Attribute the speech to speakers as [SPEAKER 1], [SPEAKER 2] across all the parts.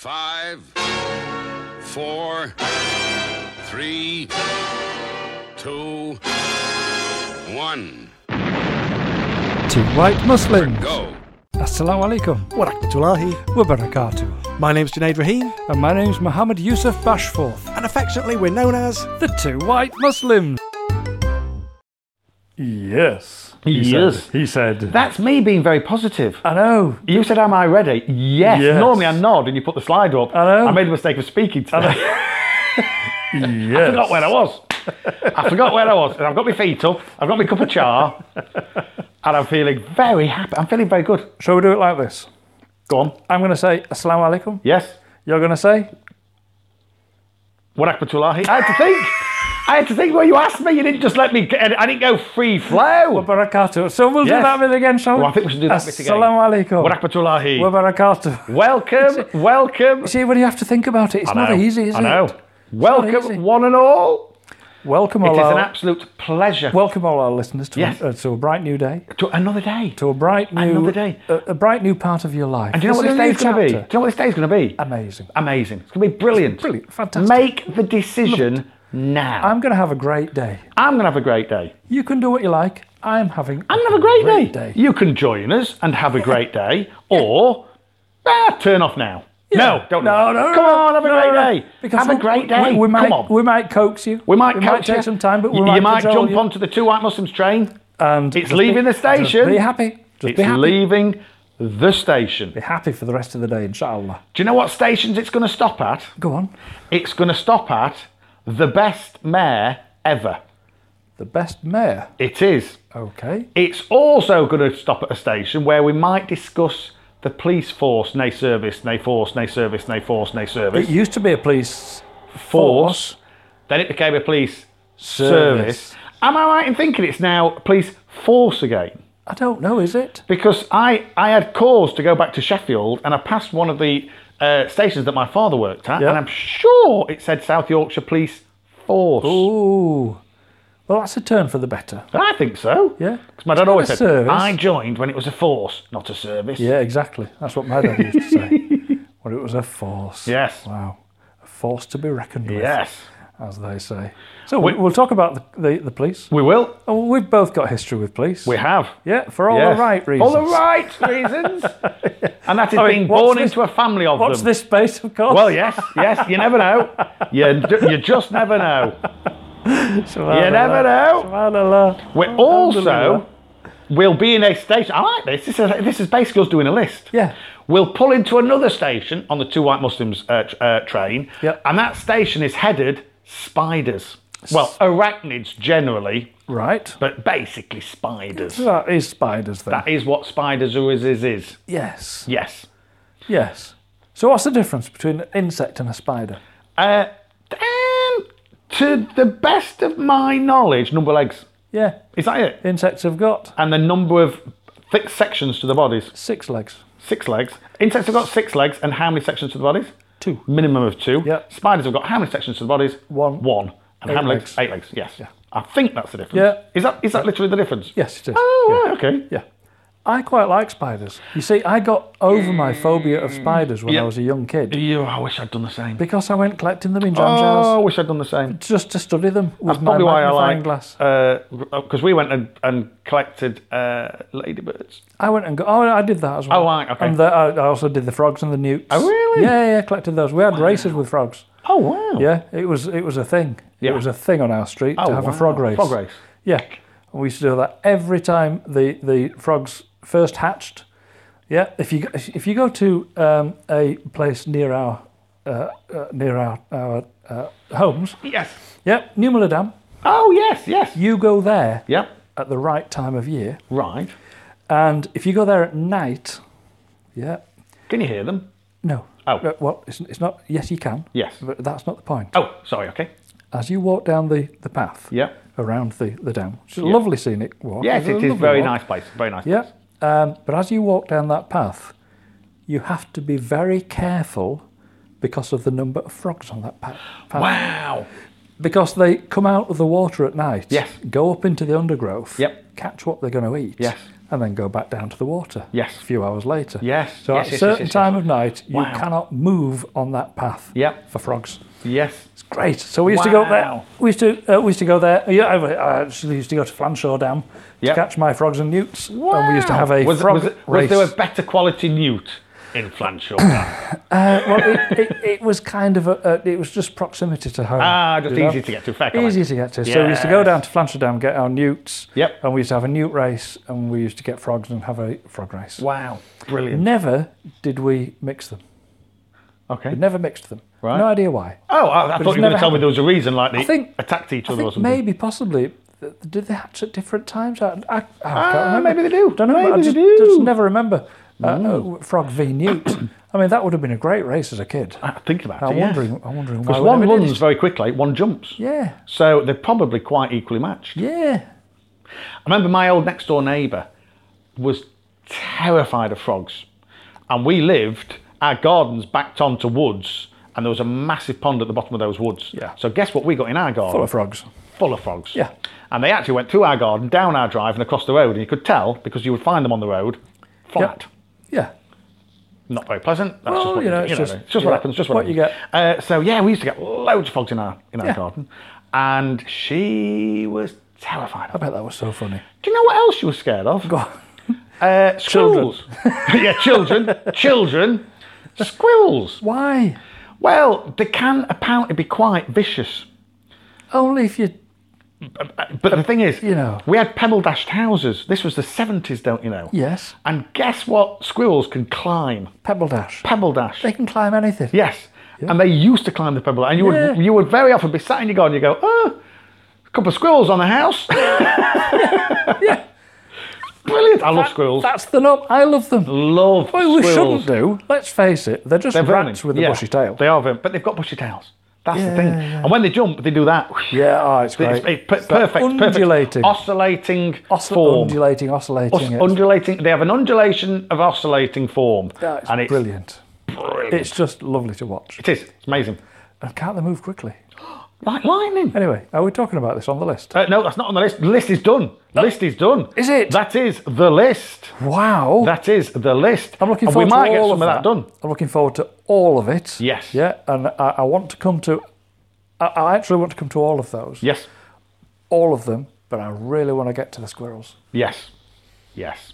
[SPEAKER 1] Five, four, three, two, one.
[SPEAKER 2] Two white Muslims.
[SPEAKER 1] Go.
[SPEAKER 2] Assalamu alaikum
[SPEAKER 3] Warakmatullahi.
[SPEAKER 2] wa barakatuh.
[SPEAKER 3] My name's Junaid Rahim,
[SPEAKER 2] And my name's Mohammed Yusuf Bashforth,
[SPEAKER 3] and affectionately we're known as.
[SPEAKER 2] the two white Muslims. Yes. He
[SPEAKER 4] Yes.
[SPEAKER 2] Said, he said.
[SPEAKER 4] That's me being very positive.
[SPEAKER 2] I know.
[SPEAKER 4] You said, Am I ready? Yes.
[SPEAKER 2] Yes.
[SPEAKER 4] Normally I nod and you put the slide up.
[SPEAKER 2] I know.
[SPEAKER 4] made the mistake of speaking to I
[SPEAKER 2] Yes.
[SPEAKER 4] forgot where I was. I forgot where I was. And I've got my feet up, I've got my cup of char, and I'm feeling very happy. I'm feeling very good.
[SPEAKER 2] Shall we do it like this?
[SPEAKER 4] Go on.
[SPEAKER 2] I'm going to say Assalamu alaikum.
[SPEAKER 4] Yes.
[SPEAKER 2] You're going to say?
[SPEAKER 4] Warakmatullahi. I had to think. I had to think. Well, you asked me. You didn't just let me. g- I didn't go free
[SPEAKER 2] Wa
[SPEAKER 4] flow.
[SPEAKER 2] barakatuh. So we'll do
[SPEAKER 4] Yes.
[SPEAKER 2] that bit again, shall we?
[SPEAKER 4] Well, I think we should do that bit again.
[SPEAKER 2] Assalamu alaikum. Wa
[SPEAKER 4] Warakmatullahi.
[SPEAKER 2] barakatuh.
[SPEAKER 4] Welcome. Welcome.
[SPEAKER 2] See, when you have to think about it, it's
[SPEAKER 4] I
[SPEAKER 2] not
[SPEAKER 4] know.
[SPEAKER 2] easy, is
[SPEAKER 4] I
[SPEAKER 2] it?
[SPEAKER 4] know.
[SPEAKER 2] easy.
[SPEAKER 4] Welcome, one and all.
[SPEAKER 2] Welcome
[SPEAKER 4] It
[SPEAKER 2] all
[SPEAKER 4] is an
[SPEAKER 2] our,
[SPEAKER 4] absolute pleasure.
[SPEAKER 2] welcome all our listeners to,
[SPEAKER 4] Yes.
[SPEAKER 2] uh, to a bright new day.
[SPEAKER 4] to another day.
[SPEAKER 2] to a bright new
[SPEAKER 4] Another day.
[SPEAKER 2] A, a bright new part of your life.
[SPEAKER 4] And do you know what
[SPEAKER 2] This
[SPEAKER 4] this
[SPEAKER 2] is a
[SPEAKER 4] day's
[SPEAKER 2] new
[SPEAKER 4] going to be? Do you
[SPEAKER 2] chapter.
[SPEAKER 4] know what this day's going to be?
[SPEAKER 2] Amazing.
[SPEAKER 4] Amazing. It's going to be brilliant.
[SPEAKER 2] Brilliant. Fantastic.
[SPEAKER 4] Make the decision now. I'm,
[SPEAKER 2] I'm going to have a great day.
[SPEAKER 4] going to have a great day.
[SPEAKER 2] You can do what you like. I'm having.
[SPEAKER 4] I'm going to have a great,
[SPEAKER 2] Great
[SPEAKER 4] day.
[SPEAKER 2] day.
[SPEAKER 4] You can join us and have a great day, or ah, turn off now. No, don't. do
[SPEAKER 2] No,
[SPEAKER 4] that.
[SPEAKER 2] no,
[SPEAKER 4] Come
[SPEAKER 2] no,
[SPEAKER 4] on, have a
[SPEAKER 2] no,
[SPEAKER 4] great
[SPEAKER 2] no.
[SPEAKER 4] day.
[SPEAKER 2] Because
[SPEAKER 4] have a
[SPEAKER 2] we-
[SPEAKER 4] great day.
[SPEAKER 2] We, we might,
[SPEAKER 4] Come on.
[SPEAKER 2] we might coax you.
[SPEAKER 4] we might,
[SPEAKER 2] might
[SPEAKER 4] coach
[SPEAKER 2] take
[SPEAKER 4] you.
[SPEAKER 2] some time, but we
[SPEAKER 4] you,
[SPEAKER 2] might
[SPEAKER 4] you might
[SPEAKER 2] cajole
[SPEAKER 4] jump
[SPEAKER 2] you.
[SPEAKER 4] onto the two White Muslims train.
[SPEAKER 2] And
[SPEAKER 4] It's
[SPEAKER 2] just
[SPEAKER 4] leaving
[SPEAKER 2] be-
[SPEAKER 4] the station.
[SPEAKER 2] Just be happy. Just
[SPEAKER 4] It's
[SPEAKER 2] be happy.
[SPEAKER 4] leaving the station.
[SPEAKER 2] Be happy for the rest of the day, inshallah.
[SPEAKER 4] Do you know what stations it's going to stop at?
[SPEAKER 2] Go on.
[SPEAKER 4] It's going to stop at the best mayor ever.
[SPEAKER 2] The best mayor.
[SPEAKER 4] It is.
[SPEAKER 2] Okay.
[SPEAKER 4] It's also going to stop at a station where we might discuss the police force, nay service, nay force, nay service, nay force, nay service.
[SPEAKER 2] It used to be a police
[SPEAKER 4] force. Then it became a police service.
[SPEAKER 2] Service.
[SPEAKER 4] Am I right in thinking it's now police force again?
[SPEAKER 2] I don't know, is it?
[SPEAKER 4] Because I, I had cause to go back to Sheffield and I passed one of the uh, stations that my father worked at,
[SPEAKER 2] Yeah.
[SPEAKER 4] and I'm sure it said South Yorkshire Police Force.
[SPEAKER 2] Ooh. Well, that's a turn for the better.
[SPEAKER 4] I think so.
[SPEAKER 2] Yeah.
[SPEAKER 4] Because my
[SPEAKER 2] It's
[SPEAKER 4] dad
[SPEAKER 2] not
[SPEAKER 4] always
[SPEAKER 2] a
[SPEAKER 4] said,
[SPEAKER 2] service.
[SPEAKER 4] I joined when it was a force, not a service.
[SPEAKER 2] Yeah, exactly. That's what my dad used to say. Well, it was a force.
[SPEAKER 4] Yes.
[SPEAKER 2] Wow. A force to be reckoned with,
[SPEAKER 4] Yes.
[SPEAKER 2] as they say. So we, we'll talk about the, the, the police.
[SPEAKER 4] We will.
[SPEAKER 2] Oh, we've both got history with police.
[SPEAKER 4] We have.
[SPEAKER 2] Yeah, for all
[SPEAKER 4] Yes.
[SPEAKER 2] the right reasons.
[SPEAKER 4] All the right reasons. and that is
[SPEAKER 2] I mean,
[SPEAKER 4] being
[SPEAKER 2] what's
[SPEAKER 4] born
[SPEAKER 2] this-
[SPEAKER 4] into a family of
[SPEAKER 2] Watch
[SPEAKER 4] them.
[SPEAKER 2] this space, of course.
[SPEAKER 4] Well, yes, yes. You never know. You, d- you just never know. You never know.
[SPEAKER 2] know.
[SPEAKER 4] We're also, we'll be in a station. I like this. This is, this is basically us doing a list.
[SPEAKER 2] Yeah.
[SPEAKER 4] We'll pull into another station on the Two White Muslims uh, tr- uh, train.
[SPEAKER 2] Yep.
[SPEAKER 4] And that station is headed spiders. Well, arachnids generally,
[SPEAKER 2] Right.
[SPEAKER 4] but basically spiders.
[SPEAKER 2] So that is spiders, then.
[SPEAKER 4] That is what spiders are, is, is, is.
[SPEAKER 2] yes.
[SPEAKER 4] Yes.
[SPEAKER 2] Yes. So what's the difference between an insect and a spider?
[SPEAKER 4] Uh, and to the best of my knowledge, number of legs.
[SPEAKER 2] Yeah.
[SPEAKER 4] Is that it?
[SPEAKER 2] Insects have got
[SPEAKER 4] And the number of thick sections to the bodies.
[SPEAKER 2] six legs.
[SPEAKER 4] Six legs. Insects have got six legs, and how many sections to the bodies?
[SPEAKER 2] Two.
[SPEAKER 4] Minimum of two.
[SPEAKER 2] Yep.
[SPEAKER 4] Spiders have got how many sections to the bodies?
[SPEAKER 2] One.
[SPEAKER 4] One. And
[SPEAKER 2] Eight
[SPEAKER 4] how many legs?
[SPEAKER 2] legs.
[SPEAKER 4] Eight legs. Yes. I think that's the difference.
[SPEAKER 2] Yeah.
[SPEAKER 4] Is that is that literally the difference?
[SPEAKER 2] Yes, it is.
[SPEAKER 4] Oh, right, okay.
[SPEAKER 2] Yeah. I quite like spiders. You see, I got over my phobia of spiders when I
[SPEAKER 4] Mm. Yeah.
[SPEAKER 2] was a young kid
[SPEAKER 4] You, I wish I'd done the same.
[SPEAKER 2] because I went collecting them in jam
[SPEAKER 4] Oh, I
[SPEAKER 2] jars
[SPEAKER 4] wish I'd done the same.
[SPEAKER 2] just to study them with my
[SPEAKER 4] Probably why I
[SPEAKER 2] magnifying
[SPEAKER 4] like
[SPEAKER 2] glass.
[SPEAKER 4] because we went and, and collected uh, ladybirds.
[SPEAKER 2] I went and got. Oh, I did that as well.
[SPEAKER 4] Oh, right, okay.
[SPEAKER 2] And the, I, I also did the frogs and the newts.
[SPEAKER 4] Oh, really?
[SPEAKER 2] Yeah, yeah. Collected those. We had races with frogs.
[SPEAKER 4] Oh wow!
[SPEAKER 2] Yeah, it was it was a thing. It
[SPEAKER 4] Yeah. Oh,
[SPEAKER 2] was a thing on our street to have a frog race.
[SPEAKER 4] Frog race.
[SPEAKER 2] Yeah, and we used to do that every time the, the frogs first hatched. Yeah, if you go- if you go to um, a place near our uh, uh, near our, our uh, homes,
[SPEAKER 4] Yes.
[SPEAKER 2] yeah, Newmuller Dam,
[SPEAKER 4] Oh yes, yes.
[SPEAKER 2] you go there
[SPEAKER 4] Yep.
[SPEAKER 2] at the right time of year,
[SPEAKER 4] Right.
[SPEAKER 2] and if you go there at night, yeah,
[SPEAKER 4] Can you hear them?
[SPEAKER 2] no,
[SPEAKER 4] Oh.
[SPEAKER 2] No, well, it's, it's not. Yes, you can.
[SPEAKER 4] Yes.
[SPEAKER 2] but that's not the point.
[SPEAKER 4] Oh, sorry. Okay.
[SPEAKER 2] As you walk down the the path,
[SPEAKER 4] Yep.
[SPEAKER 2] around the the dam, which is a lovely scenic walk.
[SPEAKER 4] Yes,
[SPEAKER 2] It's a
[SPEAKER 4] it is
[SPEAKER 2] lovely
[SPEAKER 4] very
[SPEAKER 2] walk.
[SPEAKER 4] nice place. Very nice.
[SPEAKER 2] Yeah. Um, but as you walk down that path, you have to be very careful because of the number of frogs on that pa- path.
[SPEAKER 4] Wow.
[SPEAKER 2] Because they come out of the water at night,
[SPEAKER 4] Yes.
[SPEAKER 2] go up into the undergrowth,
[SPEAKER 4] Yep.
[SPEAKER 2] catch what they're going to eat,
[SPEAKER 4] Yes.
[SPEAKER 2] and then go back down to the water
[SPEAKER 4] Yes.
[SPEAKER 2] a few hours later.
[SPEAKER 4] Yes,
[SPEAKER 2] So
[SPEAKER 4] yes,
[SPEAKER 2] at a
[SPEAKER 4] yes, yes,
[SPEAKER 2] certain
[SPEAKER 4] yes,
[SPEAKER 2] time
[SPEAKER 4] yes.
[SPEAKER 2] of night,
[SPEAKER 4] Wow.
[SPEAKER 2] you cannot move on that path
[SPEAKER 4] Yep.
[SPEAKER 2] for frogs.
[SPEAKER 4] Yes.
[SPEAKER 2] It's great. So we used to go up there.
[SPEAKER 4] Wow.
[SPEAKER 2] We used to uh, we used to go there. Yeah, I, I actually used to go to Flanshaw Dam
[SPEAKER 4] Yep.
[SPEAKER 2] to catch my frogs and newts, and we used to have a
[SPEAKER 4] was,
[SPEAKER 2] frog
[SPEAKER 4] was, was
[SPEAKER 2] race.
[SPEAKER 4] there a better quality newt in Flanshaw?
[SPEAKER 2] Uh, well, it, it, it was kind of a, a, it was just proximity to home.
[SPEAKER 4] ah, just
[SPEAKER 2] you know?
[SPEAKER 4] easy to get to. Fair comment.
[SPEAKER 2] Easy to get to. So we used to go
[SPEAKER 4] Yes.
[SPEAKER 2] down to Flanshaw Dam, get our newts,
[SPEAKER 4] Yep.
[SPEAKER 2] and we used to have a newt race, and we used to get frogs and have a frog race.
[SPEAKER 4] Wow, brilliant.
[SPEAKER 2] Never did we mix them.
[SPEAKER 4] Okay.
[SPEAKER 2] We never mixed them.
[SPEAKER 4] Right.
[SPEAKER 2] No idea why.
[SPEAKER 4] Oh, I, I
[SPEAKER 2] it's
[SPEAKER 4] thought you were going
[SPEAKER 2] never
[SPEAKER 4] to tell me
[SPEAKER 2] happened.
[SPEAKER 4] there was a reason, like they
[SPEAKER 2] I think-
[SPEAKER 4] attacked each
[SPEAKER 2] I
[SPEAKER 4] other or
[SPEAKER 2] think
[SPEAKER 4] something.
[SPEAKER 2] maybe, possibly, th- did they hatch at different times? I, I, I can't
[SPEAKER 4] Ah,
[SPEAKER 2] remember.
[SPEAKER 4] maybe they do.
[SPEAKER 2] Don't know.
[SPEAKER 4] Maybe
[SPEAKER 2] I
[SPEAKER 4] they
[SPEAKER 2] just,
[SPEAKER 4] do. Mm.
[SPEAKER 2] just never remember. Uh, uh, frog v Newt. I mean, that would have been a great race as a kid.
[SPEAKER 4] I think about
[SPEAKER 2] I'm
[SPEAKER 4] it. yeah.
[SPEAKER 2] wondering. I'm wondering why.
[SPEAKER 4] Because
[SPEAKER 2] we
[SPEAKER 4] one
[SPEAKER 2] never did
[SPEAKER 4] runs
[SPEAKER 2] it.
[SPEAKER 4] very quickly, one jumps.
[SPEAKER 2] Yeah.
[SPEAKER 4] So they're probably quite equally matched.
[SPEAKER 2] Yeah.
[SPEAKER 4] I remember my old next door neighbour was terrified of frogs. And we lived, our gardens backed onto woods, and there was a massive pond at the bottom of those woods.
[SPEAKER 2] Yeah.
[SPEAKER 4] So guess what we got in our garden?
[SPEAKER 2] Full of frogs.
[SPEAKER 4] full of frogs.
[SPEAKER 2] Yeah.
[SPEAKER 4] And they actually went through our garden, down our drive, and across the road. And you could tell because you would find them on the road, flat.
[SPEAKER 2] Yeah.
[SPEAKER 4] Not very pleasant. That's
[SPEAKER 2] Well,
[SPEAKER 4] just what
[SPEAKER 2] you know,
[SPEAKER 4] do.
[SPEAKER 2] it's just-
[SPEAKER 4] it's just what
[SPEAKER 2] yeah,
[SPEAKER 4] happens. Just what,
[SPEAKER 2] what you
[SPEAKER 4] happens. Uh, so yeah, we used to get loads of frogs in our in our
[SPEAKER 2] Yeah.
[SPEAKER 4] garden, and she was terrified.
[SPEAKER 2] I
[SPEAKER 4] Of. it.
[SPEAKER 2] bet that was so funny.
[SPEAKER 4] Do you know what else she was scared of?
[SPEAKER 2] Go on.
[SPEAKER 4] Uh, squirrels. yeah, children, children, squirrels.
[SPEAKER 2] Why?
[SPEAKER 4] Well, they can apparently be quite vicious.
[SPEAKER 2] Only if you.
[SPEAKER 4] But the thing is,
[SPEAKER 2] you know.
[SPEAKER 4] we had pebble dashed houses. This was the 70s, don't you know?
[SPEAKER 2] Yes.
[SPEAKER 4] And guess what? Squirrels can climb
[SPEAKER 2] Pebble dash.
[SPEAKER 4] pebble dash.
[SPEAKER 2] They can climb anything.
[SPEAKER 4] yes, and they used to climb the pebble. And you
[SPEAKER 2] Yeah.
[SPEAKER 4] would you would very often be sat in your garden. You go, oh, a couple of squirrels on the house.
[SPEAKER 2] Yeah.
[SPEAKER 4] Brilliant. I love squirrels.
[SPEAKER 2] That's the norm. I love them.
[SPEAKER 4] love
[SPEAKER 2] Well, we
[SPEAKER 4] squirrels.
[SPEAKER 2] shouldn't do. Let's face it. They're just
[SPEAKER 4] They're vermin.
[SPEAKER 2] rats with a
[SPEAKER 4] Yeah,
[SPEAKER 2] bushy tail.
[SPEAKER 4] They are, vermin, but they've got bushy tails. That's the
[SPEAKER 2] Yeah,
[SPEAKER 4] thing.
[SPEAKER 2] yeah, yeah.
[SPEAKER 4] And when they jump, they do that.
[SPEAKER 2] yeah. Oh, it's great.
[SPEAKER 4] It's, it's per-
[SPEAKER 2] that
[SPEAKER 4] perfect,
[SPEAKER 2] undulating.
[SPEAKER 4] perfect, oscillating
[SPEAKER 2] Oscil-
[SPEAKER 4] form.
[SPEAKER 2] Undulating, oscillating.
[SPEAKER 4] Os-
[SPEAKER 2] it's-
[SPEAKER 4] undulating. They have an undulation of oscillating form,
[SPEAKER 2] yeah, it's
[SPEAKER 4] and it's
[SPEAKER 2] brilliant.
[SPEAKER 4] brilliant.
[SPEAKER 2] It's just lovely to watch.
[SPEAKER 4] It is. It's amazing.
[SPEAKER 2] And can't they move quickly?
[SPEAKER 4] Like lightning.
[SPEAKER 2] Anyway, are we talking about this on the list?
[SPEAKER 4] Uh, no, that's not on the list. The list is done. The list is done.
[SPEAKER 2] Is it?
[SPEAKER 4] That is the list.
[SPEAKER 2] Wow.
[SPEAKER 4] That is the list.
[SPEAKER 2] I'm looking
[SPEAKER 4] and
[SPEAKER 2] forward
[SPEAKER 4] we might
[SPEAKER 2] to
[SPEAKER 4] get
[SPEAKER 2] all
[SPEAKER 4] some
[SPEAKER 2] of
[SPEAKER 4] of that, done.
[SPEAKER 2] I'm looking forward to all of it.
[SPEAKER 4] Yes.
[SPEAKER 2] Yeah, and I, I want to come to. I, I actually want to come to all of those.
[SPEAKER 4] Yes.
[SPEAKER 2] All of them, but I really want to get to the squirrels.
[SPEAKER 4] Yes. Yes.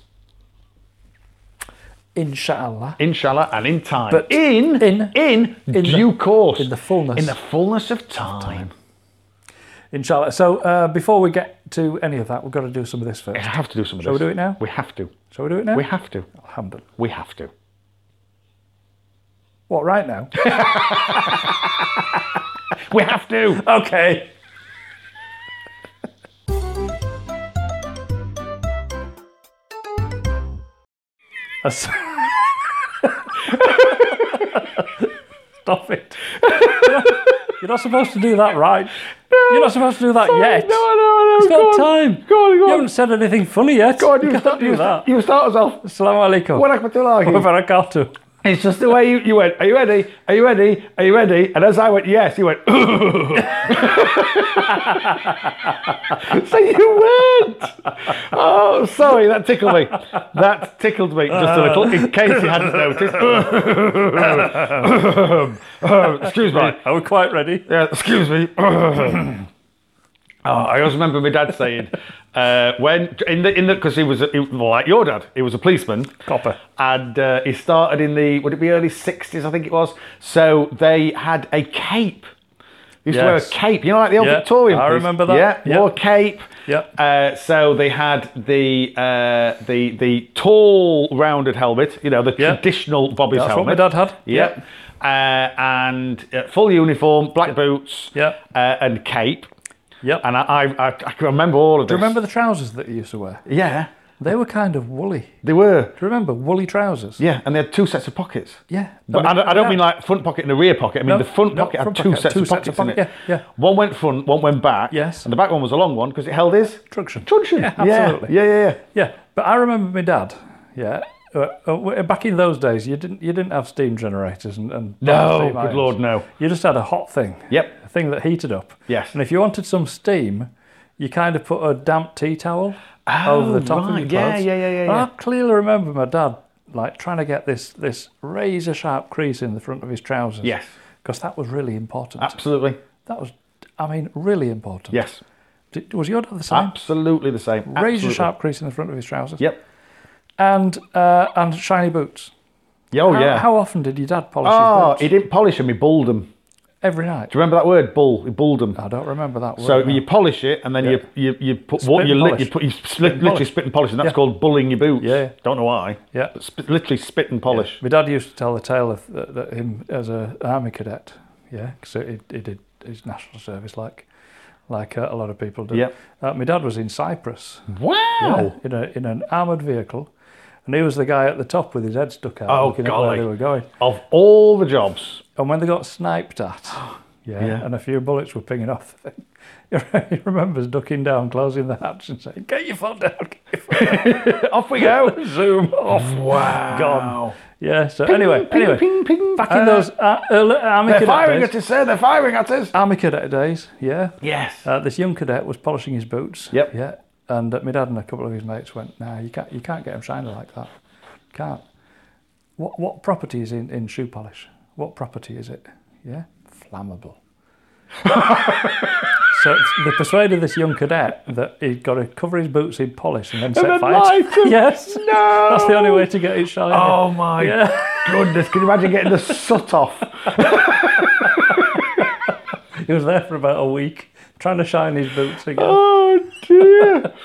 [SPEAKER 2] Inshallah.
[SPEAKER 4] Inshallah and in time.
[SPEAKER 2] But
[SPEAKER 4] in
[SPEAKER 2] in-
[SPEAKER 4] in,
[SPEAKER 2] in
[SPEAKER 4] due
[SPEAKER 2] the-
[SPEAKER 4] course.
[SPEAKER 2] in the fullness.
[SPEAKER 4] In the fullness of time.
[SPEAKER 2] Inshallah. So uh, before we get to any of that, we've got to do some of this
[SPEAKER 4] We
[SPEAKER 2] first.
[SPEAKER 4] have to do some of
[SPEAKER 2] Shall we
[SPEAKER 4] this.
[SPEAKER 2] do it now?
[SPEAKER 4] We have to.
[SPEAKER 2] Shall we do it now?
[SPEAKER 4] We have to.
[SPEAKER 2] Alhamdulillah.
[SPEAKER 4] We have to.
[SPEAKER 2] What, right now?
[SPEAKER 4] We have to.
[SPEAKER 2] okay. As- Stop it. You're not supposed to do that, right? You're not supposed to do that yet.
[SPEAKER 4] No, no, no.
[SPEAKER 2] Oh, It's
[SPEAKER 4] go
[SPEAKER 2] not
[SPEAKER 4] on.
[SPEAKER 2] time.
[SPEAKER 4] Go on,
[SPEAKER 2] You
[SPEAKER 4] go on.
[SPEAKER 2] haven't said anything funny yet.
[SPEAKER 4] Go on, you,
[SPEAKER 2] you can't
[SPEAKER 4] start,
[SPEAKER 2] do
[SPEAKER 4] you,
[SPEAKER 2] that.
[SPEAKER 4] start, you start us off.
[SPEAKER 2] Assalamu alaikum.
[SPEAKER 4] What happened to
[SPEAKER 2] Wa
[SPEAKER 4] Lagi?
[SPEAKER 2] barakatuh.
[SPEAKER 4] It's just the way you, you went, Are you ready? Are you ready? Are you ready? And as I went, Yes, you went, So you weren't. Oh, sorry, that tickled me. That tickled me just a little, in case you hadn't noticed. Excuse me.
[SPEAKER 2] Are we quite ready?
[SPEAKER 4] Yeah, excuse me. oh, I always remember my dad saying, uh, when in the in the because he was a, he, well, like your dad, he was a policeman,
[SPEAKER 2] Copper.
[SPEAKER 4] and uh, he started in the would it be early sixties, I think it was. So they had a cape. They used
[SPEAKER 2] Yes.
[SPEAKER 4] to wear a cape. You know, like the old
[SPEAKER 2] Yeah,
[SPEAKER 4] Victorian.
[SPEAKER 2] I
[SPEAKER 4] police?
[SPEAKER 2] remember that.
[SPEAKER 4] Yeah,
[SPEAKER 2] Yeah.
[SPEAKER 4] wore a cape.
[SPEAKER 2] Yeah.
[SPEAKER 4] Uh, so they had the uh, the the tall rounded helmet. You know, the
[SPEAKER 2] Yeah.
[SPEAKER 4] traditional Bobby's
[SPEAKER 2] That's what
[SPEAKER 4] helmet.
[SPEAKER 2] my dad had.
[SPEAKER 4] Yep. Uh, and uh, full uniform, black boots,
[SPEAKER 2] Yep.
[SPEAKER 4] uh, and cape.
[SPEAKER 2] Yep.
[SPEAKER 4] And I, I, I, I can remember all of this.
[SPEAKER 2] Do you remember the trousers that you used to wear?
[SPEAKER 4] Yeah,
[SPEAKER 2] They were kind of woolly. Do
[SPEAKER 4] they were.
[SPEAKER 2] you remember woolly trousers?
[SPEAKER 4] Yeah, and they had two sets of pockets.
[SPEAKER 2] Yeah.
[SPEAKER 4] But I,
[SPEAKER 2] mean,
[SPEAKER 4] don't- I don't
[SPEAKER 2] yeah.
[SPEAKER 4] mean like front pocket and a rear pocket. I mean
[SPEAKER 2] No,
[SPEAKER 4] the front
[SPEAKER 2] no,
[SPEAKER 4] pocket had
[SPEAKER 2] front
[SPEAKER 4] two
[SPEAKER 2] pocket,
[SPEAKER 4] sets
[SPEAKER 2] two
[SPEAKER 4] of
[SPEAKER 2] sets
[SPEAKER 4] pockets
[SPEAKER 2] of
[SPEAKER 4] in it.
[SPEAKER 2] pocket, yeah, yeah.
[SPEAKER 4] One went front, one went back.
[SPEAKER 2] Yes.
[SPEAKER 4] And the back one was a long one because it held his
[SPEAKER 2] Traction.
[SPEAKER 4] truncheon.
[SPEAKER 2] Yeah,
[SPEAKER 4] yeah,
[SPEAKER 2] absolutely.
[SPEAKER 4] Yeah, yeah, yeah.
[SPEAKER 2] Yeah, but I remember my dad. Yeah, uh, uh, w- back in those days, you didn't you didn't have steam generators and, and
[SPEAKER 4] No,
[SPEAKER 2] steam
[SPEAKER 4] good
[SPEAKER 2] irons.
[SPEAKER 4] lord, no.
[SPEAKER 2] You just had a hot thing.
[SPEAKER 4] Yep.
[SPEAKER 2] thing that heated up.
[SPEAKER 4] Yes.
[SPEAKER 2] And if you wanted some steam, you kind of put a damp tea towel over the top
[SPEAKER 4] Oh, right.
[SPEAKER 2] of your
[SPEAKER 4] Yeah,
[SPEAKER 2] clothes.
[SPEAKER 4] yeah, yeah, yeah,
[SPEAKER 2] And
[SPEAKER 4] yeah.
[SPEAKER 2] I clearly remember my dad like trying to get this this razor sharp crease in the front of his trousers.
[SPEAKER 4] Yes. Ah.
[SPEAKER 2] Because that was really important.
[SPEAKER 4] Absolutely.
[SPEAKER 2] that was, I mean, really important.
[SPEAKER 4] Yes.
[SPEAKER 2] Did, was your dad the same?
[SPEAKER 4] Absolutely the same.
[SPEAKER 2] razor
[SPEAKER 4] Absolutely.
[SPEAKER 2] sharp crease in the front of his trousers.
[SPEAKER 4] Yep.
[SPEAKER 2] And uh, and shiny boots.
[SPEAKER 4] Yeah, Oh
[SPEAKER 2] How,
[SPEAKER 4] yeah.
[SPEAKER 2] how often did your dad polish
[SPEAKER 4] oh,
[SPEAKER 2] his boots?
[SPEAKER 4] he didn't polish them. He bulled them.
[SPEAKER 2] Every night.
[SPEAKER 4] Do you remember that word? Bull. He bulled them.
[SPEAKER 2] I don't remember that word.
[SPEAKER 4] So
[SPEAKER 2] no.
[SPEAKER 4] you polish it, and then you, you you put
[SPEAKER 2] Spit
[SPEAKER 4] what you
[SPEAKER 2] and
[SPEAKER 4] lit
[SPEAKER 2] polish.
[SPEAKER 4] you put you split, literally
[SPEAKER 2] polish.
[SPEAKER 4] spit and polish, and that's
[SPEAKER 2] Yeah.
[SPEAKER 4] called bullying your boots.
[SPEAKER 2] Yeah, yeah.
[SPEAKER 4] Don't know why.
[SPEAKER 2] Yeah.
[SPEAKER 4] But sp- literally spit and polish.
[SPEAKER 2] My dad used to tell the tale of uh, that him as a army cadet, yeah, because he, he did his national service like like uh, a lot of people do.
[SPEAKER 4] Yeah.
[SPEAKER 2] Uh, my dad was in Cyprus yeah,
[SPEAKER 4] Wow.
[SPEAKER 2] in, a, in an armoured vehicle, and he was the guy at the top with his head stuck out
[SPEAKER 4] Oh,
[SPEAKER 2] looking at where
[SPEAKER 4] golly.
[SPEAKER 2] they were going.
[SPEAKER 4] Of all the jobs,
[SPEAKER 2] And when they got sniped at, yeah,
[SPEAKER 4] Yeah.
[SPEAKER 2] and a few bullets were pinging off the thing, he re- he remembers ducking down, closing the hatch, and saying, Get your foot down, get your foot
[SPEAKER 4] off we go.
[SPEAKER 2] down, zoom off.
[SPEAKER 4] Wow.
[SPEAKER 2] Gone. Yeah, so anyway,
[SPEAKER 4] ping,
[SPEAKER 2] anyway.
[SPEAKER 4] ping, ping.
[SPEAKER 2] Back in those uh, early army
[SPEAKER 4] They're
[SPEAKER 2] cadet
[SPEAKER 4] firing
[SPEAKER 2] days.
[SPEAKER 4] at us, sir. They're firing at us.
[SPEAKER 2] army cadet days, yeah.
[SPEAKER 4] Yes.
[SPEAKER 2] Uh, this young cadet was polishing his boots.
[SPEAKER 4] Yep.
[SPEAKER 2] Yeah. And uh, my dad and a couple of his mates went, "Nah, you can't, you can't get him shiny like that. Can't." What what property is in, in shoe polish? What property is it? Yeah, flammable. so it's- they persuaded this young cadet that he'd got to cover his boots in polish and then set
[SPEAKER 4] then
[SPEAKER 2] fire. to-
[SPEAKER 4] light them.
[SPEAKER 2] yes,
[SPEAKER 4] no.
[SPEAKER 2] that's the only way to get it shiny.
[SPEAKER 4] Oh my
[SPEAKER 2] Yeah.
[SPEAKER 4] goodness! Can you imagine getting the soot off?
[SPEAKER 2] He was there for about a week trying to shine his boots again.
[SPEAKER 4] Oh dear.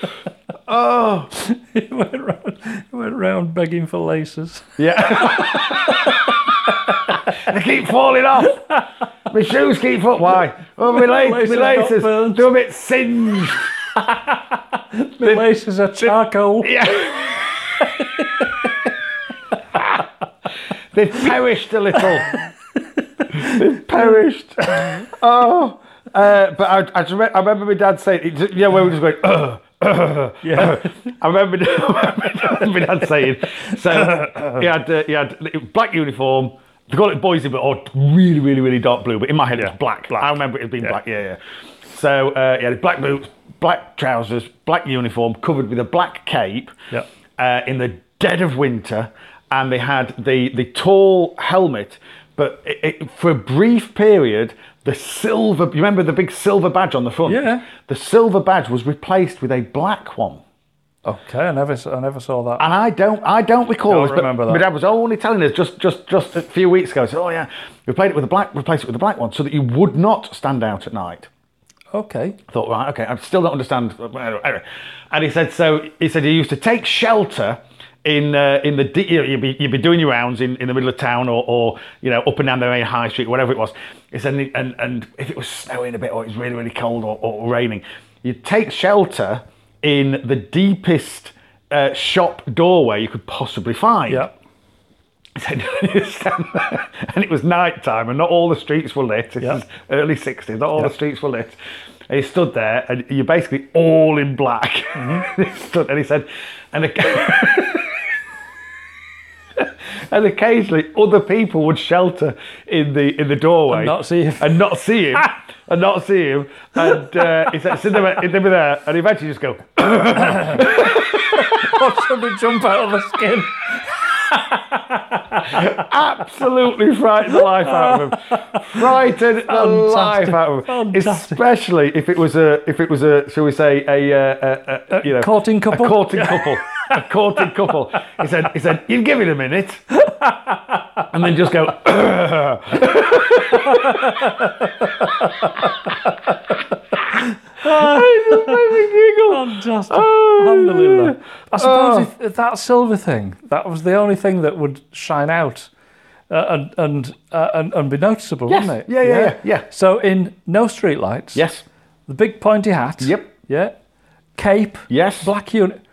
[SPEAKER 4] Oh.
[SPEAKER 2] he went round, he went round begging for laces.
[SPEAKER 4] Yeah. they keep falling off. My shoes keep up. Why? Well, my, la-
[SPEAKER 2] Laces
[SPEAKER 4] my
[SPEAKER 2] got
[SPEAKER 4] laces.
[SPEAKER 2] burnt.
[SPEAKER 4] They're a bit singed.
[SPEAKER 2] The laces are charcoal.
[SPEAKER 4] Yeah. They've perished a little. They've perished. oh. Uh, but I, I, just re- I remember my dad saying, it just, yeah, we were just going, Ugh.
[SPEAKER 2] Yeah.
[SPEAKER 4] I remember, I remember my dad saying, so he had, uh, he had black uniform. They call it boysy, but or really, really, really dark blue. But in my head, it's black. I remember it had been black. Yeah, yeah. So uh, he had black boots, black trousers, black uniform, covered with a black cape.
[SPEAKER 2] Yep.
[SPEAKER 4] Uh, in the dead of winter, and they had the the tall helmet. But it, it, for a brief period, the silver. You remember the big silver badge on the front?
[SPEAKER 2] Yeah.
[SPEAKER 4] The silver badge was replaced with a black one.
[SPEAKER 2] Okay, I never, s- I never saw that.
[SPEAKER 4] And I don't, I don't recall.
[SPEAKER 2] Don't
[SPEAKER 4] this, but
[SPEAKER 2] remember that.
[SPEAKER 4] My dad was only telling us just, just, just a few weeks ago. He said, "Oh yeah, we played it with a black, replaced it with a black one, so that you would not stand out at night."
[SPEAKER 2] Okay.
[SPEAKER 4] I thought, right, okay, I still don't understand. Anyway. And he said, so he said he used to take shelter in uh, in the de- you know, you'd be you'd be doing your rounds in, in the middle of town or, or you know up and down the main high street, whatever it was. He said, and, and and if it was snowing a bit or it was really really cold or, or raining, you'd take shelter in the deepest uh, shop doorway you could possibly find.
[SPEAKER 2] Yeah.
[SPEAKER 4] Said, and it was night time and not all the streets were lit. This
[SPEAKER 2] Yeah.
[SPEAKER 4] is early 60s, not all
[SPEAKER 2] Yeah.
[SPEAKER 4] the streets were lit. And he stood there and you're basically all in black.
[SPEAKER 2] Mm-hmm.
[SPEAKER 4] he stood and he said, and, oc- and occasionally other people would shelter in the in the doorway.
[SPEAKER 2] And not see him.
[SPEAKER 4] And not see him. and not see him. And uh, he said, so they were, they were there and eventually just go,
[SPEAKER 2] Watch somebody jump out of the skin.
[SPEAKER 4] absolutely frightened the life out of him. Frightened the life out of him.
[SPEAKER 2] Fantastic.
[SPEAKER 4] Especially if it was a, if it was a, shall we say, a, uh, a, a, you know,
[SPEAKER 2] courting couple?
[SPEAKER 4] a courting couple, a courting couple. He said, he said, you give it a minute, and then just go.
[SPEAKER 2] Fantastic.
[SPEAKER 4] Oh,
[SPEAKER 2] Alhamdulillah. I suppose if- if that silver thing, that was the only thing that would shine out uh, and, and, uh, and, and be noticeable,
[SPEAKER 4] Yes.
[SPEAKER 2] wouldn't it?
[SPEAKER 4] Yeah, yeah, yeah, yeah.
[SPEAKER 2] So in no streetlights,
[SPEAKER 4] Yes.
[SPEAKER 2] the big pointy hat.
[SPEAKER 4] Yep.
[SPEAKER 2] Yeah. Cape.
[SPEAKER 4] Yes.
[SPEAKER 2] Black unit.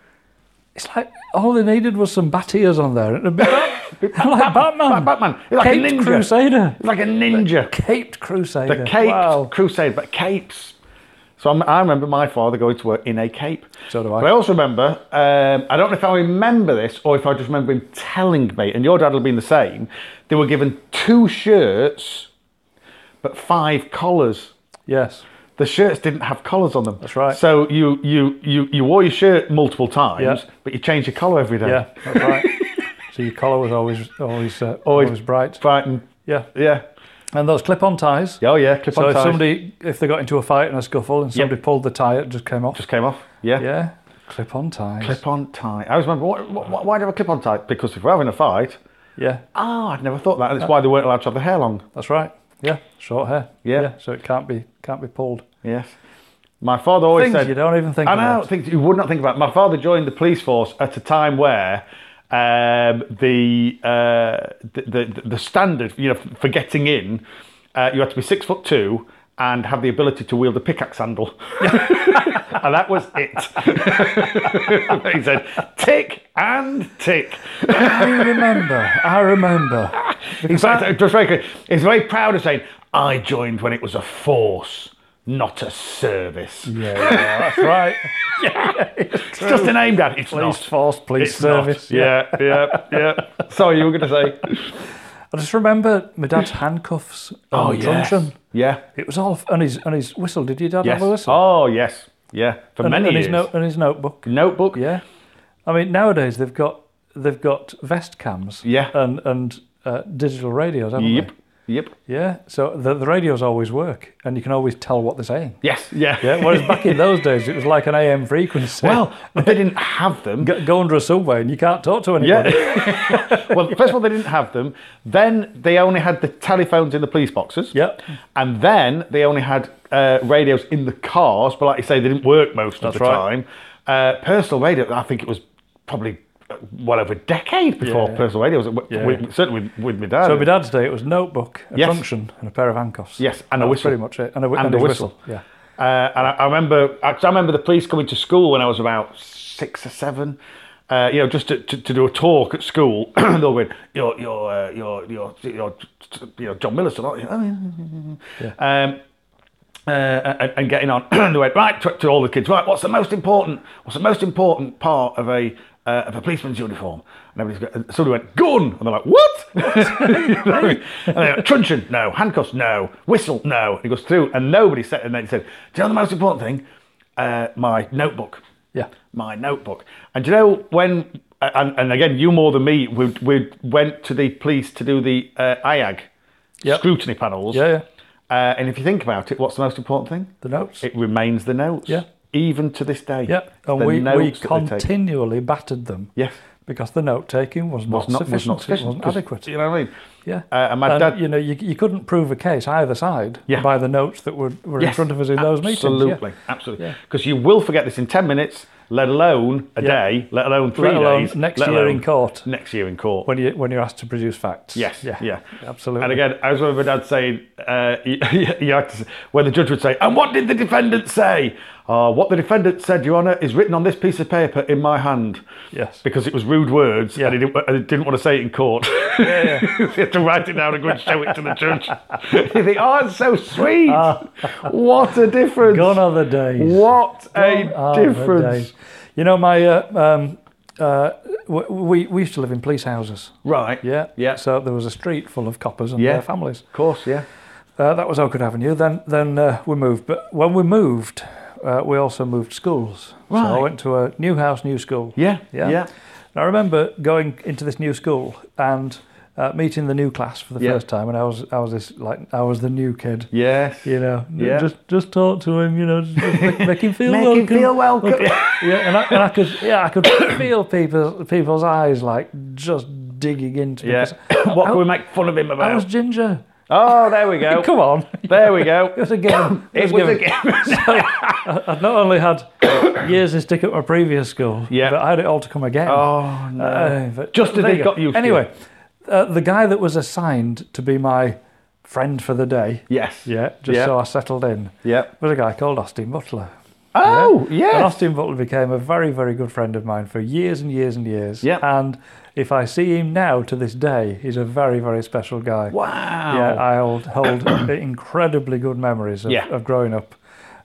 [SPEAKER 2] It's like all they needed was some bat ears on there. It'd be like Batman.
[SPEAKER 4] Batman. Like a
[SPEAKER 2] Caped
[SPEAKER 4] ninja.
[SPEAKER 2] Crusader.
[SPEAKER 4] Like a ninja.
[SPEAKER 2] Caped Crusader.
[SPEAKER 4] The caped
[SPEAKER 2] Wow.
[SPEAKER 4] crusade, but capes. So I'm, I remember my father going to work in a cape.
[SPEAKER 2] So do I.
[SPEAKER 4] But I also remember, um, I don't know if I remember this or if I just remember him telling me, and your dad will have been the same, they were given two shirts but five collars.
[SPEAKER 2] Yes.
[SPEAKER 4] the shirts didn't have collars on them.
[SPEAKER 2] That's right.
[SPEAKER 4] So you you you, you wore your shirt multiple times,
[SPEAKER 2] Yeah.
[SPEAKER 4] but you changed your collar every day.
[SPEAKER 2] Yeah. That's right. so your collar was always always uh, always, bright.
[SPEAKER 4] Brighton.
[SPEAKER 2] Yeah.
[SPEAKER 4] mm, Yeah.
[SPEAKER 2] And those clip-on ties.
[SPEAKER 4] Oh yeah. Clip
[SPEAKER 2] So
[SPEAKER 4] on
[SPEAKER 2] if
[SPEAKER 4] ties.
[SPEAKER 2] somebody if they got into a fight and a scuffle and somebody pulled the tie, it just came off.
[SPEAKER 4] just came off. Yeah.
[SPEAKER 2] yeah. Clip-on ties.
[SPEAKER 4] Clip on tie. I always remember what, what, why do I have a clip on tie? Because if we're having a fight,
[SPEAKER 2] Yeah.
[SPEAKER 4] oh, I'd never thought that. And it's why they weren't allowed to have the hair long.
[SPEAKER 2] That's right. Yeah. Short hair.
[SPEAKER 4] Yeah.
[SPEAKER 2] So it can't be can't be pulled.
[SPEAKER 4] Yes. My father always
[SPEAKER 2] Things
[SPEAKER 4] said
[SPEAKER 2] you don't even think
[SPEAKER 4] I
[SPEAKER 2] about.
[SPEAKER 4] know. Things you would not think about. My father joined the police force at a time where um, the, uh, the the the standard, you know, for getting in, uh, you had to be six foot two and have the ability to wield a pickaxe handle, and that was it. he said, "Tick and tick."
[SPEAKER 2] I remember. I remember.
[SPEAKER 4] In fact, just very quick, he's very proud of saying, "I joined when it was a force, not a service."
[SPEAKER 2] Yeah, yeah, that's right.
[SPEAKER 4] It's just a name, Dad. It's
[SPEAKER 2] Police
[SPEAKER 4] not.
[SPEAKER 2] force, police
[SPEAKER 4] It's not.
[SPEAKER 2] service.
[SPEAKER 4] Yeah, yeah, yeah. Sorry, you were going to say.
[SPEAKER 2] I just remember my dad's handcuffs
[SPEAKER 4] Oh,
[SPEAKER 2] on the truncheon.
[SPEAKER 4] Yeah.
[SPEAKER 2] It was all f- and his and his whistle. Did your dad
[SPEAKER 4] Yes.
[SPEAKER 2] have a whistle?
[SPEAKER 4] Oh, yes. Yeah. For
[SPEAKER 2] and,
[SPEAKER 4] many
[SPEAKER 2] and
[SPEAKER 4] years.
[SPEAKER 2] his note and his notebook.
[SPEAKER 4] Notebook.
[SPEAKER 2] Yeah, I mean nowadays they've got they've got vest cams.
[SPEAKER 4] Yeah.
[SPEAKER 2] and and uh, digital radios, haven't
[SPEAKER 4] Yep.
[SPEAKER 2] they?
[SPEAKER 4] Yep.
[SPEAKER 2] Yeah, so the, the radios always work, and you can always tell what they're saying.
[SPEAKER 4] Yes. Yeah.
[SPEAKER 2] Yeah, whereas back in those days it was like an AM frequency.
[SPEAKER 4] well, but they didn't have them.
[SPEAKER 2] go, go under a subway and you can't talk to anybody.
[SPEAKER 4] Yeah. well, first of all, they didn't have them. Then they only had the telephones in the police boxes.
[SPEAKER 2] Yep.
[SPEAKER 4] And then they only had uh, radios in the cars, but like you say, they didn't work most of the
[SPEAKER 2] right.
[SPEAKER 4] time. Uh, personal radio, I think it was probably uh, well over a decade before
[SPEAKER 2] Yeah.
[SPEAKER 4] personal radio was w-
[SPEAKER 2] Yeah.
[SPEAKER 4] with, certainly with, with my dad.
[SPEAKER 2] So my dad's day it was notebook, a
[SPEAKER 4] Uh, Yes.
[SPEAKER 2] truncheon, and a pair of handcuffs.
[SPEAKER 4] Yes, and a
[SPEAKER 2] That's
[SPEAKER 4] whistle.
[SPEAKER 2] Pretty much it, and a, whi-
[SPEAKER 4] And
[SPEAKER 2] and
[SPEAKER 4] a
[SPEAKER 2] his whistle.
[SPEAKER 4] whistle.
[SPEAKER 2] Yeah.
[SPEAKER 4] Uh, and I, I remember, I, 'cause I remember the police coming to school when I was about six or seven. Uh, you know, just to, to, to do a talk at school, they'll win. You're you're uh, you're you're you're you know John Millicent, aren't you? Oh, yeah. Um, uh, and, and getting on, and they went right to, to all the kids. Right, what's the most important? What's the most important part of a uh, of a policeman's uniform? And everybody's go- and somebody went gun, and they're like, what? You know what I mean? and they went, truncheon, no. Handcuffs, no. Whistle, no. And he goes through, and nobody said. And then he said, do you know the most important thing? Uh, my notebook
[SPEAKER 2] Yeah.
[SPEAKER 4] my notebook. And do you know when? uh, And, and again, you more than me. We, we went to the police to do the uh, IAG
[SPEAKER 2] Yep.
[SPEAKER 4] scrutiny panels.
[SPEAKER 2] Yeah, yeah.
[SPEAKER 4] Uh, and if you think about it, what's the most important thing?
[SPEAKER 2] The notes.
[SPEAKER 4] It remains the notes.
[SPEAKER 2] Yeah.
[SPEAKER 4] Even to this day.
[SPEAKER 2] yeah. And we,
[SPEAKER 4] The
[SPEAKER 2] we
[SPEAKER 4] notes that they take.
[SPEAKER 2] continually battered them.
[SPEAKER 4] Yes.
[SPEAKER 2] Because the note taking was, not
[SPEAKER 4] Was not, was
[SPEAKER 2] sufficient.
[SPEAKER 4] not sufficient.
[SPEAKER 2] It wasn't
[SPEAKER 4] 'cause-
[SPEAKER 2] adequate.
[SPEAKER 4] You know what I mean?
[SPEAKER 2] Yeah.
[SPEAKER 4] Uh, and my dad-
[SPEAKER 2] you know, you, you couldn't prove a case either side
[SPEAKER 4] Yeah.
[SPEAKER 2] by the notes that were, were in
[SPEAKER 4] Yes,
[SPEAKER 2] front of us in those meetings. yeah.
[SPEAKER 4] Absolutely. Absolutely. Because you will forget this in 10 minutes, let alone a day, let alone three
[SPEAKER 2] Let alone
[SPEAKER 4] days.
[SPEAKER 2] next
[SPEAKER 4] let
[SPEAKER 2] year
[SPEAKER 4] alone
[SPEAKER 2] in court.
[SPEAKER 4] Next year in court.
[SPEAKER 2] When you when you're asked to produce facts.
[SPEAKER 4] Yes. Yeah. Yeah.
[SPEAKER 2] Absolutely.
[SPEAKER 4] And again, I was remember dad saying, uh, you, you had to, s- where the judge would say, "And what did the defendant say?" Uh, what the defendant said, Your Honour, is written on this piece of paper in my hand.
[SPEAKER 2] Yes.
[SPEAKER 4] Because it was rude words,
[SPEAKER 2] Yeah.
[SPEAKER 4] and he didn't, and he didn't want to say it in court. Yeah, yeah. he had to write it down and go and show it to the judge. you think, "Oh, it's so sweet! what a difference!
[SPEAKER 2] Gone are the days.
[SPEAKER 4] What a
[SPEAKER 2] Ah, the
[SPEAKER 4] difference!"
[SPEAKER 2] days. You know, my uh, um, uh, w- we we used to live in police houses.
[SPEAKER 4] Right.
[SPEAKER 2] Yeah.
[SPEAKER 4] Yeah.
[SPEAKER 2] So there was a street full of coppers and
[SPEAKER 4] Yeah.
[SPEAKER 2] their families.
[SPEAKER 4] Of course. Yeah.
[SPEAKER 2] Uh, that was Oakwood Avenue. Then then uh, we moved. But when we moved, uh, we also moved schools. So I
[SPEAKER 4] Right.
[SPEAKER 2] went to a new house, new school.
[SPEAKER 4] Yeah.
[SPEAKER 2] Yeah. And I remember going into this new school and uh, meeting the new class for the
[SPEAKER 4] Yeah.
[SPEAKER 2] first time. And I was I was this like I was the new kid.
[SPEAKER 4] Yes.
[SPEAKER 2] You know,
[SPEAKER 4] Yeah.
[SPEAKER 2] just just talk to him. You know, just make, make him feel
[SPEAKER 4] Make him
[SPEAKER 2] welcome.
[SPEAKER 4] feel welcome.
[SPEAKER 2] yeah, and I, and I could yeah I could feel people people's eyes like just digging into me. 'cause
[SPEAKER 4] what can we make fun of him
[SPEAKER 2] I was
[SPEAKER 4] about?
[SPEAKER 2] ginger.
[SPEAKER 4] Oh, there we go.
[SPEAKER 2] Come on, it
[SPEAKER 4] There we go.
[SPEAKER 2] was a game.
[SPEAKER 4] It was a game.
[SPEAKER 2] I'd not only had years to stick at my previous school,
[SPEAKER 4] Yeah.
[SPEAKER 2] but I had it all to come again.
[SPEAKER 4] Oh no.
[SPEAKER 2] Uh, but
[SPEAKER 4] Just as
[SPEAKER 2] there
[SPEAKER 4] they
[SPEAKER 2] you
[SPEAKER 4] got used to
[SPEAKER 2] Anyway, uh, the guy that was assigned to be my friend for the day,
[SPEAKER 4] yes.
[SPEAKER 2] yeah, just
[SPEAKER 4] yeah.
[SPEAKER 2] so I settled in,
[SPEAKER 4] Yep.
[SPEAKER 2] was a guy called Austin Butler.
[SPEAKER 4] Oh yes.
[SPEAKER 2] And Austin Butler became a very, very good friend of mine for years and years and years.
[SPEAKER 4] Yeah.
[SPEAKER 2] And if I see him now to this day, he's a very, very special guy.
[SPEAKER 4] Wow.
[SPEAKER 2] Yeah, I hold, hold incredibly good memories of,
[SPEAKER 4] Yeah.
[SPEAKER 2] of growing up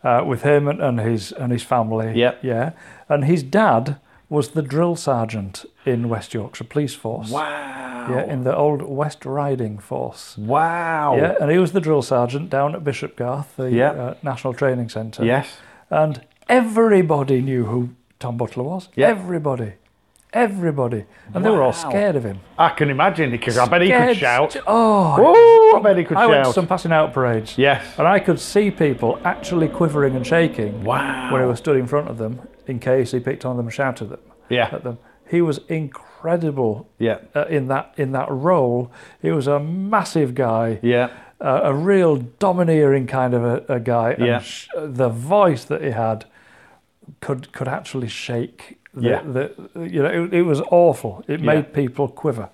[SPEAKER 2] uh, with him and, and his and his family.
[SPEAKER 4] Yep.
[SPEAKER 2] Yeah. And his dad was the drill sergeant in West Yorkshire Police Force.
[SPEAKER 4] Wow.
[SPEAKER 2] Yeah, in the old West Riding Force.
[SPEAKER 4] Wow.
[SPEAKER 2] Yeah, and he was the drill sergeant down at Bishopgarth, the
[SPEAKER 4] Oh. Yeah.
[SPEAKER 2] uh, National Training Centre.
[SPEAKER 4] Yes.
[SPEAKER 2] And everybody knew who Tom Butler was.
[SPEAKER 4] Yeah.
[SPEAKER 2] Everybody. Everybody. And they were all
[SPEAKER 4] Wow.
[SPEAKER 2] scared of him.
[SPEAKER 4] I can imagine because I bet he
[SPEAKER 2] Scared.
[SPEAKER 4] could shout.
[SPEAKER 2] Oh,
[SPEAKER 4] Oh, I bet he could
[SPEAKER 2] I went to
[SPEAKER 4] shout.
[SPEAKER 2] some passing out parades.
[SPEAKER 4] Yes.
[SPEAKER 2] And I could see people actually quivering and shaking
[SPEAKER 4] Wow.
[SPEAKER 2] when he was stood in front of them in case he picked on them and shouted them
[SPEAKER 4] Yeah.
[SPEAKER 2] at them. He was incredible
[SPEAKER 4] Yeah.
[SPEAKER 2] uh, in that in that role. He was a massive guy,
[SPEAKER 4] Yeah.
[SPEAKER 2] uh, a real domineering kind of a, a guy. And
[SPEAKER 4] Yeah.
[SPEAKER 2] sh- the voice that he had could could actually shake. The,
[SPEAKER 4] Yeah.
[SPEAKER 2] the, you know, it, it was awful. It
[SPEAKER 4] Yeah.
[SPEAKER 2] made people quiver.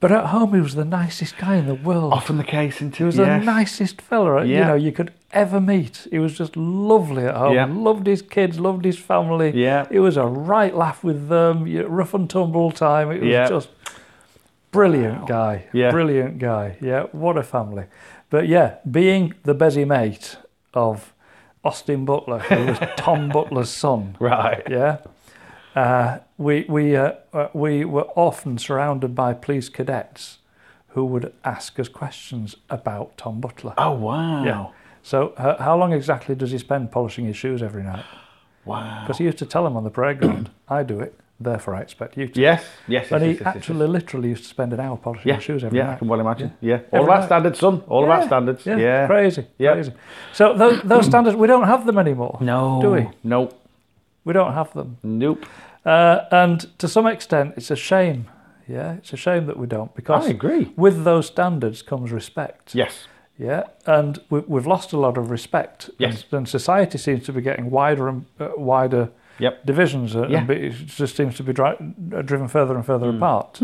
[SPEAKER 2] But at home, he was the nicest guy in the world.
[SPEAKER 4] Often the case in
[SPEAKER 2] He was the nicest fella you
[SPEAKER 4] Yeah.
[SPEAKER 2] know you could ever meet. He was just lovely at home.
[SPEAKER 4] Yeah.
[SPEAKER 2] Loved his kids, loved his family.
[SPEAKER 4] Yeah.
[SPEAKER 2] It was a right laugh with them. you- Rough and tumble time. It was
[SPEAKER 4] Yeah.
[SPEAKER 2] just brilliant guy.
[SPEAKER 4] Yeah.
[SPEAKER 2] Brilliant guy. Yeah. What a family. But yeah, being the bezzy mate of Austin Butler, who was Tom Butler's son.
[SPEAKER 4] Right.
[SPEAKER 2] Yeah. Uh, we we uh, uh, we were often surrounded by police cadets who would ask us questions about Tom Butler.
[SPEAKER 4] Oh wow.
[SPEAKER 2] So uh, how long exactly does he spend polishing his shoes every night?
[SPEAKER 4] Wow.
[SPEAKER 2] Because he used to tell them on the parade ground, "I do it, therefore I expect you to."
[SPEAKER 4] Yes. Yes.
[SPEAKER 2] And he
[SPEAKER 4] yes, yes, yes, yes,
[SPEAKER 2] actually, literally used to spend an hour polishing
[SPEAKER 4] yes.
[SPEAKER 2] his shoes
[SPEAKER 4] Yeah.
[SPEAKER 2] every
[SPEAKER 4] yeah. I
[SPEAKER 2] night.
[SPEAKER 4] can well imagine. Yeah. All
[SPEAKER 2] Every
[SPEAKER 4] about
[SPEAKER 2] night.
[SPEAKER 4] standards, son. All about standards. Yeah.
[SPEAKER 2] Crazy.
[SPEAKER 4] Yeah.
[SPEAKER 2] Crazy. So those, those standards, we don't have them anymore.
[SPEAKER 4] No.
[SPEAKER 2] Do we?
[SPEAKER 4] Nope.
[SPEAKER 2] We don't have them.
[SPEAKER 4] Nope.
[SPEAKER 2] Uh, and to some extent, it's a shame. Yeah, it's a shame that we don't because
[SPEAKER 4] I agree.
[SPEAKER 2] with those standards comes respect.
[SPEAKER 4] Yes.
[SPEAKER 2] Yeah, and we, we've lost a lot of respect.
[SPEAKER 4] Yes.
[SPEAKER 2] and, and society seems to be getting wider and uh, wider
[SPEAKER 4] Yep.
[SPEAKER 2] divisions, uh,
[SPEAKER 4] Yeah. Hmm.
[SPEAKER 2] and be, it just seems to be dri- uh, driven further and further apart.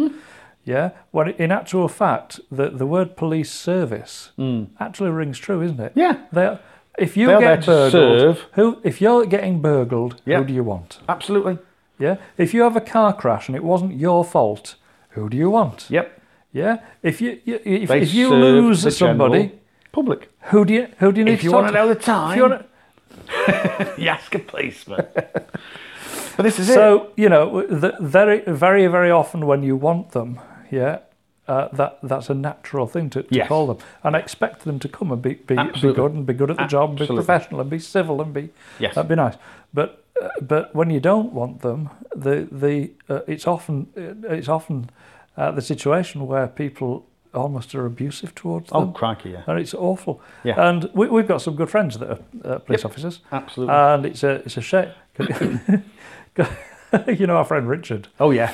[SPEAKER 2] Yeah, when in actual fact, the the word police service actually rings true, isn't it?
[SPEAKER 4] Hmm. Yeah.
[SPEAKER 2] they are, if you
[SPEAKER 4] They're there
[SPEAKER 2] get
[SPEAKER 4] to
[SPEAKER 2] burgled,
[SPEAKER 4] serve.
[SPEAKER 2] who if you're getting burgled,
[SPEAKER 4] Yeah.
[SPEAKER 2] who do you want?
[SPEAKER 4] Absolutely.
[SPEAKER 2] Yeah. If you have a car crash and it wasn't your fault, who do you want?
[SPEAKER 4] Yep.
[SPEAKER 2] Yeah. If you, you if,
[SPEAKER 4] They
[SPEAKER 2] if you
[SPEAKER 4] serve
[SPEAKER 2] lose
[SPEAKER 4] the general
[SPEAKER 2] somebody,
[SPEAKER 4] Public.
[SPEAKER 2] who do you who do you need
[SPEAKER 4] If
[SPEAKER 2] to
[SPEAKER 4] you
[SPEAKER 2] talk
[SPEAKER 4] want to know the time,
[SPEAKER 2] If you wanna-
[SPEAKER 4] you ask a policeman. but this is it.
[SPEAKER 2] so you know the, very very very often when you want them, yeah. Uh, that that's a natural thing to, to
[SPEAKER 4] Yes.
[SPEAKER 2] call them and expect them to come and be be, be
[SPEAKER 4] Absolutely.
[SPEAKER 2] good and be good at the job and be
[SPEAKER 4] Absolutely.
[SPEAKER 2] professional and be civil and be
[SPEAKER 4] Yes.
[SPEAKER 2] that'd be nice but uh, but when you don't want them the the uh, it's often it's often uh, the situation where people almost are abusive towards
[SPEAKER 4] Oh
[SPEAKER 2] them
[SPEAKER 4] crikey, yeah.
[SPEAKER 2] and it's awful.
[SPEAKER 4] Yeah.
[SPEAKER 2] And we, we've got some good friends that are uh, police officers.
[SPEAKER 4] Absolutely.
[SPEAKER 2] And it's a it's a shame. you know our friend Richard.
[SPEAKER 4] Oh yeah.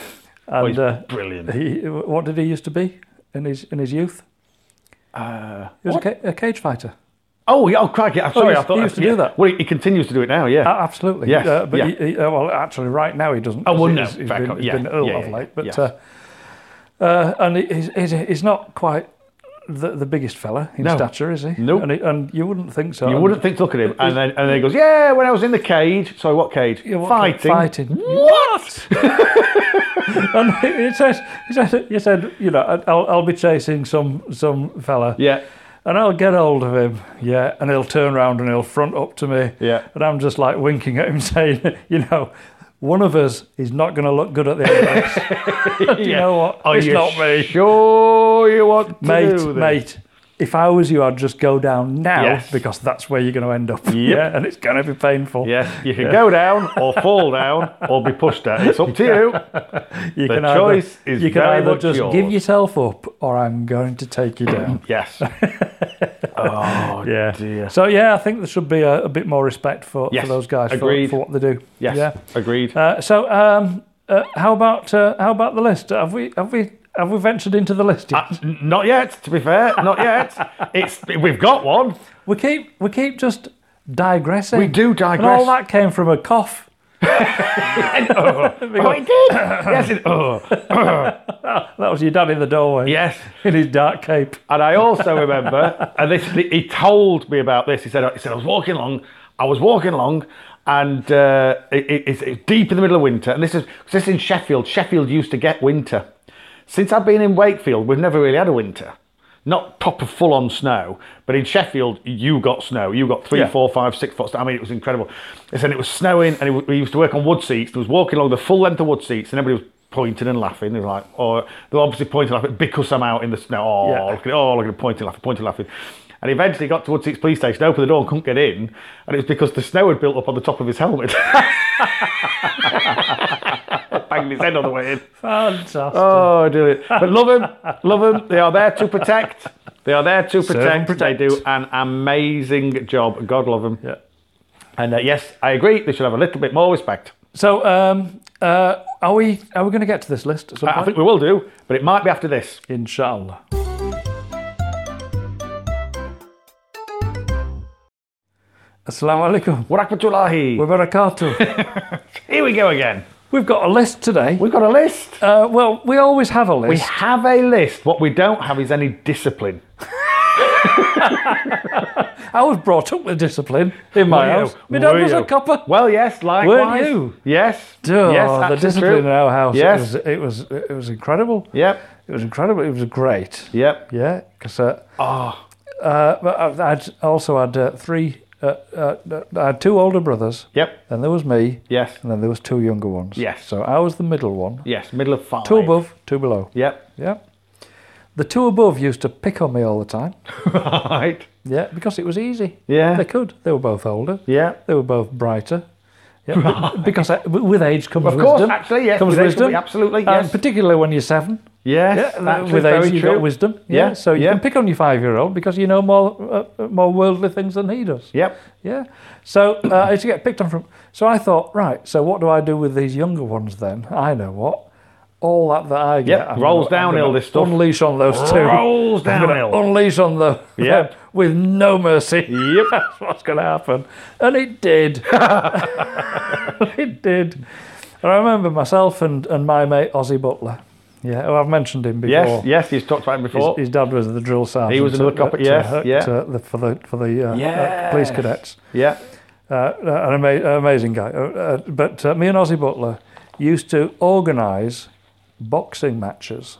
[SPEAKER 4] oh,
[SPEAKER 2] And
[SPEAKER 4] he's
[SPEAKER 2] uh,
[SPEAKER 4] brilliant.
[SPEAKER 2] he, what did he used to be in his in his youth?
[SPEAKER 4] Uh,
[SPEAKER 2] He was a, ca- a cage fighter.
[SPEAKER 4] oh, yeah, oh crikey. I'm sorry.
[SPEAKER 2] he
[SPEAKER 4] I
[SPEAKER 2] used-
[SPEAKER 4] thought
[SPEAKER 2] he used to
[SPEAKER 4] yeah.
[SPEAKER 2] do that.
[SPEAKER 4] Well, he, he continues to do it now. Yeah.
[SPEAKER 2] A- absolutely.
[SPEAKER 4] Yes,
[SPEAKER 2] Uh, but
[SPEAKER 4] yeah.
[SPEAKER 2] he, he, uh, well, actually, right now he doesn't.
[SPEAKER 4] Oh, well,
[SPEAKER 2] He's-
[SPEAKER 4] no,
[SPEAKER 2] he's- he's
[SPEAKER 4] fair
[SPEAKER 2] been,
[SPEAKER 4] enough.
[SPEAKER 2] he's
[SPEAKER 4] Yeah,
[SPEAKER 2] been ill
[SPEAKER 4] yeah,
[SPEAKER 2] of
[SPEAKER 4] yeah,
[SPEAKER 2] late, but
[SPEAKER 4] yes.
[SPEAKER 2] uh, uh, and he- he's, he's, he's not quite the, the biggest fella in
[SPEAKER 4] No.
[SPEAKER 2] stature, is he?
[SPEAKER 4] Nope.
[SPEAKER 2] And, he, and you wouldn't think so.
[SPEAKER 4] You
[SPEAKER 2] And-
[SPEAKER 4] wouldn't think to look at him, and then and then he goes, "Yeah, when I was in the cage. Sorry, what cage?
[SPEAKER 2] Yeah, what
[SPEAKER 4] fighting.
[SPEAKER 2] cage? Fighting.
[SPEAKER 4] What?
[SPEAKER 2] and it says, he said, you said, you know, I'll, I'll be chasing some some fella,
[SPEAKER 4] yeah,
[SPEAKER 2] and I'll get hold of him, yeah, and he'll turn round and he'll front up to me,
[SPEAKER 4] Yeah.
[SPEAKER 2] and I'm just like winking at him, saying, you know, one of us is not going to look good at the end of this.
[SPEAKER 4] you
[SPEAKER 2] know what?
[SPEAKER 4] Are
[SPEAKER 2] It's
[SPEAKER 4] you
[SPEAKER 2] not me.
[SPEAKER 4] Sure, you want to
[SPEAKER 2] mate,
[SPEAKER 4] do this?
[SPEAKER 2] mate. If I was you, I'd just go down now
[SPEAKER 4] Yes.
[SPEAKER 2] because that's where you're going to end up. Yeah, and it's going to be painful.
[SPEAKER 4] Yes, you can go down or fall down or be pushed out. It's up to you.
[SPEAKER 2] you
[SPEAKER 4] the
[SPEAKER 2] can either-
[SPEAKER 4] choice is
[SPEAKER 2] you can
[SPEAKER 4] very
[SPEAKER 2] either
[SPEAKER 4] much
[SPEAKER 2] just
[SPEAKER 4] yours.
[SPEAKER 2] give yourself up, or I'm going to take you down.
[SPEAKER 4] Yes. oh
[SPEAKER 2] Yeah.
[SPEAKER 4] dear.
[SPEAKER 2] So yeah, I think there should be a, a bit more respect for,
[SPEAKER 4] Yes,
[SPEAKER 2] for those guys for,
[SPEAKER 4] agreed.
[SPEAKER 2] for what they do.
[SPEAKER 4] Yes.
[SPEAKER 2] Yeah.
[SPEAKER 4] Agreed.
[SPEAKER 2] Uh, so um, uh, how about uh, how about the list? Have we have we have we ventured into the list? Yet?
[SPEAKER 4] Uh, n- not yet. To be fair, not yet. It's we've got one.
[SPEAKER 2] we keep we keep just digressing.
[SPEAKER 4] We do
[SPEAKER 2] And all
[SPEAKER 4] digress.
[SPEAKER 2] that came from a cough.
[SPEAKER 4] Oh, it did. yes. It, oh.
[SPEAKER 2] That was your dad in the doorway.
[SPEAKER 4] Yes.
[SPEAKER 2] In his dark cape.
[SPEAKER 4] And I also remember, and this, he told me about this. He said, he said I was walking along, I was walking along, and uh, it, it- it's, it's deep in the middle of winter. And this is 'cause this is in Sheffield. Sheffield used to get winter. Since I've been in Wakefield, we've never really had a winter. Not proper full on snow, but in Sheffield, you got snow. You got three,
[SPEAKER 2] Yeah.
[SPEAKER 4] four, five, six foot. snow. I mean, it was incredible. They said it was snowing, and it, wa- we used to work on wood seats. There was walking along the full length of wood seats, and everybody was pointing and laughing. They were like, oh, they were obviously pointing and laughing because I'm out in the snow. Oh,
[SPEAKER 2] Yeah.
[SPEAKER 4] look at it. Oh, look at it. Pointing, laughing, pointing, laughing. And eventually got to Wood Seats police station, opened the door and couldn't get in. And it was because the snow had built up on the top of his helmet. Banged his head on the way in.
[SPEAKER 2] Fantastic.
[SPEAKER 4] Oh, do it. But love them, love them. They are there to protect. They are there to
[SPEAKER 2] and
[SPEAKER 4] protect.
[SPEAKER 2] protect.
[SPEAKER 4] They do an amazing job. God love them.
[SPEAKER 2] Yeah.
[SPEAKER 4] And uh, yes, I agree. They should have a little bit more respect.
[SPEAKER 2] So, um, uh, are we are we going to get to this list at some
[SPEAKER 4] I I
[SPEAKER 2] point?
[SPEAKER 4] think we will do, but it might be after this.
[SPEAKER 2] Inshallah. Assalamu alaikum
[SPEAKER 4] What happened to Lahi?
[SPEAKER 2] wa barakatuh.
[SPEAKER 4] Here we go again.
[SPEAKER 2] We've got a list today.
[SPEAKER 4] We've got a list.
[SPEAKER 2] Uh, well, we always have a
[SPEAKER 4] We
[SPEAKER 2] list.
[SPEAKER 4] have a list. What we don't have is any discipline.
[SPEAKER 2] I was brought up with discipline in my
[SPEAKER 4] Were you?
[SPEAKER 2] house. My dad
[SPEAKER 4] Were
[SPEAKER 2] was a
[SPEAKER 4] you?
[SPEAKER 2] copper.
[SPEAKER 4] Well, yes, likewise.
[SPEAKER 2] you?
[SPEAKER 4] Yes.
[SPEAKER 2] Oh,
[SPEAKER 4] yes,
[SPEAKER 2] the
[SPEAKER 4] absolutely
[SPEAKER 2] discipline
[SPEAKER 4] true.
[SPEAKER 2] in our house.
[SPEAKER 4] Yes.
[SPEAKER 2] It, was, it was it was incredible.
[SPEAKER 4] Yep.
[SPEAKER 2] It was incredible. It was great.
[SPEAKER 4] Yep. Ah.
[SPEAKER 2] Yeah, because uh, uh, but I've- I'd also had uh, three. Uh, uh, I had two older brothers.
[SPEAKER 4] Yep.
[SPEAKER 2] Then there was me,
[SPEAKER 4] Yes.
[SPEAKER 2] and then there was two younger ones.
[SPEAKER 4] Yes.
[SPEAKER 2] So I was the middle one.
[SPEAKER 4] Yes. Middle of five.
[SPEAKER 2] Two above, two below.
[SPEAKER 4] Yep.
[SPEAKER 2] Yeah. The two above used to pick on me all the time.
[SPEAKER 4] Right.
[SPEAKER 2] Yeah, because it was easy.
[SPEAKER 4] Yeah.
[SPEAKER 2] They could. They were both older.
[SPEAKER 4] Yeah.
[SPEAKER 2] They were both brighter. Yeah, because I, with age comes
[SPEAKER 4] Of
[SPEAKER 2] wisdom.
[SPEAKER 4] course, actually, yes,
[SPEAKER 2] comes
[SPEAKER 4] with age,
[SPEAKER 2] wisdom.
[SPEAKER 4] absolutely,
[SPEAKER 2] And
[SPEAKER 4] yes.
[SPEAKER 2] particularly when you're seven.
[SPEAKER 4] Yes.
[SPEAKER 2] Yeah,
[SPEAKER 4] actually,
[SPEAKER 2] with
[SPEAKER 4] very
[SPEAKER 2] age you
[SPEAKER 4] true.
[SPEAKER 2] got wisdom.
[SPEAKER 4] Yeah,
[SPEAKER 2] Yeah, so you
[SPEAKER 4] yeah.
[SPEAKER 2] can pick on your five-year-old because you know more uh, more worldly things than he does.
[SPEAKER 4] Yep.
[SPEAKER 2] Yeah. So uh, I used to get picked on from. So I thought, right. So what do I do with these younger ones then? I know what. All that that I get
[SPEAKER 4] Yep,
[SPEAKER 2] I'm
[SPEAKER 4] rolls
[SPEAKER 2] gonna- I'm
[SPEAKER 4] downhill,
[SPEAKER 2] gonna
[SPEAKER 4] this stuff.
[SPEAKER 2] Unleash on those two.
[SPEAKER 4] Rolls
[SPEAKER 2] I'm gonna Oh,
[SPEAKER 4] downhill.
[SPEAKER 2] Unleash on the.
[SPEAKER 4] Yep.
[SPEAKER 2] with no mercy.
[SPEAKER 4] Yep.
[SPEAKER 2] That's what's going to happen. And it did. it did. And I remember myself and, and my mate Ozzy Butler. Yeah, who I've mentioned him before.
[SPEAKER 4] Yes. Yes. He's talked about him before.
[SPEAKER 2] His, his dad was the drill sergeant.
[SPEAKER 4] He was another copper, yes, yeah.
[SPEAKER 2] uh, the, for the for the uh, uh, police
[SPEAKER 4] Yes.
[SPEAKER 2] cadets.
[SPEAKER 4] yeah.
[SPEAKER 2] Uh, an ama- amazing guy. Uh, uh, but uh, me and Ozzy Butler used to organise boxing matches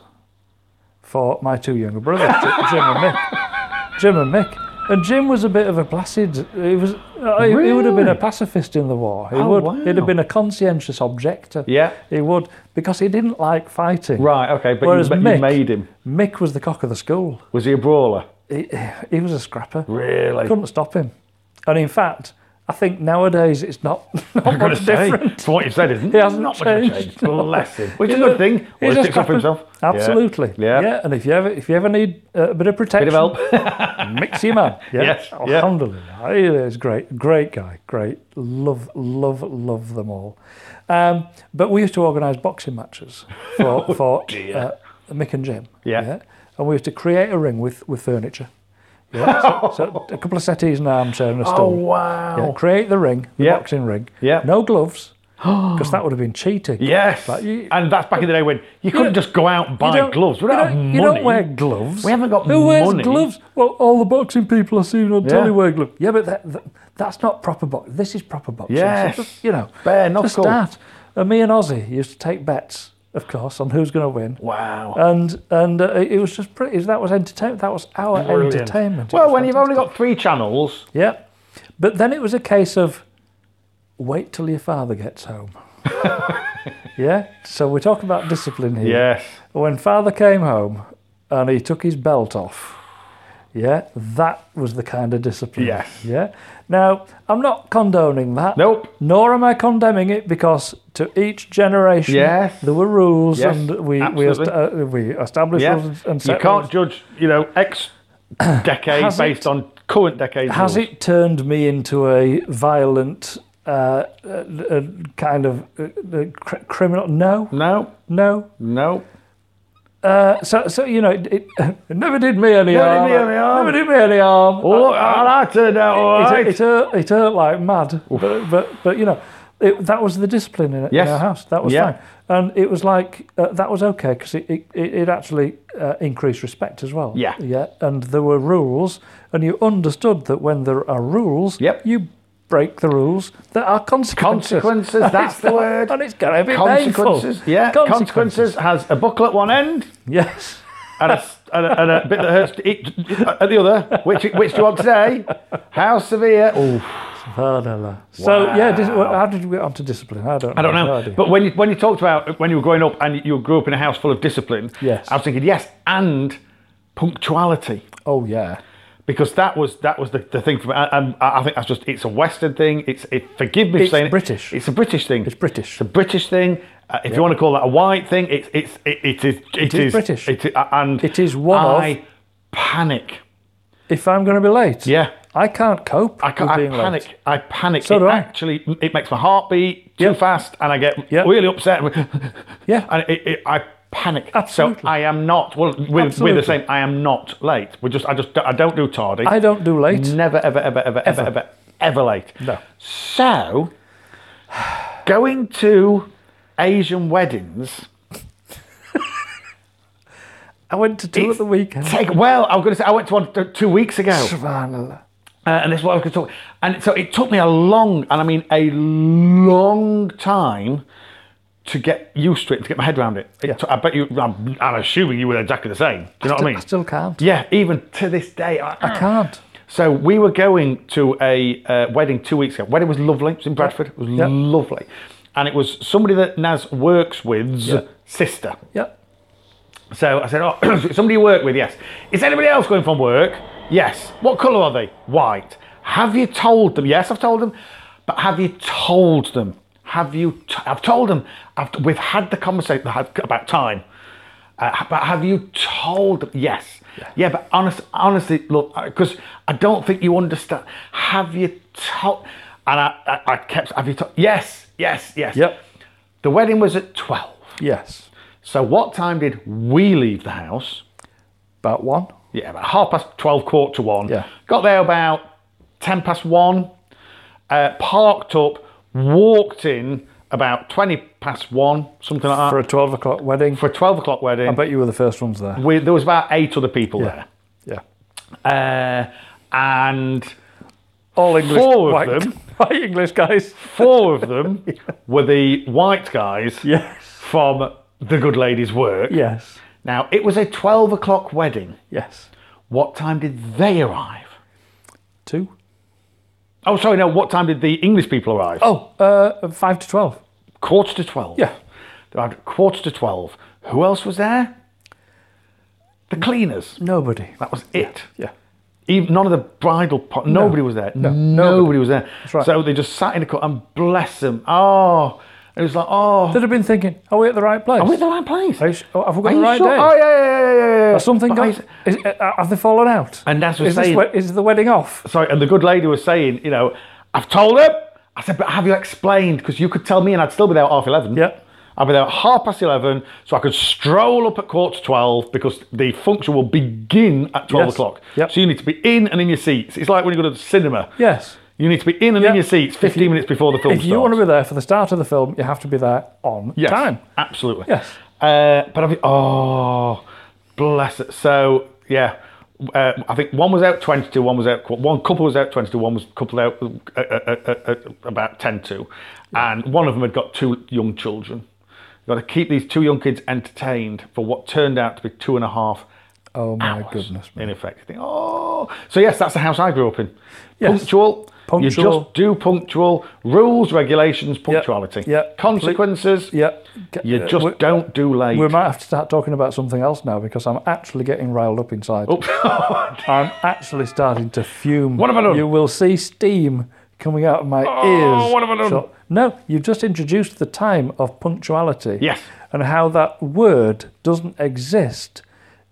[SPEAKER 2] for my two younger brothers, Ji- Jim and Mick. Jim and Mick. And Jim was a bit of a placid. He was. Uh, he- He would have been a
[SPEAKER 4] Really?
[SPEAKER 2] pacifist in the war. He
[SPEAKER 4] Oh,
[SPEAKER 2] would.
[SPEAKER 4] wow.
[SPEAKER 2] He'd have been a conscientious objector.
[SPEAKER 4] Yeah.
[SPEAKER 2] He would because he didn't like fighting.
[SPEAKER 4] Right. Okay. But
[SPEAKER 2] Whereas
[SPEAKER 4] you, but
[SPEAKER 2] Mick-
[SPEAKER 4] you made him.
[SPEAKER 2] Mick was the cock of the school.
[SPEAKER 4] Was he a brawler?
[SPEAKER 2] He, he was a scrapper.
[SPEAKER 4] Really?
[SPEAKER 2] Couldn't stop him. And in fact, I think nowadays it's not, not
[SPEAKER 4] I'm gonna
[SPEAKER 2] much
[SPEAKER 4] say,
[SPEAKER 2] different.
[SPEAKER 4] from what you said, isn't
[SPEAKER 2] He hasn't
[SPEAKER 4] not much of a
[SPEAKER 2] changed.
[SPEAKER 4] change. Bless him. Which is a
[SPEAKER 2] He's
[SPEAKER 4] good thing. Well,
[SPEAKER 2] he's
[SPEAKER 4] he
[SPEAKER 2] a
[SPEAKER 4] sticks up for
[SPEAKER 2] scrapper.
[SPEAKER 4] himself. Yeah.
[SPEAKER 2] Absolutely.
[SPEAKER 4] Yeah.
[SPEAKER 2] And if you ever if you ever need uh, a bit of protection,
[SPEAKER 4] Bit of help.
[SPEAKER 2] mix him up. Yeah. Oh,
[SPEAKER 4] Yes, yeah.
[SPEAKER 2] Alhamdulillah. He is great. Great guy. Great. Love, love, love them all. Um, but we used to organise boxing matches for, for uh, Mick and Jim.
[SPEAKER 4] Oh, Yeah.
[SPEAKER 2] And we used to create a ring with, with furniture. Yeah. So, so a couple of settees and an armchair and a stool.
[SPEAKER 4] Oh wow.
[SPEAKER 2] Yeah, create the ring, the
[SPEAKER 4] Yep.
[SPEAKER 2] boxing ring.
[SPEAKER 4] Yep.
[SPEAKER 2] No gloves, because that would have been cheating.
[SPEAKER 4] Yes.
[SPEAKER 2] Like, you-
[SPEAKER 4] and that's back in the day when you couldn't just go out and
[SPEAKER 2] You
[SPEAKER 4] buy
[SPEAKER 2] don't-
[SPEAKER 4] gloves. We
[SPEAKER 2] you
[SPEAKER 4] don't
[SPEAKER 2] don't,
[SPEAKER 4] have money.
[SPEAKER 2] you don't wear gloves.
[SPEAKER 4] We haven't got
[SPEAKER 2] Who wears
[SPEAKER 4] money.
[SPEAKER 2] gloves? Well, all the boxing people I've seen on
[SPEAKER 4] Yeah.
[SPEAKER 2] telly wear gloves. Yeah, but that, that, that's not proper boxing. This is proper boxing. So
[SPEAKER 4] Yes.
[SPEAKER 2] just, you know,
[SPEAKER 4] Bare knuckle.
[SPEAKER 2] to start. And me and Ozzy used to take bets, of course, on who's going to win.
[SPEAKER 4] Wow.
[SPEAKER 2] And and uh, it was just pretty. That was entertainment. That was our
[SPEAKER 4] Brilliant.
[SPEAKER 2] entertainment. It
[SPEAKER 4] Well,
[SPEAKER 2] was
[SPEAKER 4] when you've only
[SPEAKER 2] fantastic.
[SPEAKER 4] got three channels,
[SPEAKER 2] Yeah. But then it was a case of wait till your father gets home. yeah? So we're talking about discipline here.
[SPEAKER 4] yes,
[SPEAKER 2] When father came home and he took his belt off, yeah, that was the kind of discipline.
[SPEAKER 4] Yes.
[SPEAKER 2] Yeah. Now, I'm not condoning that.
[SPEAKER 4] Nope.
[SPEAKER 2] Nor am I condemning it because to each generation
[SPEAKER 4] Yes.
[SPEAKER 2] there were rules
[SPEAKER 4] Yes,
[SPEAKER 2] and we we,
[SPEAKER 4] absolutely.
[SPEAKER 2] est- uh, we established
[SPEAKER 4] yes.
[SPEAKER 2] rules and
[SPEAKER 4] you
[SPEAKER 2] set
[SPEAKER 4] can't
[SPEAKER 2] rules.
[SPEAKER 4] judge, you know, X decade
[SPEAKER 2] Has
[SPEAKER 4] based
[SPEAKER 2] it-
[SPEAKER 4] on current decade.
[SPEAKER 2] Has
[SPEAKER 4] rules.
[SPEAKER 2] it turned me into a violent uh, uh, uh, kind of uh, uh, cr- criminal? No,
[SPEAKER 4] No,
[SPEAKER 2] no.
[SPEAKER 4] no.
[SPEAKER 2] Uh, so, so you know, it, it, it never did me any
[SPEAKER 4] Never did
[SPEAKER 2] harm.
[SPEAKER 4] me any harm.
[SPEAKER 2] Never did me any harm.
[SPEAKER 4] Oh, I turned out all
[SPEAKER 2] Uh, it,
[SPEAKER 4] right.
[SPEAKER 2] it, hurt, it hurt like mad, but, but but you know, it, that was the discipline in,
[SPEAKER 4] Yes.
[SPEAKER 2] in our house. That was
[SPEAKER 4] Yeah.
[SPEAKER 2] fine, and it was like uh, that was okay because it, it it it actually uh, increased respect as well.
[SPEAKER 4] Yeah.
[SPEAKER 2] yeah, and there were rules, and you understood that when there are rules,
[SPEAKER 4] Yep.
[SPEAKER 2] you break the rules. There are consequences.
[SPEAKER 4] Consequences,
[SPEAKER 2] And
[SPEAKER 4] that's
[SPEAKER 2] it's
[SPEAKER 4] the
[SPEAKER 2] not-
[SPEAKER 4] word.
[SPEAKER 2] and it's gonna be painful.
[SPEAKER 4] consequences, yeah. Consequences. has a booklet one end
[SPEAKER 2] Yes.
[SPEAKER 4] and a, s- and a, and a bit that hurts to eat at the other. Which which do you want today? How severe? Oh, Oof.
[SPEAKER 2] Subhanallah. So yeah, dis- well, how did you get onto discipline? I don't.
[SPEAKER 4] I don't
[SPEAKER 2] No
[SPEAKER 4] know.
[SPEAKER 2] idea.
[SPEAKER 4] but when you when you talked about when you were growing up and you grew up in a house full of discipline,
[SPEAKER 2] Yes.
[SPEAKER 4] I was thinking yes, and punctuality
[SPEAKER 2] oh yeah,
[SPEAKER 4] because that was that was the, the thing for me. I, I'm- I, I think that's just it's a Western thing. It's it, forgive me
[SPEAKER 2] It's
[SPEAKER 4] for saying it,
[SPEAKER 2] British.
[SPEAKER 4] It's a British thing.
[SPEAKER 2] It's British.
[SPEAKER 4] It's a British thing. Uh, if you want to call that a white thing, it's it's it, it is it,
[SPEAKER 2] is British.
[SPEAKER 4] It, i- and
[SPEAKER 2] It is one of-
[SPEAKER 4] I panic.
[SPEAKER 2] if I'm going to be late,
[SPEAKER 4] Yeah.
[SPEAKER 2] I can't cope.
[SPEAKER 4] I, ca-
[SPEAKER 2] with
[SPEAKER 4] I
[SPEAKER 2] being
[SPEAKER 4] panic.
[SPEAKER 2] Late.
[SPEAKER 4] I panic.
[SPEAKER 2] So
[SPEAKER 4] it
[SPEAKER 2] do I.
[SPEAKER 4] actually it makes my heart beat too
[SPEAKER 2] Yep.
[SPEAKER 4] fast, and I get
[SPEAKER 2] Yep.
[SPEAKER 4] really upset.
[SPEAKER 2] Yeah.
[SPEAKER 4] and it, it, I panic. So
[SPEAKER 2] Absolutely.
[SPEAKER 4] I am not. Well, we're, we're
[SPEAKER 2] Absolutely.
[SPEAKER 4] the same. I am not late. We just. I just. I don't do tardy.
[SPEAKER 2] I don't do late.
[SPEAKER 4] Never, ever, ever, ever, ever, ever, ever late.
[SPEAKER 2] No.
[SPEAKER 4] So, going to Asian weddings.
[SPEAKER 2] I went to two at
[SPEAKER 4] it's
[SPEAKER 2] the weekend.
[SPEAKER 4] Take, well, I was going to say I went to one t- two weeks ago,
[SPEAKER 2] Subhanallah.
[SPEAKER 4] uh, and this is what I was going to talk. And so it took me a long, and I mean a long time, to get used to it, to get my head around it. It took- I bet you. I'm, I'm assuming you were exactly the same. Do you know what I mean?
[SPEAKER 2] I still Ah. can't.
[SPEAKER 4] yeah, even to this day, I,
[SPEAKER 2] I can't.
[SPEAKER 4] So we were going to a uh, wedding two weeks ago. Wedding was lovely. It was in Bradford. It was
[SPEAKER 2] Yeah.
[SPEAKER 4] lovely, and it was somebody that Naz works with's sister.
[SPEAKER 2] Yeah.
[SPEAKER 4] So I said, "Oh, somebody you work with? Yes. Is anybody else going from work? Yes. What colour are they? White. Have you told them? Yes, I've told them. But have you told them? Have you? T- I've told them. I've, we've had the conversation about time. Uh, but have you told them? Yes. Yeah, but honest, honestly, look, because I don't think you understand. Have you told? And I, I, I kept. Have you told? Yes, yes, yes.
[SPEAKER 2] Yep.
[SPEAKER 4] The wedding was at twelve.
[SPEAKER 2] Yes.
[SPEAKER 4] So what time did we leave the house?
[SPEAKER 2] About one.
[SPEAKER 4] Yeah, about half past twelve, quarter to one.
[SPEAKER 2] Yeah.
[SPEAKER 4] Got there about ten past one. Uh, parked up, walked in about twenty past one, something like that.
[SPEAKER 2] for a 12 o'clock wedding.
[SPEAKER 4] For a twelve o'clock wedding,
[SPEAKER 2] I bet you were the first ones there.
[SPEAKER 4] we, there was about eight other people
[SPEAKER 2] Yeah.
[SPEAKER 4] there, uh, and
[SPEAKER 2] All English.
[SPEAKER 4] Four of
[SPEAKER 2] white,
[SPEAKER 4] them.
[SPEAKER 2] White English guys.
[SPEAKER 4] four of them were the white guys
[SPEAKER 2] Yes.
[SPEAKER 4] from the good ladies' work.
[SPEAKER 2] Yes.
[SPEAKER 4] Now it was a twelve o'clock wedding.
[SPEAKER 2] Yes.
[SPEAKER 4] What time did they arrive?
[SPEAKER 2] Two.
[SPEAKER 4] Oh, sorry, no. What time did the English people arrive?
[SPEAKER 2] Oh, uh, five to 12.
[SPEAKER 4] Quarter to 12.
[SPEAKER 2] Oh. Yeah.
[SPEAKER 4] They arrived at quarter to 12. Who else was there? The cleaners.
[SPEAKER 2] Nobody.
[SPEAKER 4] That was it.
[SPEAKER 2] Yeah.
[SPEAKER 4] Even, none of the bridal pot. Nobody was there. No, nobody.
[SPEAKER 2] nobody.
[SPEAKER 4] was there.
[SPEAKER 2] right.
[SPEAKER 4] So they just sat in a corner and bless them. Oh, it was like, oh,
[SPEAKER 2] They'd have been thinking, are we at the right place?
[SPEAKER 4] we're at the right place.
[SPEAKER 2] Are you su- oh, have we got
[SPEAKER 4] Are
[SPEAKER 2] the
[SPEAKER 4] you
[SPEAKER 2] right
[SPEAKER 4] sure?
[SPEAKER 2] day?
[SPEAKER 4] Oh, yeah, yeah, yeah, yeah, yeah.
[SPEAKER 2] Has something
[SPEAKER 4] But I
[SPEAKER 2] gone?
[SPEAKER 4] s-
[SPEAKER 2] Is, uh, have they fallen out?
[SPEAKER 4] And as we're
[SPEAKER 2] is, this
[SPEAKER 4] saying-
[SPEAKER 2] we- is the wedding off?
[SPEAKER 4] sorry, and the good lady was saying, you know, I've told him. I said, but have you explained? Because you could tell me, and I'd still be there at half eleven.
[SPEAKER 2] Yeah.
[SPEAKER 4] I'd be there at half past eleven, so I could stroll up at quarter to twelve because the function will begin at twelve
[SPEAKER 2] Yes.
[SPEAKER 4] o'clock.
[SPEAKER 2] Yep.
[SPEAKER 4] So you need to be in and in your seats. It's like when you go to the cinema.
[SPEAKER 2] Yes.
[SPEAKER 4] You need to be in and
[SPEAKER 2] Yeah.
[SPEAKER 4] in your seats
[SPEAKER 2] If
[SPEAKER 4] fifteen
[SPEAKER 2] you-
[SPEAKER 4] minutes before the film
[SPEAKER 2] If you
[SPEAKER 4] starts.
[SPEAKER 2] want to be there for the start of the film, you have to be there on
[SPEAKER 4] Yes,
[SPEAKER 2] time.
[SPEAKER 4] Absolutely.
[SPEAKER 2] Yes.
[SPEAKER 4] Uh, but I've, oh, bless it. So yeah, uh, I think one was out twenty to, one was out qu- one couple was out twenty to, one was couple out uh, uh, uh, uh, about ten to, and one of them had got two young children. You've got to keep these two young kids entertained for what turned out to be two and a half.
[SPEAKER 2] Oh my
[SPEAKER 4] hours,
[SPEAKER 2] goodness me.
[SPEAKER 4] In effect, You think, oh, so yes, that's the house I grew up in.
[SPEAKER 2] Yes.
[SPEAKER 4] Punctual. You
[SPEAKER 2] Punctual.
[SPEAKER 4] just do punctual rules, regulations, punctuality.
[SPEAKER 2] Yeah.
[SPEAKER 4] Consequences.
[SPEAKER 2] Yeah.
[SPEAKER 4] You
[SPEAKER 2] Uh,
[SPEAKER 4] just
[SPEAKER 2] we-
[SPEAKER 4] don't do late.
[SPEAKER 2] We might have to start talking about something else now because I'm actually getting riled up inside.
[SPEAKER 4] Oh,
[SPEAKER 2] I'm actually starting to fume.
[SPEAKER 4] What have I done?
[SPEAKER 2] You will see steam coming out of my
[SPEAKER 4] Oh,
[SPEAKER 2] ears.
[SPEAKER 4] what have I done?
[SPEAKER 2] So- no, you've just introduced the time of punctuality.
[SPEAKER 4] Yes.
[SPEAKER 2] And how that word doesn't exist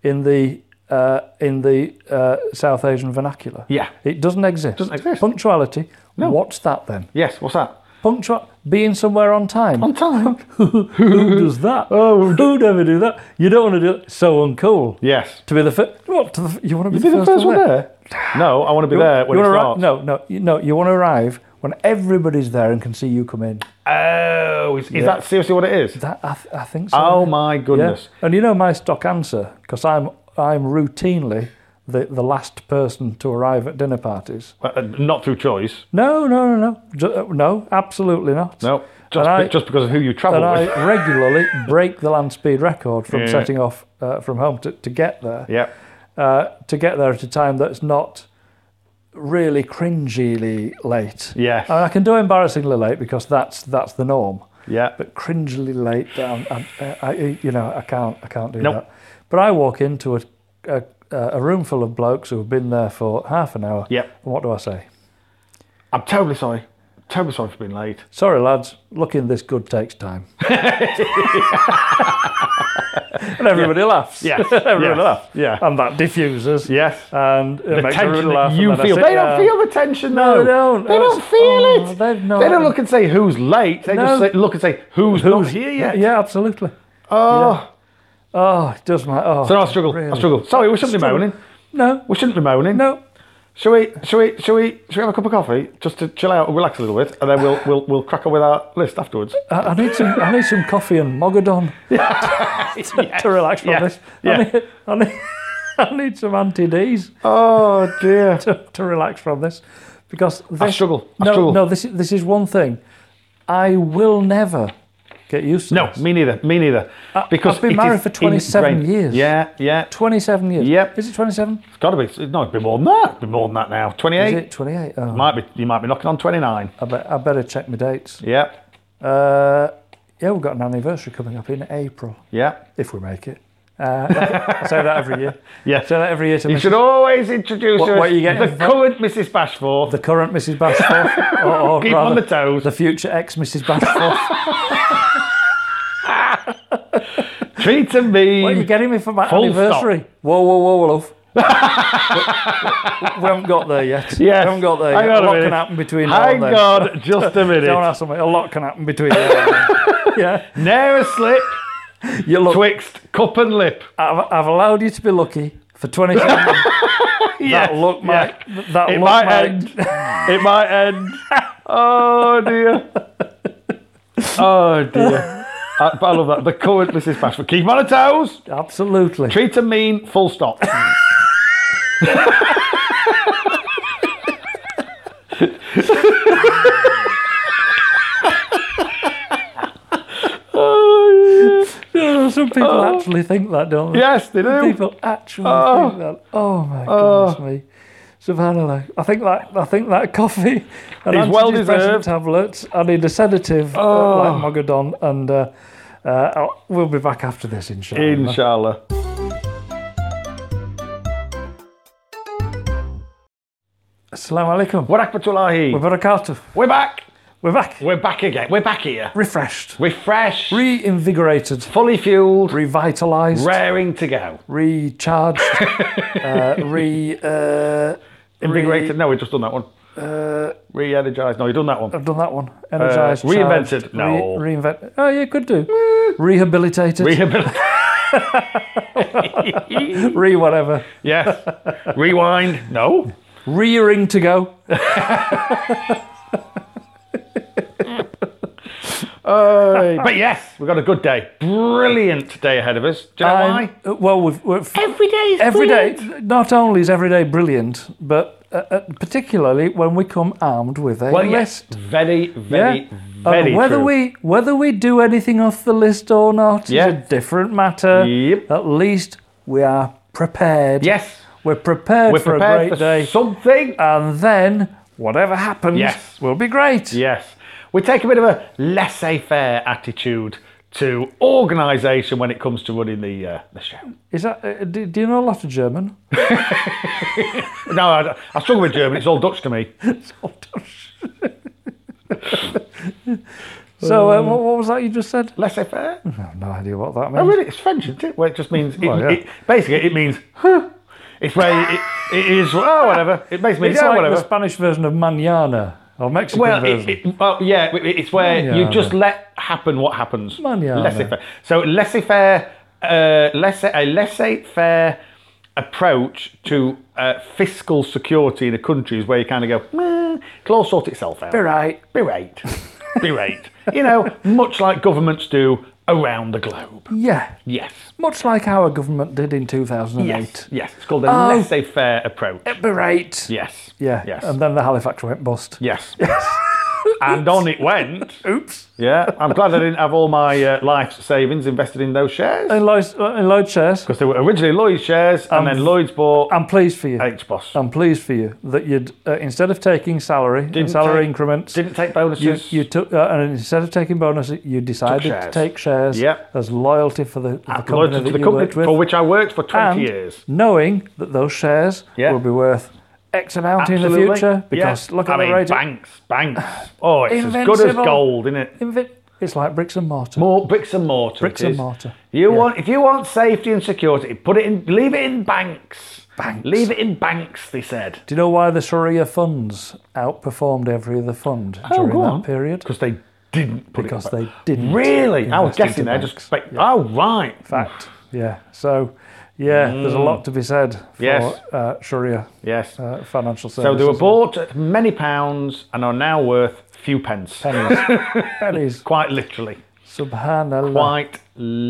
[SPEAKER 2] in the uh, in the uh, South Asian vernacular.
[SPEAKER 4] Yeah.
[SPEAKER 2] It doesn't exist.
[SPEAKER 4] Doesn't exist.
[SPEAKER 2] Punctuality. What's that then?
[SPEAKER 4] Yes, what's that?
[SPEAKER 2] Punctual being somewhere on time.
[SPEAKER 4] On time.
[SPEAKER 2] Who does that? Oh, who'd ever do that? You don't want to do it. So uncool.
[SPEAKER 4] yes.
[SPEAKER 2] To be the first. What? To the, f- you want to be
[SPEAKER 4] Be
[SPEAKER 2] the,
[SPEAKER 4] the first one
[SPEAKER 2] there?
[SPEAKER 4] there. No, I want to be
[SPEAKER 2] You want-
[SPEAKER 4] there when
[SPEAKER 2] you
[SPEAKER 4] it
[SPEAKER 2] wanna arri-
[SPEAKER 4] starts.
[SPEAKER 2] No, no, you- no. You want to arrive when everybody's there and can see you come in.
[SPEAKER 4] Oh, is, is that seriously what it is?
[SPEAKER 2] That I, th- I think so.
[SPEAKER 4] Oh my
[SPEAKER 2] Yeah.
[SPEAKER 4] goodness.
[SPEAKER 2] And you know my stock answer because I'm I'm routinely the the last person to arrive at dinner parties.
[SPEAKER 4] Well, uh, not through choice.
[SPEAKER 2] No, no, no, no, Ju- uh, no. Absolutely not.
[SPEAKER 4] No. just,
[SPEAKER 2] And I-
[SPEAKER 4] just because of who you travel
[SPEAKER 2] and
[SPEAKER 4] with.
[SPEAKER 2] I regularly break the land speed record from
[SPEAKER 4] Yeah.
[SPEAKER 2] setting off uh, from home to, to get there.
[SPEAKER 4] Yeah.
[SPEAKER 2] Uh, to get there at a time that's not really cringily late.
[SPEAKER 4] Yes.
[SPEAKER 2] And I can do embarrassingly late because that's that's the norm.
[SPEAKER 4] Yeah.
[SPEAKER 2] But cringily late, um, I, I, I- you know, I can't I can't do
[SPEAKER 4] Nope.
[SPEAKER 2] that. But I walk into a, a a room full of blokes who have been there for half an hour.
[SPEAKER 4] Yep.
[SPEAKER 2] And what do I say?
[SPEAKER 4] I'm terribly sorry. Terribly sorry for being late.
[SPEAKER 2] Sorry, lads, looking this good takes time. and everybody laughs.
[SPEAKER 4] Yes.
[SPEAKER 2] everyone
[SPEAKER 4] Yes.
[SPEAKER 2] laughs.
[SPEAKER 4] Yeah.
[SPEAKER 2] And that diffuses.
[SPEAKER 4] Yes.
[SPEAKER 2] And it
[SPEAKER 4] the
[SPEAKER 2] makes
[SPEAKER 4] tension
[SPEAKER 2] everyone
[SPEAKER 4] that
[SPEAKER 2] laugh. and
[SPEAKER 4] you
[SPEAKER 2] then I
[SPEAKER 4] feel.
[SPEAKER 2] sit
[SPEAKER 4] They don't
[SPEAKER 2] down.
[SPEAKER 4] feel the tension,
[SPEAKER 2] Um, No,
[SPEAKER 4] though.
[SPEAKER 2] they don't.
[SPEAKER 4] They
[SPEAKER 2] Oh,
[SPEAKER 4] don't
[SPEAKER 2] it's-
[SPEAKER 4] feel
[SPEAKER 2] oh,
[SPEAKER 4] it.
[SPEAKER 2] they've not-
[SPEAKER 4] They don't look and say who's late. They just
[SPEAKER 2] No.
[SPEAKER 4] say, look and say who's, not here yet.
[SPEAKER 2] Yeah, absolutely.
[SPEAKER 4] Oh,
[SPEAKER 2] Oh, it does matter. Oh,
[SPEAKER 4] so I struggle. I
[SPEAKER 2] really.
[SPEAKER 4] struggle. Sorry, we shouldn't
[SPEAKER 2] Struggle.
[SPEAKER 4] be moaning.
[SPEAKER 2] No,
[SPEAKER 4] We shouldn't be moaning.
[SPEAKER 2] no.
[SPEAKER 4] Shall we? Shall we? Shall we? Shall we have a cup of coffee just to chill out and relax a little bit, and then we'll we'll we'll crack on with our list afterwards.
[SPEAKER 2] I, I need some. I need some coffee and mogadon to relax from
[SPEAKER 4] yes,
[SPEAKER 2] this.
[SPEAKER 4] yeah.
[SPEAKER 2] I need. I need I need some anti D's
[SPEAKER 4] Oh dear.
[SPEAKER 2] to, to relax from this, because this,
[SPEAKER 4] I struggle. I
[SPEAKER 2] no,
[SPEAKER 4] struggle.
[SPEAKER 2] no. This is this is one thing. I will never get used to.
[SPEAKER 4] No,
[SPEAKER 2] this.
[SPEAKER 4] me neither. Me neither. because
[SPEAKER 2] Uh, I've been
[SPEAKER 4] it
[SPEAKER 2] married
[SPEAKER 4] is
[SPEAKER 2] for 27
[SPEAKER 4] ingrained.
[SPEAKER 2] years.
[SPEAKER 4] Yeah, yeah.
[SPEAKER 2] 27 years.
[SPEAKER 4] Yep.
[SPEAKER 2] Is it 27?
[SPEAKER 4] It's got to be. it's- No, it'd be more than that. It'd be more than that now.
[SPEAKER 2] Is
[SPEAKER 4] 28.
[SPEAKER 2] it 28? Oh,
[SPEAKER 4] Might be. You might be knocking on 29.
[SPEAKER 2] I, bet, I better check my dates.
[SPEAKER 4] Yeah,
[SPEAKER 2] Uh, yeah, we've got an anniversary coming up in April,
[SPEAKER 4] yeah.
[SPEAKER 2] if we make it. Uh, I say that every year.
[SPEAKER 4] Yeah.
[SPEAKER 2] I say that every year to
[SPEAKER 4] You
[SPEAKER 2] Mrs.
[SPEAKER 4] should always introduce
[SPEAKER 2] What-
[SPEAKER 4] her
[SPEAKER 2] what
[SPEAKER 4] as
[SPEAKER 2] you get
[SPEAKER 4] the
[SPEAKER 2] in the-
[SPEAKER 4] current Mrs. Bashforth.
[SPEAKER 2] the current Mrs. Bashforth, or, or
[SPEAKER 4] Keep
[SPEAKER 2] rather,
[SPEAKER 4] on the toes.
[SPEAKER 2] the future ex Mrs. Bashforth.
[SPEAKER 4] Treat and
[SPEAKER 2] what are you
[SPEAKER 4] mean.
[SPEAKER 2] getting me for my
[SPEAKER 4] Full
[SPEAKER 2] anniversary? Whoa, whoa, whoa, love. we, we haven't got there yet.
[SPEAKER 4] Yes.
[SPEAKER 2] We haven't got there
[SPEAKER 4] Hang
[SPEAKER 2] yet.
[SPEAKER 4] on
[SPEAKER 2] a
[SPEAKER 4] a
[SPEAKER 2] lot
[SPEAKER 4] minute.
[SPEAKER 2] can happen between now
[SPEAKER 4] Hang
[SPEAKER 2] and then.
[SPEAKER 4] on, just a
[SPEAKER 2] Don't
[SPEAKER 4] minute.
[SPEAKER 2] ask me. A lot can happen between now and then. Yeah.
[SPEAKER 4] Ne'er a slip
[SPEAKER 2] You look,
[SPEAKER 4] twixt cup and lip.
[SPEAKER 2] I've, I've allowed you to be lucky for 27 years.
[SPEAKER 4] Yes,
[SPEAKER 2] That look might.
[SPEAKER 4] yeah.
[SPEAKER 2] That
[SPEAKER 4] It
[SPEAKER 2] look
[SPEAKER 4] might
[SPEAKER 2] might-
[SPEAKER 4] end. It might end. Oh dear. Oh dear. I, but I love that. The current Mrs. Bashford. Keep on her toes.
[SPEAKER 2] Absolutely.
[SPEAKER 4] Treat and mean. Full stop. Oh,
[SPEAKER 2] Oh, Some people actually think that, don't they?
[SPEAKER 4] yeah. Yes, they do.
[SPEAKER 2] People actually think that. Oh my goodness me. Savannah, I think that I think that coffee and
[SPEAKER 4] It's well
[SPEAKER 2] antidepressant
[SPEAKER 4] deserved. Oh.
[SPEAKER 2] tablets. I need a sedative uh, like Mogadon, and uh, uh, I'll- we'll be back after this, inshallah.
[SPEAKER 4] Inshallah.
[SPEAKER 2] Assalamu alaikum.
[SPEAKER 4] Wa rahmatullahi.
[SPEAKER 2] We're back.
[SPEAKER 4] We're back.
[SPEAKER 2] We're back.
[SPEAKER 4] We're back again. We're back here.
[SPEAKER 2] Refreshed,
[SPEAKER 4] We're fresh,
[SPEAKER 2] reinvigorated,
[SPEAKER 4] fully fueled,
[SPEAKER 2] revitalized,
[SPEAKER 4] raring to go.
[SPEAKER 2] recharged, uh, re. Uh,
[SPEAKER 4] Invigorated. No, we've just done that one. Re energized. No, you've done that one.
[SPEAKER 2] I've done that one. Energized.
[SPEAKER 4] Uh, reinvented?
[SPEAKER 2] charged,
[SPEAKER 4] No.
[SPEAKER 2] Re- reinvent. Oh, yeah, could do. Rehabilitated. Re,
[SPEAKER 4] Rehabilitate.
[SPEAKER 2] whatever.
[SPEAKER 4] yes. Rewind. No.
[SPEAKER 2] Rearing to go.
[SPEAKER 4] but yes, we've got a good day. Brilliant day ahead of us. Do you know
[SPEAKER 2] I'm-
[SPEAKER 4] why?
[SPEAKER 2] uh, well, we've, we've
[SPEAKER 4] Every day is
[SPEAKER 2] every day.
[SPEAKER 4] brilliant.
[SPEAKER 2] Not only is every day brilliant, but uh, uh, particularly when we come armed with a
[SPEAKER 4] Well, yes.
[SPEAKER 2] list.
[SPEAKER 4] Very,
[SPEAKER 2] Yeah?
[SPEAKER 4] very,
[SPEAKER 2] Uh,
[SPEAKER 4] very
[SPEAKER 2] whether
[SPEAKER 4] true.
[SPEAKER 2] we whether we do anything off the list or not
[SPEAKER 4] Yeah.
[SPEAKER 2] is a different matter.
[SPEAKER 4] Yep.
[SPEAKER 2] At least we are prepared.
[SPEAKER 4] Yes.
[SPEAKER 2] We're prepared
[SPEAKER 4] We're
[SPEAKER 2] for
[SPEAKER 4] prepared
[SPEAKER 2] a great
[SPEAKER 4] for
[SPEAKER 2] day.
[SPEAKER 4] something.
[SPEAKER 2] and then whatever happens
[SPEAKER 4] Yes.
[SPEAKER 2] will be great.
[SPEAKER 4] Yes. We take a bit of a laissez faire attitude to organisation when it comes to running the, uh, the show.
[SPEAKER 2] Is that uh, do, do you know a lot of German?
[SPEAKER 4] No, I, I struggle with German. It's all Dutch to me.
[SPEAKER 2] So uh, what, what was that you just said?
[SPEAKER 4] Laissez faire?
[SPEAKER 2] I have no idea what that means.
[SPEAKER 4] Oh, really? It's French, isn't it? Well, it just means. It,
[SPEAKER 2] Well, yeah.
[SPEAKER 4] it, basically, it means. Huh. It's where it, it is. Oh, whatever. It basically means.
[SPEAKER 2] Ah. It's
[SPEAKER 4] oh,
[SPEAKER 2] like
[SPEAKER 4] whatever.
[SPEAKER 2] the Spanish version of mañana or Mexican
[SPEAKER 4] well, it,
[SPEAKER 2] version.
[SPEAKER 4] it, well, yeah, it- it's where you
[SPEAKER 2] Manana.
[SPEAKER 4] just let happen what happens.
[SPEAKER 2] Manana.
[SPEAKER 4] Laissez faire. So laissez faire, uh, laissez, a laissez faire approach to uh, fiscal security in a country is where you kind of go, "Meh, it'll all sort itself out.
[SPEAKER 2] Be right.
[SPEAKER 4] Be right. Be right. You know, much like governments do around the globe.
[SPEAKER 2] Yeah,
[SPEAKER 4] Yes.
[SPEAKER 2] much like our government did in 2008.
[SPEAKER 4] Yes. Yes. It's called a
[SPEAKER 2] Oh.
[SPEAKER 4] laissez faire approach.
[SPEAKER 2] Berate.
[SPEAKER 4] Yes.
[SPEAKER 2] Yeah.
[SPEAKER 4] Yes.
[SPEAKER 2] And then the Halifax went bust.
[SPEAKER 4] yes. and on it went.
[SPEAKER 2] Oops.
[SPEAKER 4] Yeah, I'm glad I didn't have all my uh, life savings invested in those shares
[SPEAKER 2] In Lloyd's, uh, in Lloyd's shares,
[SPEAKER 4] because they were originally Lloyd's shares, and then Lloyd's bought
[SPEAKER 2] I'm pleased for you.
[SPEAKER 4] HBOS.
[SPEAKER 2] I'm pleased for you that you'd uh, instead of taking salary and
[SPEAKER 4] Didn't
[SPEAKER 2] salary
[SPEAKER 4] take-
[SPEAKER 2] increments,
[SPEAKER 4] Didn't take
[SPEAKER 2] you,
[SPEAKER 4] bonuses.
[SPEAKER 2] you took uh, and instead of taking bonuses, you decided to
[SPEAKER 4] shares.
[SPEAKER 2] take shares
[SPEAKER 4] Yep.
[SPEAKER 2] as loyalty for the, for the company
[SPEAKER 4] Loyalty
[SPEAKER 2] that
[SPEAKER 4] to the
[SPEAKER 2] you
[SPEAKER 4] company
[SPEAKER 2] worked with,
[SPEAKER 4] for which I worked for 20
[SPEAKER 2] and
[SPEAKER 4] years.
[SPEAKER 2] knowing that those shares
[SPEAKER 4] Yeah.
[SPEAKER 2] will be worth X amount in the
[SPEAKER 4] Absolutely.
[SPEAKER 2] future
[SPEAKER 4] Yeah.
[SPEAKER 2] because look at
[SPEAKER 4] I
[SPEAKER 2] the
[SPEAKER 4] mean,
[SPEAKER 2] rate. of-
[SPEAKER 4] banks, banks. Oh, it's as good as
[SPEAKER 2] Invincible.
[SPEAKER 4] gold, isn't it?
[SPEAKER 2] Invi- It's like bricks and mortar.
[SPEAKER 4] More bricks and mortar.
[SPEAKER 2] Bricks
[SPEAKER 4] it
[SPEAKER 2] and
[SPEAKER 4] is.
[SPEAKER 2] mortar.
[SPEAKER 4] You
[SPEAKER 2] Yeah.
[SPEAKER 4] want if you want safety and security, put it in. Leave it in banks.
[SPEAKER 2] Banks.
[SPEAKER 4] Leave it in banks. They said.
[SPEAKER 2] Do you know why the Sharia funds outperformed every other fund during that period?
[SPEAKER 4] Oh, Because they didn't put
[SPEAKER 2] Oh, Because
[SPEAKER 4] it. in
[SPEAKER 2] they
[SPEAKER 4] banks.
[SPEAKER 2] didn't.
[SPEAKER 4] Really? I was
[SPEAKER 2] invest into
[SPEAKER 4] guessing there. Just
[SPEAKER 2] banks.
[SPEAKER 4] expect. Oh right.
[SPEAKER 2] fact. Yeah. So, yeah, there's a lot to be said for
[SPEAKER 4] Mm. Yes.
[SPEAKER 2] uh, Sharia
[SPEAKER 4] Yes.
[SPEAKER 2] uh, financial services.
[SPEAKER 4] so they were bought at many pounds and are now worth few pence.
[SPEAKER 2] Pennies.
[SPEAKER 4] Quite literally.
[SPEAKER 2] Subhanallah.
[SPEAKER 4] Quite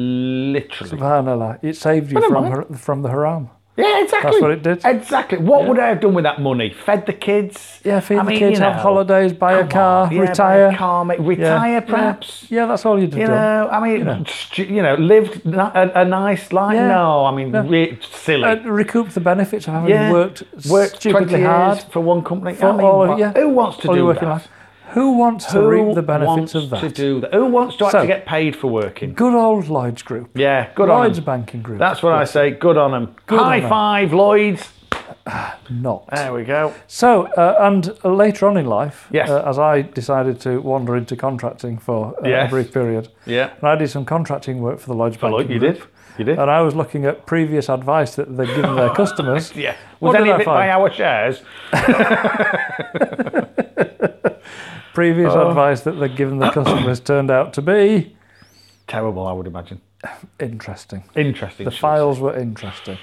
[SPEAKER 4] literally.
[SPEAKER 2] Subhanallah. It saved you
[SPEAKER 4] never
[SPEAKER 2] from
[SPEAKER 4] mind.
[SPEAKER 2] har- from the haram.
[SPEAKER 4] Yeah, exactly.
[SPEAKER 2] what it did.
[SPEAKER 4] Exactly. What would I have done with that money? Fed the kids.
[SPEAKER 2] Yeah, feed
[SPEAKER 4] I
[SPEAKER 2] the
[SPEAKER 4] mean,
[SPEAKER 2] kids,
[SPEAKER 4] you
[SPEAKER 2] have
[SPEAKER 4] know,
[SPEAKER 2] holidays, buy a
[SPEAKER 4] come
[SPEAKER 2] car,
[SPEAKER 4] on, yeah, buy a
[SPEAKER 2] retire.
[SPEAKER 4] car, mate,
[SPEAKER 2] Yeah.
[SPEAKER 4] retire,
[SPEAKER 2] Yeah.
[SPEAKER 4] perhaps.
[SPEAKER 2] Yeah, that's all you'd have
[SPEAKER 4] You
[SPEAKER 2] done.
[SPEAKER 4] know, I mean, stu- you know, lived ni- a, a nice life.
[SPEAKER 2] Yeah.
[SPEAKER 4] No, I mean, re- silly.
[SPEAKER 2] And Uh, recoup the benefits of having
[SPEAKER 4] yeah,
[SPEAKER 2] worked,
[SPEAKER 4] worked
[SPEAKER 2] stupidly
[SPEAKER 4] 20
[SPEAKER 2] hard.
[SPEAKER 4] years for one company.
[SPEAKER 2] for
[SPEAKER 4] I mean,
[SPEAKER 2] all of-
[SPEAKER 4] what-
[SPEAKER 2] yeah,
[SPEAKER 4] who wants to
[SPEAKER 2] all your
[SPEAKER 4] do
[SPEAKER 2] working
[SPEAKER 4] that?
[SPEAKER 2] life. Who wants to
[SPEAKER 4] Who
[SPEAKER 2] reap the benefits
[SPEAKER 4] wants
[SPEAKER 2] of that?
[SPEAKER 4] to do that? Who wants to actually
[SPEAKER 2] So-
[SPEAKER 4] get paid for working?
[SPEAKER 2] Good old Lloyd's Group.
[SPEAKER 4] Yeah, good on
[SPEAKER 2] Lloyd's
[SPEAKER 4] 'em.
[SPEAKER 2] Banking Group.
[SPEAKER 4] That's what I say. Good on them.
[SPEAKER 2] on
[SPEAKER 4] High
[SPEAKER 2] 'em.
[SPEAKER 4] five, Lloyd's.
[SPEAKER 2] not.
[SPEAKER 4] There we go.
[SPEAKER 2] So, uh, and later on in life,
[SPEAKER 4] Yes.
[SPEAKER 2] uh, as I decided to wander into contracting for uh,
[SPEAKER 4] Yes.
[SPEAKER 2] a brief period,
[SPEAKER 4] Yeah.
[SPEAKER 2] and I did some contracting work for the Lodge Bank.
[SPEAKER 4] Lloyd, you did. You did.
[SPEAKER 2] And I was looking at previous advice that they'd given their customers.
[SPEAKER 4] Yeah.
[SPEAKER 2] What
[SPEAKER 4] Was
[SPEAKER 2] did
[SPEAKER 4] any
[SPEAKER 2] I
[SPEAKER 4] of it
[SPEAKER 2] find?
[SPEAKER 4] by our shares?
[SPEAKER 2] Previous
[SPEAKER 4] Oh.
[SPEAKER 2] advice that they'd given their customers turned out to be
[SPEAKER 4] Terrible, I would imagine.
[SPEAKER 2] interesting.
[SPEAKER 4] Interesting.
[SPEAKER 2] The
[SPEAKER 4] choice.
[SPEAKER 2] files were interesting.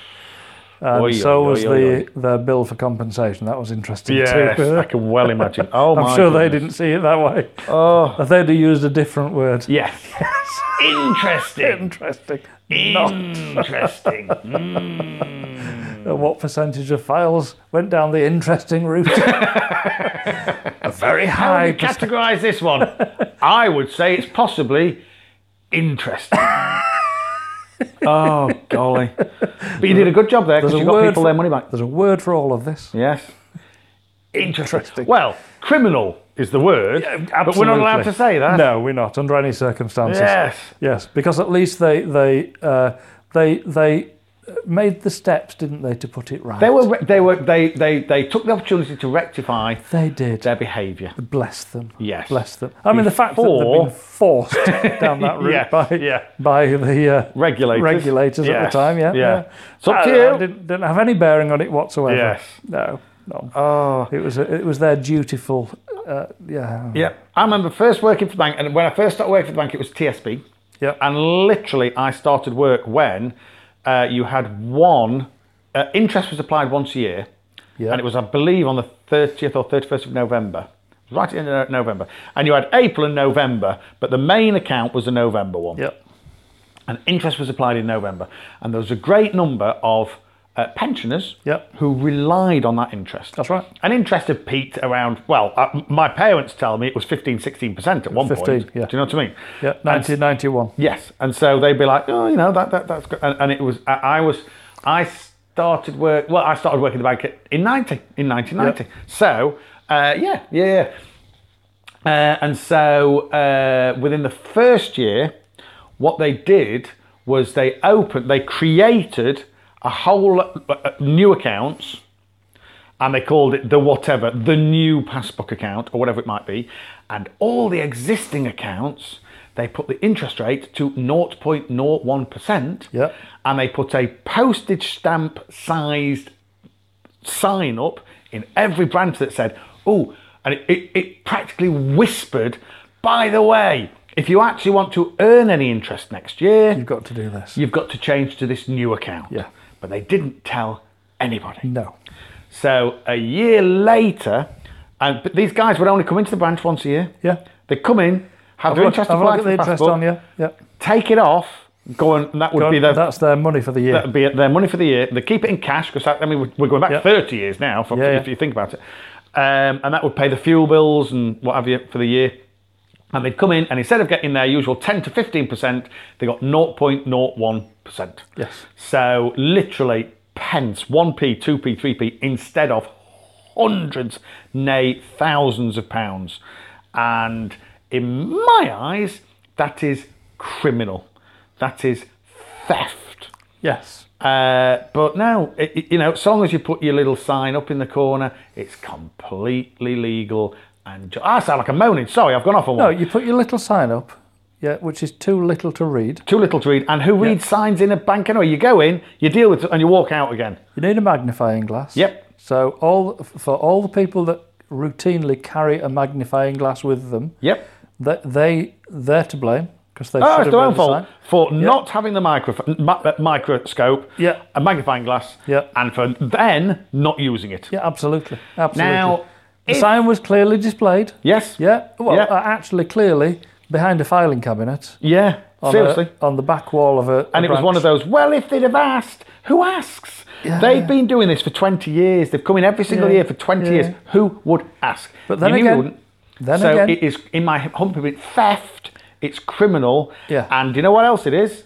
[SPEAKER 2] And
[SPEAKER 4] Oi,
[SPEAKER 2] so
[SPEAKER 4] oi,
[SPEAKER 2] was
[SPEAKER 4] oi,
[SPEAKER 2] the
[SPEAKER 4] oi,
[SPEAKER 2] their bill for compensation. That was interesting
[SPEAKER 4] Yes,
[SPEAKER 2] too.
[SPEAKER 4] I can well imagine. Oh my
[SPEAKER 2] I'm sure they
[SPEAKER 4] goodness.
[SPEAKER 2] didn't see it that way.
[SPEAKER 4] Oh,
[SPEAKER 2] They'd have used a different word.
[SPEAKER 4] yes. Interesting.
[SPEAKER 2] Interesting. Not.
[SPEAKER 4] Interesting. Hmm.
[SPEAKER 2] And what percentage of files went down the interesting route? a very
[SPEAKER 4] How would
[SPEAKER 2] high
[SPEAKER 4] you
[SPEAKER 2] percentage.
[SPEAKER 4] categorise this one? I would say it's possibly interesting. oh golly! But you did a good job there because
[SPEAKER 2] There's a
[SPEAKER 4] you got
[SPEAKER 2] word
[SPEAKER 4] people
[SPEAKER 2] for-
[SPEAKER 4] their money back.
[SPEAKER 2] There's a word for all of this.
[SPEAKER 4] Yes.
[SPEAKER 2] Interesting.
[SPEAKER 4] Well, criminal is the word, but we're not allowed to say that.
[SPEAKER 2] No, we're not under any circumstances.
[SPEAKER 4] Yes.
[SPEAKER 2] Yes, because at least they they uh, they they uh, made the steps, didn't they, to put it right?
[SPEAKER 4] They were, they were, they, they, they took the opportunity to rectify
[SPEAKER 2] They did.
[SPEAKER 4] their behaviour.
[SPEAKER 2] Bless them.
[SPEAKER 4] Yes.
[SPEAKER 2] Bless them. I mean, the fact that they've
[SPEAKER 4] Before-
[SPEAKER 2] been forced down that route
[SPEAKER 4] Yes,
[SPEAKER 2] by
[SPEAKER 4] yeah.
[SPEAKER 2] by the uh,
[SPEAKER 4] Regulators.
[SPEAKER 2] regulators at
[SPEAKER 4] Yes,
[SPEAKER 2] the time. Yeah.
[SPEAKER 4] yeah. It's up to
[SPEAKER 2] I- I
[SPEAKER 4] you.
[SPEAKER 2] didn't, didn't have any bearing on it whatsoever.
[SPEAKER 4] Yes.
[SPEAKER 2] No. No.
[SPEAKER 4] Oh.
[SPEAKER 2] It was it was their dutiful. Uh, yeah.
[SPEAKER 4] Yeah. I remember first working for the bank, and when I first started working for the bank, it was TSB.
[SPEAKER 2] Yep.
[SPEAKER 4] And literally, I started work when uh, you had one, uh, interest was applied once a year,
[SPEAKER 2] Yeah.
[SPEAKER 4] and it was, I believe, on the 30th or 31st of November. Right at the end of No- November. And you had April and November, but the main account was the November one.
[SPEAKER 2] Yep.
[SPEAKER 4] and interest was applied in November. And there was a great number of uh, pensioners
[SPEAKER 2] Yep.
[SPEAKER 4] who relied on that interest.
[SPEAKER 2] That's right.
[SPEAKER 4] And interest had peaked around, well, uh, my parents tell me it was 15, 16% at one
[SPEAKER 2] 15,
[SPEAKER 4] point.
[SPEAKER 2] yeah.
[SPEAKER 4] Do you know what I mean?
[SPEAKER 2] Yeah. Nineteen ninety one.
[SPEAKER 4] Yes. And so they'd be like, oh, you know, that, that that's good. And, and it was, I, I was, I started work, well, I started working in the bank at- in 90, in 1990. So, uh, yeah, yeah, yeah. Uh, and so uh, within the first year, what they did was they opened, they created a whole lot- uh, uh, new accounts and they called it the whatever, the new passbook account or whatever it might be. And all the existing accounts, they put the interest rate to 0.01%.
[SPEAKER 2] Yep.
[SPEAKER 4] And they put a postage stamp sized sign up in every branch that said, oh, and it, it, it practically whispered, by the way, if you actually want to earn any interest next year,
[SPEAKER 2] You've got to do this.
[SPEAKER 4] you've got to change to this new account.
[SPEAKER 2] Yeah.
[SPEAKER 4] But they didn't tell anybody.
[SPEAKER 2] No.
[SPEAKER 4] So a year later, and but these guys would only come into the branch once a year.
[SPEAKER 2] Yeah.
[SPEAKER 4] They come in, have their
[SPEAKER 2] Look,
[SPEAKER 4] interest
[SPEAKER 2] have a look at
[SPEAKER 4] applied to
[SPEAKER 2] the
[SPEAKER 4] the
[SPEAKER 2] interest
[SPEAKER 4] passport,
[SPEAKER 2] on you. Yeah.
[SPEAKER 4] take it off, go and and that would
[SPEAKER 2] Go
[SPEAKER 4] be
[SPEAKER 2] on,
[SPEAKER 4] their
[SPEAKER 2] that's their money for the year.
[SPEAKER 4] that would be their money for the year. They keep it in cash because I mean we're- we're going back
[SPEAKER 2] Yeah.
[SPEAKER 4] 30 years now. From,
[SPEAKER 2] Yeah, yeah.
[SPEAKER 4] if you think about it, um, and that would pay the fuel bills and what have you for the year. And they'd come in, and instead of getting their usual 10 to 15%, they got 0.01%.
[SPEAKER 2] Yes.
[SPEAKER 4] So literally pence, 1p, 2p, 3p, instead of hundreds, nay, thousands of pounds. And in my eyes, that is criminal. That is theft.
[SPEAKER 2] Yes.
[SPEAKER 4] Uh, but now, it, it- you know, so long as you put your little sign up in the corner, it's completely legal. And ju- I sound like I'm moaning. Sorry, I've gone off on
[SPEAKER 2] No,
[SPEAKER 4] one.
[SPEAKER 2] you put your little sign up, yeah, which is too little to read.
[SPEAKER 4] Too little to read. And who reads signs in a bank anyway? You go in, you deal with it, and you walk out again.
[SPEAKER 2] You need a magnifying glass.
[SPEAKER 4] Yep.
[SPEAKER 2] So all for all the people that routinely carry a magnifying glass with them,
[SPEAKER 4] Yep.
[SPEAKER 2] that they they're to blame because they should
[SPEAKER 4] Oh,
[SPEAKER 2] have
[SPEAKER 4] it's their
[SPEAKER 2] read
[SPEAKER 4] own
[SPEAKER 2] the
[SPEAKER 4] fault
[SPEAKER 2] sign.
[SPEAKER 4] for not having the microf- mi- uh, microscope,
[SPEAKER 2] Yeah.
[SPEAKER 4] a magnifying glass,
[SPEAKER 2] Yeah.
[SPEAKER 4] and for then not using it.
[SPEAKER 2] Yeah, absolutely, absolutely.
[SPEAKER 4] Now,
[SPEAKER 2] the
[SPEAKER 4] if-
[SPEAKER 2] sign was clearly displayed.
[SPEAKER 4] yes,
[SPEAKER 2] Yeah. Well,
[SPEAKER 4] Yeah.
[SPEAKER 2] uh, actually, clearly behind a filing cabinet.
[SPEAKER 4] yeah,
[SPEAKER 2] on a-
[SPEAKER 4] seriously.
[SPEAKER 2] on the back wall of a.
[SPEAKER 4] and it was one of those. Well, if they'd have asked, who asks? They've been doing this for 20 years. They've come in every single
[SPEAKER 2] Yeah,
[SPEAKER 4] year for 20
[SPEAKER 2] yeah.
[SPEAKER 4] years. Who would ask?
[SPEAKER 2] But then
[SPEAKER 4] You knew they
[SPEAKER 2] again-
[SPEAKER 4] wouldn't.
[SPEAKER 2] Then
[SPEAKER 4] so
[SPEAKER 2] again,
[SPEAKER 4] it is, in my humble opinion, theft. It's criminal.
[SPEAKER 2] Yeah.
[SPEAKER 4] And you know what else it is?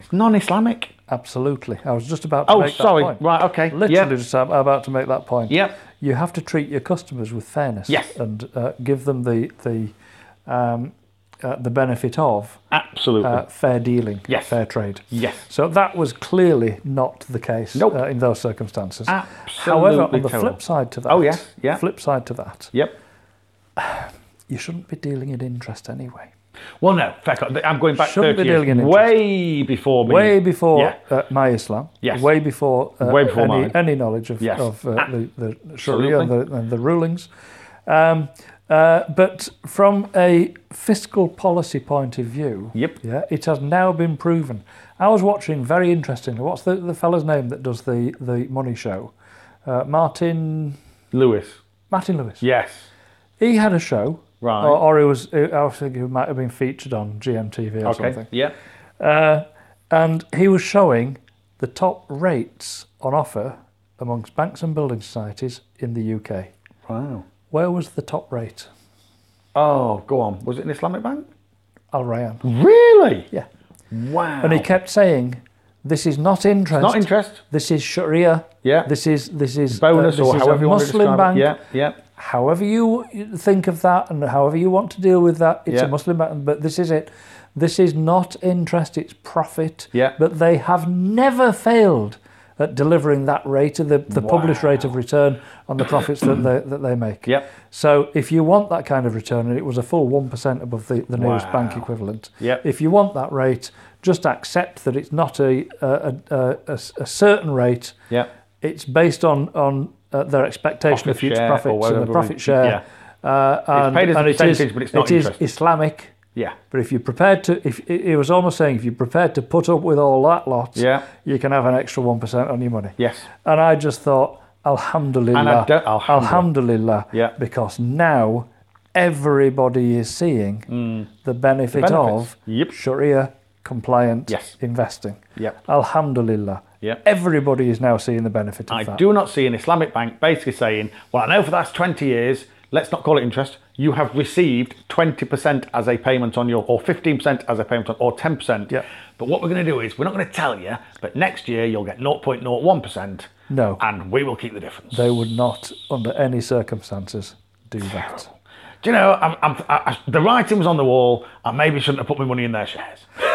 [SPEAKER 4] It's non-Islamic.
[SPEAKER 2] absolutely. I was just about to
[SPEAKER 4] Oh,
[SPEAKER 2] make
[SPEAKER 4] sorry.
[SPEAKER 2] that point.
[SPEAKER 4] Right. Okay.
[SPEAKER 2] Literally,
[SPEAKER 4] Yeah.
[SPEAKER 2] just ab- about to make that point.
[SPEAKER 4] Yep.
[SPEAKER 2] You have to treat your customers with fairness.
[SPEAKER 4] Yes.
[SPEAKER 2] And uh, give them the the um, uh, the benefit of
[SPEAKER 4] Absolutely.
[SPEAKER 2] uh, fair dealing.
[SPEAKER 4] Yes.
[SPEAKER 2] Fair trade.
[SPEAKER 4] yes.
[SPEAKER 2] So that was clearly not the case
[SPEAKER 4] Nope.
[SPEAKER 2] uh, in those circumstances.
[SPEAKER 4] Absolutely.
[SPEAKER 2] However, on the
[SPEAKER 4] terrible.
[SPEAKER 2] flip side to that,
[SPEAKER 4] Oh, yes, yeah.
[SPEAKER 2] flip side to that,
[SPEAKER 4] Yep.
[SPEAKER 2] you shouldn't be dealing in interest anyway.
[SPEAKER 4] Well, no. Fair cut. I'm going back
[SPEAKER 2] Shouldn't
[SPEAKER 4] 30
[SPEAKER 2] be
[SPEAKER 4] years.
[SPEAKER 2] dealing in interest.
[SPEAKER 4] way before me.
[SPEAKER 2] way before
[SPEAKER 4] Yeah.
[SPEAKER 2] uh, my Islam,
[SPEAKER 4] Yes.
[SPEAKER 2] way before, uh,
[SPEAKER 4] Way before
[SPEAKER 2] any,
[SPEAKER 4] mine.
[SPEAKER 2] any knowledge of,
[SPEAKER 4] Yes. Ah.
[SPEAKER 2] of uh, the, the Sharia
[SPEAKER 4] Absolutely.
[SPEAKER 2] and the, and the rulings. Um, uh, but from a fiscal policy point of view,
[SPEAKER 4] Yep.
[SPEAKER 2] yeah, it has now been proven. I was watching very interestingly. What's the, the fella's name that does the, the money show? Uh, Martin
[SPEAKER 4] Lewis.
[SPEAKER 2] Martin Lewis.
[SPEAKER 4] Yes.
[SPEAKER 2] He had a show,
[SPEAKER 4] Right.
[SPEAKER 2] or, or he was. I was thinking it might have been featured on GMTV or
[SPEAKER 4] okay.
[SPEAKER 2] something.
[SPEAKER 4] Yeah.
[SPEAKER 2] Uh, and he was showing the top rates on offer amongst banks and building societies in the UK.
[SPEAKER 4] Wow.
[SPEAKER 2] Where was the top rate?
[SPEAKER 4] Oh, go on. Was it an Islamic bank?
[SPEAKER 2] Al Rayyan.
[SPEAKER 4] Really?
[SPEAKER 2] Yeah.
[SPEAKER 4] Wow.
[SPEAKER 2] And he kept saying, "This is not interest.
[SPEAKER 4] Not interest.
[SPEAKER 2] This is Sharia.
[SPEAKER 4] Yeah.
[SPEAKER 2] This is this is
[SPEAKER 4] Bonus
[SPEAKER 2] uh, this
[SPEAKER 4] or
[SPEAKER 2] is
[SPEAKER 4] however
[SPEAKER 2] a
[SPEAKER 4] you want to
[SPEAKER 2] Muslim
[SPEAKER 4] describe
[SPEAKER 2] bank.
[SPEAKER 4] it. Yeah, yeah.
[SPEAKER 2] However you you think of that, and however you want to deal with that, it's
[SPEAKER 4] Yeah.
[SPEAKER 2] a Muslim bank. But this is it. This is not interest. It's profit.
[SPEAKER 4] Yeah.
[SPEAKER 2] But they have never failed at delivering that rate of the, the published rate of return on the profits that they that they make.
[SPEAKER 4] Yep.
[SPEAKER 2] So if you want that kind of return, and it was a full one percent above the, the nearest
[SPEAKER 4] Wow.
[SPEAKER 2] bank equivalent.
[SPEAKER 4] Yep.
[SPEAKER 2] If you want that rate, just accept that it's not a a, a, a, a certain rate.
[SPEAKER 4] Yeah.
[SPEAKER 2] It's based on on uh, their expectation
[SPEAKER 4] Profit
[SPEAKER 2] of future
[SPEAKER 4] share or
[SPEAKER 2] profits and
[SPEAKER 4] whatever
[SPEAKER 2] the
[SPEAKER 4] we-
[SPEAKER 2] profit share. Uh, and,
[SPEAKER 4] paid as a
[SPEAKER 2] and it is-
[SPEAKER 4] percentage, but it's not
[SPEAKER 2] it is
[SPEAKER 4] interest.
[SPEAKER 2] Islamic.
[SPEAKER 4] Yeah.
[SPEAKER 2] But if you're prepared to, if it it was almost saying, if you're prepared to put up with all that lot,
[SPEAKER 4] Yeah.
[SPEAKER 2] you can have an extra one percent on your money.
[SPEAKER 4] Yes.
[SPEAKER 2] And I just thought, Alhamdulillah,
[SPEAKER 4] And I don't- Alhamdulillah.
[SPEAKER 2] Alhamdulillah,
[SPEAKER 4] Yeah.
[SPEAKER 2] because now everybody is seeing the benefit
[SPEAKER 4] Mm. The benefits.
[SPEAKER 2] of
[SPEAKER 4] Yep.
[SPEAKER 2] Sharia compliant
[SPEAKER 4] Yes.
[SPEAKER 2] investing.
[SPEAKER 4] Yep.
[SPEAKER 2] Alhamdulillah.
[SPEAKER 4] Yep.
[SPEAKER 2] Everybody is now seeing the benefit of
[SPEAKER 4] I
[SPEAKER 2] that.
[SPEAKER 4] do not see an Islamic bank basically saying, well, I know for the last 20 years, let's not call it interest, you have received 20% as a payment on your, or 15% as a payment on, or 10%.
[SPEAKER 2] Yeah.
[SPEAKER 4] But what we're going to do is, we're not going to tell you, but next year you'll get 0.01%.
[SPEAKER 2] No.
[SPEAKER 4] And we will keep the difference.
[SPEAKER 2] They would not, under any circumstances, do that.
[SPEAKER 4] Do you know, I'm, I'm, I, I, the writing was on the wall. I maybe shouldn't have put my money in their shares.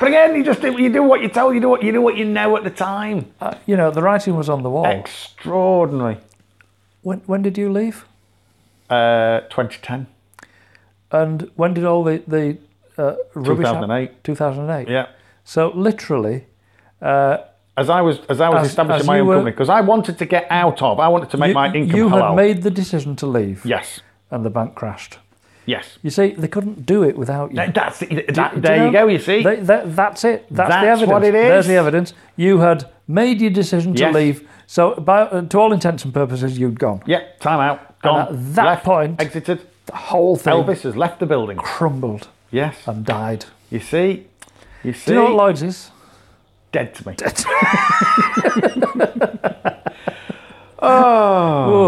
[SPEAKER 4] but again, you just do, you do what you're told. You do what you do what you know at the time.
[SPEAKER 2] Uh, you know, the writing was on the wall.
[SPEAKER 4] Extraordinary.
[SPEAKER 2] When, when did you leave?
[SPEAKER 4] Uh, 2010.
[SPEAKER 2] And when did all the, the uh, rubbish hap-
[SPEAKER 4] 2008.
[SPEAKER 2] 2008.
[SPEAKER 4] Yeah.
[SPEAKER 2] So literally,
[SPEAKER 4] As I was as I was
[SPEAKER 2] As- as
[SPEAKER 4] establishing my
[SPEAKER 2] you
[SPEAKER 4] own
[SPEAKER 2] were-
[SPEAKER 4] company because I wanted to get out of. I wanted to make
[SPEAKER 2] you,
[SPEAKER 4] my income
[SPEAKER 2] you
[SPEAKER 4] halal.
[SPEAKER 2] had made the decision to leave.
[SPEAKER 4] yes.
[SPEAKER 2] And the bank crashed.
[SPEAKER 4] Yes.
[SPEAKER 2] You see, they couldn't do it without you.
[SPEAKER 4] That- That's it.
[SPEAKER 2] Do-
[SPEAKER 4] That-
[SPEAKER 2] do
[SPEAKER 4] there you
[SPEAKER 2] know?
[SPEAKER 4] go. You see.
[SPEAKER 2] They- that- that's it. That's, the
[SPEAKER 4] That's
[SPEAKER 2] evidence.
[SPEAKER 4] what it is.
[SPEAKER 2] There's the evidence. You had made your decision to
[SPEAKER 4] Yes.
[SPEAKER 2] leave. So, by, uh, to all intents and purposes, you'd gone.
[SPEAKER 4] yeah. Time out. Gone.
[SPEAKER 2] at that
[SPEAKER 4] left,
[SPEAKER 2] point-
[SPEAKER 4] exited.
[SPEAKER 2] The whole thing
[SPEAKER 4] Elvis has left the building.
[SPEAKER 2] crumbled
[SPEAKER 4] Yes.
[SPEAKER 2] and died.
[SPEAKER 4] You see. You see.
[SPEAKER 2] Do you know what Lloyd's is?
[SPEAKER 4] dead to me.
[SPEAKER 2] Oh.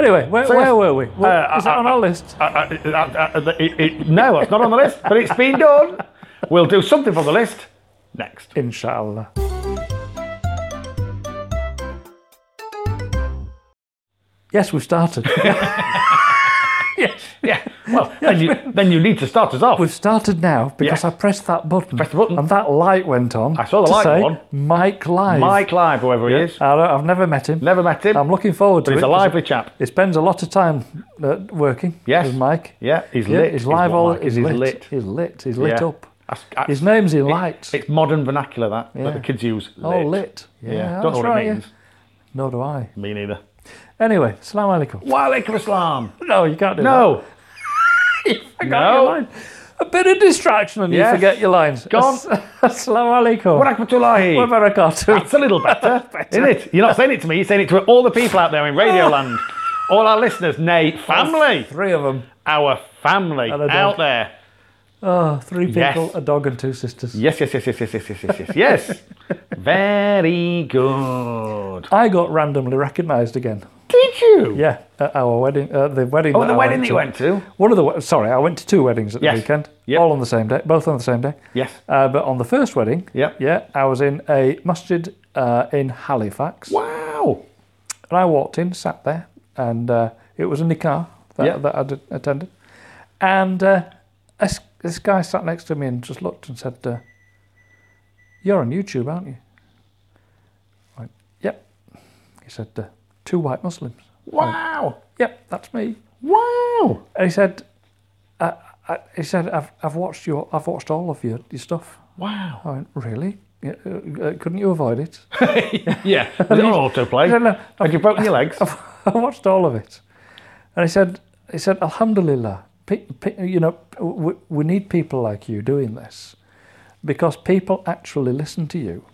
[SPEAKER 2] Anyway, where,
[SPEAKER 4] yes.
[SPEAKER 2] where were we? Well,
[SPEAKER 4] Uh,
[SPEAKER 2] is that
[SPEAKER 4] I-
[SPEAKER 2] on our list?
[SPEAKER 4] I, I, I, I, it, it, no, it's not on the list, but it's been done. We'll do something from the list next.
[SPEAKER 2] Inshallah. Yes, we've started. yes,
[SPEAKER 4] Yeah. Well, then you, then you need to start us off.
[SPEAKER 2] we've started now because
[SPEAKER 4] Yeah.
[SPEAKER 2] I pressed that button.
[SPEAKER 4] Press the button.
[SPEAKER 2] And that light went on. I
[SPEAKER 4] saw the
[SPEAKER 2] to
[SPEAKER 4] light
[SPEAKER 2] say,
[SPEAKER 4] on.
[SPEAKER 2] Mike Live.
[SPEAKER 4] Mike Live, whoever he is.
[SPEAKER 2] I don't, I've never met him.
[SPEAKER 4] Never met him.
[SPEAKER 2] I'm looking forward to
[SPEAKER 4] He's
[SPEAKER 2] it.
[SPEAKER 4] a lively chap.
[SPEAKER 2] He spends a lot of time uh, working
[SPEAKER 4] Yes.
[SPEAKER 2] with Mike.
[SPEAKER 4] Yeah, he's
[SPEAKER 2] Yeah,
[SPEAKER 4] lit.
[SPEAKER 2] He's live
[SPEAKER 4] what
[SPEAKER 2] all.
[SPEAKER 4] Mike
[SPEAKER 2] he's,
[SPEAKER 4] is.
[SPEAKER 2] lit.
[SPEAKER 4] He's lit.
[SPEAKER 2] He's lit. He's lit
[SPEAKER 4] Yeah.
[SPEAKER 2] up.
[SPEAKER 4] That's- that's-
[SPEAKER 2] His name's in lights.
[SPEAKER 4] It's modern vernacular that, that
[SPEAKER 2] Yeah.
[SPEAKER 4] the kids use. Lit.
[SPEAKER 2] Oh, lit. Yeah,
[SPEAKER 4] Don't
[SPEAKER 2] that's
[SPEAKER 4] know what
[SPEAKER 2] right,
[SPEAKER 4] it
[SPEAKER 2] yeah.
[SPEAKER 4] means.
[SPEAKER 2] Nor do I.
[SPEAKER 4] Me neither.
[SPEAKER 2] Anyway, salam alaikum.
[SPEAKER 4] Wa alaikum assalam.
[SPEAKER 2] No, you can't do that.
[SPEAKER 4] No.
[SPEAKER 2] I got
[SPEAKER 4] no.
[SPEAKER 2] your line. A bit of distraction and
[SPEAKER 4] Yes.
[SPEAKER 2] you forget your lines.
[SPEAKER 4] Go on.
[SPEAKER 2] As- Assalamu alaikum.
[SPEAKER 4] Wa rahmatullahi.
[SPEAKER 2] Wa barakatuh.
[SPEAKER 4] That's a little better, isn't it? You're not saying it to me, you're saying it to all the people out there in Radio Land. All our listeners, Nate, family,
[SPEAKER 2] Three of them.
[SPEAKER 4] our family
[SPEAKER 2] And a dog.
[SPEAKER 4] out there.
[SPEAKER 2] Oh, three people,
[SPEAKER 4] Yes.
[SPEAKER 2] a dog and two sisters.
[SPEAKER 4] Yes, yes, yes, yes, yes, yes, yes, yes, yes, yes. Very good.
[SPEAKER 2] I got randomly recognised again.
[SPEAKER 4] Did you?
[SPEAKER 2] Yeah, at our wedding, uh, the wedding.
[SPEAKER 4] Oh,
[SPEAKER 2] that
[SPEAKER 4] the
[SPEAKER 2] I
[SPEAKER 4] wedding
[SPEAKER 2] went
[SPEAKER 4] that
[SPEAKER 2] to.
[SPEAKER 4] you went to?
[SPEAKER 2] One of the we- sorry, I went to two weddings at
[SPEAKER 4] Yes.
[SPEAKER 2] the weekend,
[SPEAKER 4] Yep.
[SPEAKER 2] all on the same day, both on the same day.
[SPEAKER 4] Yes.
[SPEAKER 2] Uh, but on the first wedding,
[SPEAKER 4] Yep.
[SPEAKER 2] yeah, I was in a masjid uh, in Halifax,
[SPEAKER 4] Wow.
[SPEAKER 2] and I walked in, sat there, and uh, it was a nikah that,
[SPEAKER 4] Yep.
[SPEAKER 2] that I'd attended, and uh, this, this guy sat next to me and just looked and said, uh, "You're on YouTube, aren't you?" I went, "Yep," he said, uh, two white Muslims."
[SPEAKER 4] Wow.
[SPEAKER 2] "Yep, that's me."
[SPEAKER 4] Wow.
[SPEAKER 2] And he said, "Uh, I, I, he said, I've, I've watched your, I've watched all of your, your stuff.
[SPEAKER 4] Wow.
[SPEAKER 2] I went, really? Yeah, uh, uh, couldn't you avoid it?
[SPEAKER 4] Yeah. Was it on autoplay?
[SPEAKER 2] No, no,
[SPEAKER 4] Had you broken your legs?
[SPEAKER 2] I watched all of it. And he said, he said, Alhamdulillah, pe- pe- you know, we, we need people like you doing this because people actually listen to you.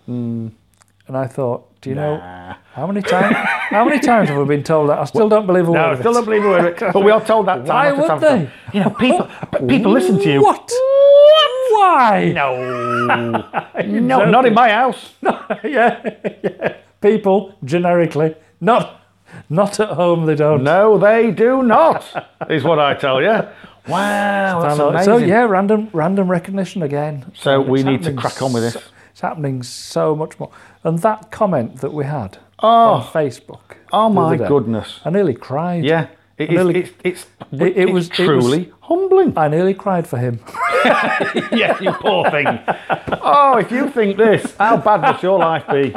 [SPEAKER 2] And I thought, do you know
[SPEAKER 4] Hmm. Nah.
[SPEAKER 2] how many times, how many times have we been told that? I still don't believe a word
[SPEAKER 4] No, I
[SPEAKER 2] of
[SPEAKER 4] still
[SPEAKER 2] it.
[SPEAKER 4] don't believe a word of it. But we are told that time.
[SPEAKER 2] Why
[SPEAKER 4] after
[SPEAKER 2] would
[SPEAKER 4] time
[SPEAKER 2] they?
[SPEAKER 4] You know, people, but people listen to you.
[SPEAKER 2] What? Why?
[SPEAKER 4] No. no, not in my house.
[SPEAKER 2] yeah, yeah. People generically, not not at home. They don't.
[SPEAKER 4] No, they do not, is what I tell you. Wow, that's
[SPEAKER 2] So-
[SPEAKER 4] amazing.
[SPEAKER 2] so yeah, random random recognition again.
[SPEAKER 4] So
[SPEAKER 2] It's
[SPEAKER 4] we need to
[SPEAKER 2] happening
[SPEAKER 4] crack on with
[SPEAKER 2] so-
[SPEAKER 4] this.
[SPEAKER 2] It's happening so much more. And that comment that we had on
[SPEAKER 4] Oh,
[SPEAKER 2] Facebook.
[SPEAKER 4] oh
[SPEAKER 2] the
[SPEAKER 4] my
[SPEAKER 2] other day,
[SPEAKER 4] goodness.
[SPEAKER 2] I nearly cried.
[SPEAKER 4] Yeah, it
[SPEAKER 2] I
[SPEAKER 4] is,
[SPEAKER 2] nearly-
[SPEAKER 4] it's, it's,
[SPEAKER 2] it
[SPEAKER 4] it's
[SPEAKER 2] was- it was-
[SPEAKER 4] truly humbling.
[SPEAKER 2] I nearly cried for him.
[SPEAKER 4] Oh. yeah, you poor thing. Oh, if you think this, how bad must your life be?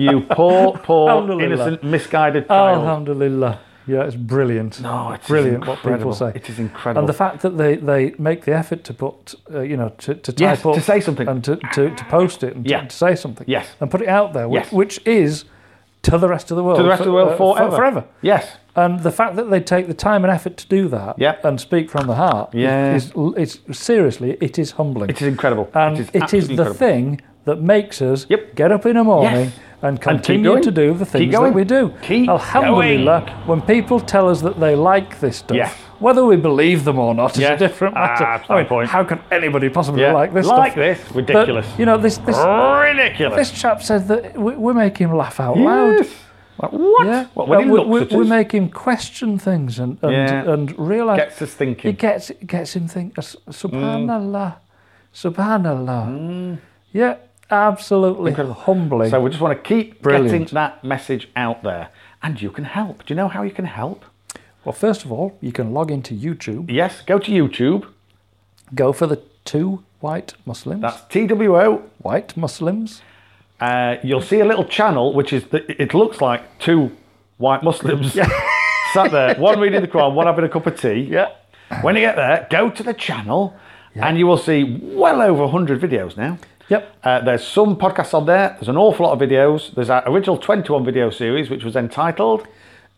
[SPEAKER 4] You poor, poor,
[SPEAKER 2] Alhamdulillah. Oh,
[SPEAKER 4] innocent, misguided child.
[SPEAKER 2] Alhamdulillah. Yeah, it's brilliant.
[SPEAKER 4] No, it is
[SPEAKER 2] brilliant what people
[SPEAKER 4] incredible.
[SPEAKER 2] say.
[SPEAKER 4] It is incredible.
[SPEAKER 2] And the fact that they, they make the effort to put, uh, you know, to, to type
[SPEAKER 4] Yes, to
[SPEAKER 2] up
[SPEAKER 4] say something.
[SPEAKER 2] and to, to, to post it and to-
[SPEAKER 4] Yeah.
[SPEAKER 2] to, say something.
[SPEAKER 4] Yes.
[SPEAKER 2] And put it out there, which,
[SPEAKER 4] Yes.
[SPEAKER 2] which is to the rest of the world.
[SPEAKER 4] to the rest of the world
[SPEAKER 2] uh, for-
[SPEAKER 4] forever.
[SPEAKER 2] forever.
[SPEAKER 4] Yes.
[SPEAKER 2] And the fact that they take the time and effort to do that
[SPEAKER 4] Yeah.
[SPEAKER 2] and speak from the heart
[SPEAKER 4] Yeah.
[SPEAKER 2] is, is, is seriously, it is humbling.
[SPEAKER 4] It is incredible.
[SPEAKER 2] and
[SPEAKER 4] it is,
[SPEAKER 2] it is
[SPEAKER 4] absolutely
[SPEAKER 2] the
[SPEAKER 4] incredible.
[SPEAKER 2] thing that makes us
[SPEAKER 4] Yep.
[SPEAKER 2] get up in the morning
[SPEAKER 4] Yes.
[SPEAKER 2] and continue
[SPEAKER 4] going.
[SPEAKER 2] to do the
[SPEAKER 4] Keep
[SPEAKER 2] things
[SPEAKER 4] going.
[SPEAKER 2] that we do.
[SPEAKER 4] Keep
[SPEAKER 2] Alhamdulillah, when people tell us that they like this stuff,
[SPEAKER 4] Yes.
[SPEAKER 2] whether we believe them or not
[SPEAKER 4] Yes.
[SPEAKER 2] is a different
[SPEAKER 4] Ah,
[SPEAKER 2] matter.
[SPEAKER 4] that's my point.
[SPEAKER 2] How can anybody possibly
[SPEAKER 4] Yeah.
[SPEAKER 2] like this
[SPEAKER 4] Like
[SPEAKER 2] stuff?
[SPEAKER 4] this?
[SPEAKER 2] But,
[SPEAKER 4] Ridiculous.
[SPEAKER 2] you know, this, this,
[SPEAKER 4] Ridiculous.
[SPEAKER 2] this chap said that we, we make him laugh out loud.
[SPEAKER 4] Yes. What?
[SPEAKER 2] Yeah.
[SPEAKER 4] What, when
[SPEAKER 2] Uh,
[SPEAKER 4] he
[SPEAKER 2] we,
[SPEAKER 4] looks
[SPEAKER 2] we-
[SPEAKER 4] at
[SPEAKER 2] we
[SPEAKER 4] us,
[SPEAKER 2] make him question things and and,
[SPEAKER 4] Yeah.
[SPEAKER 2] and realize
[SPEAKER 4] gets us thinking.
[SPEAKER 2] it gets it gets him think uh, subhanallah, subhanallah. Yeah, absolutely humbling.
[SPEAKER 4] Mm. So we just want to keep
[SPEAKER 2] Brilliant.
[SPEAKER 4] getting that message out there. And you can help. Do you know how you can help?
[SPEAKER 2] well, first of all, you can log into YouTube.
[SPEAKER 4] Yes, go to YouTube.
[SPEAKER 2] Go for the two white Muslims.
[SPEAKER 4] That's TWO.
[SPEAKER 2] white Muslims.
[SPEAKER 4] Uh, you'll see a little channel, which is, the, it looks like two white Muslims sat there, one reading the Quran, one having a cup of tea.
[SPEAKER 2] Yeah.
[SPEAKER 4] When you get there, go to the channel and you will see well over 100 videos now.
[SPEAKER 2] Yep.
[SPEAKER 4] Uh, there's some podcasts on there. There's an awful lot of videos. There's our original 21 video series, which was entitled,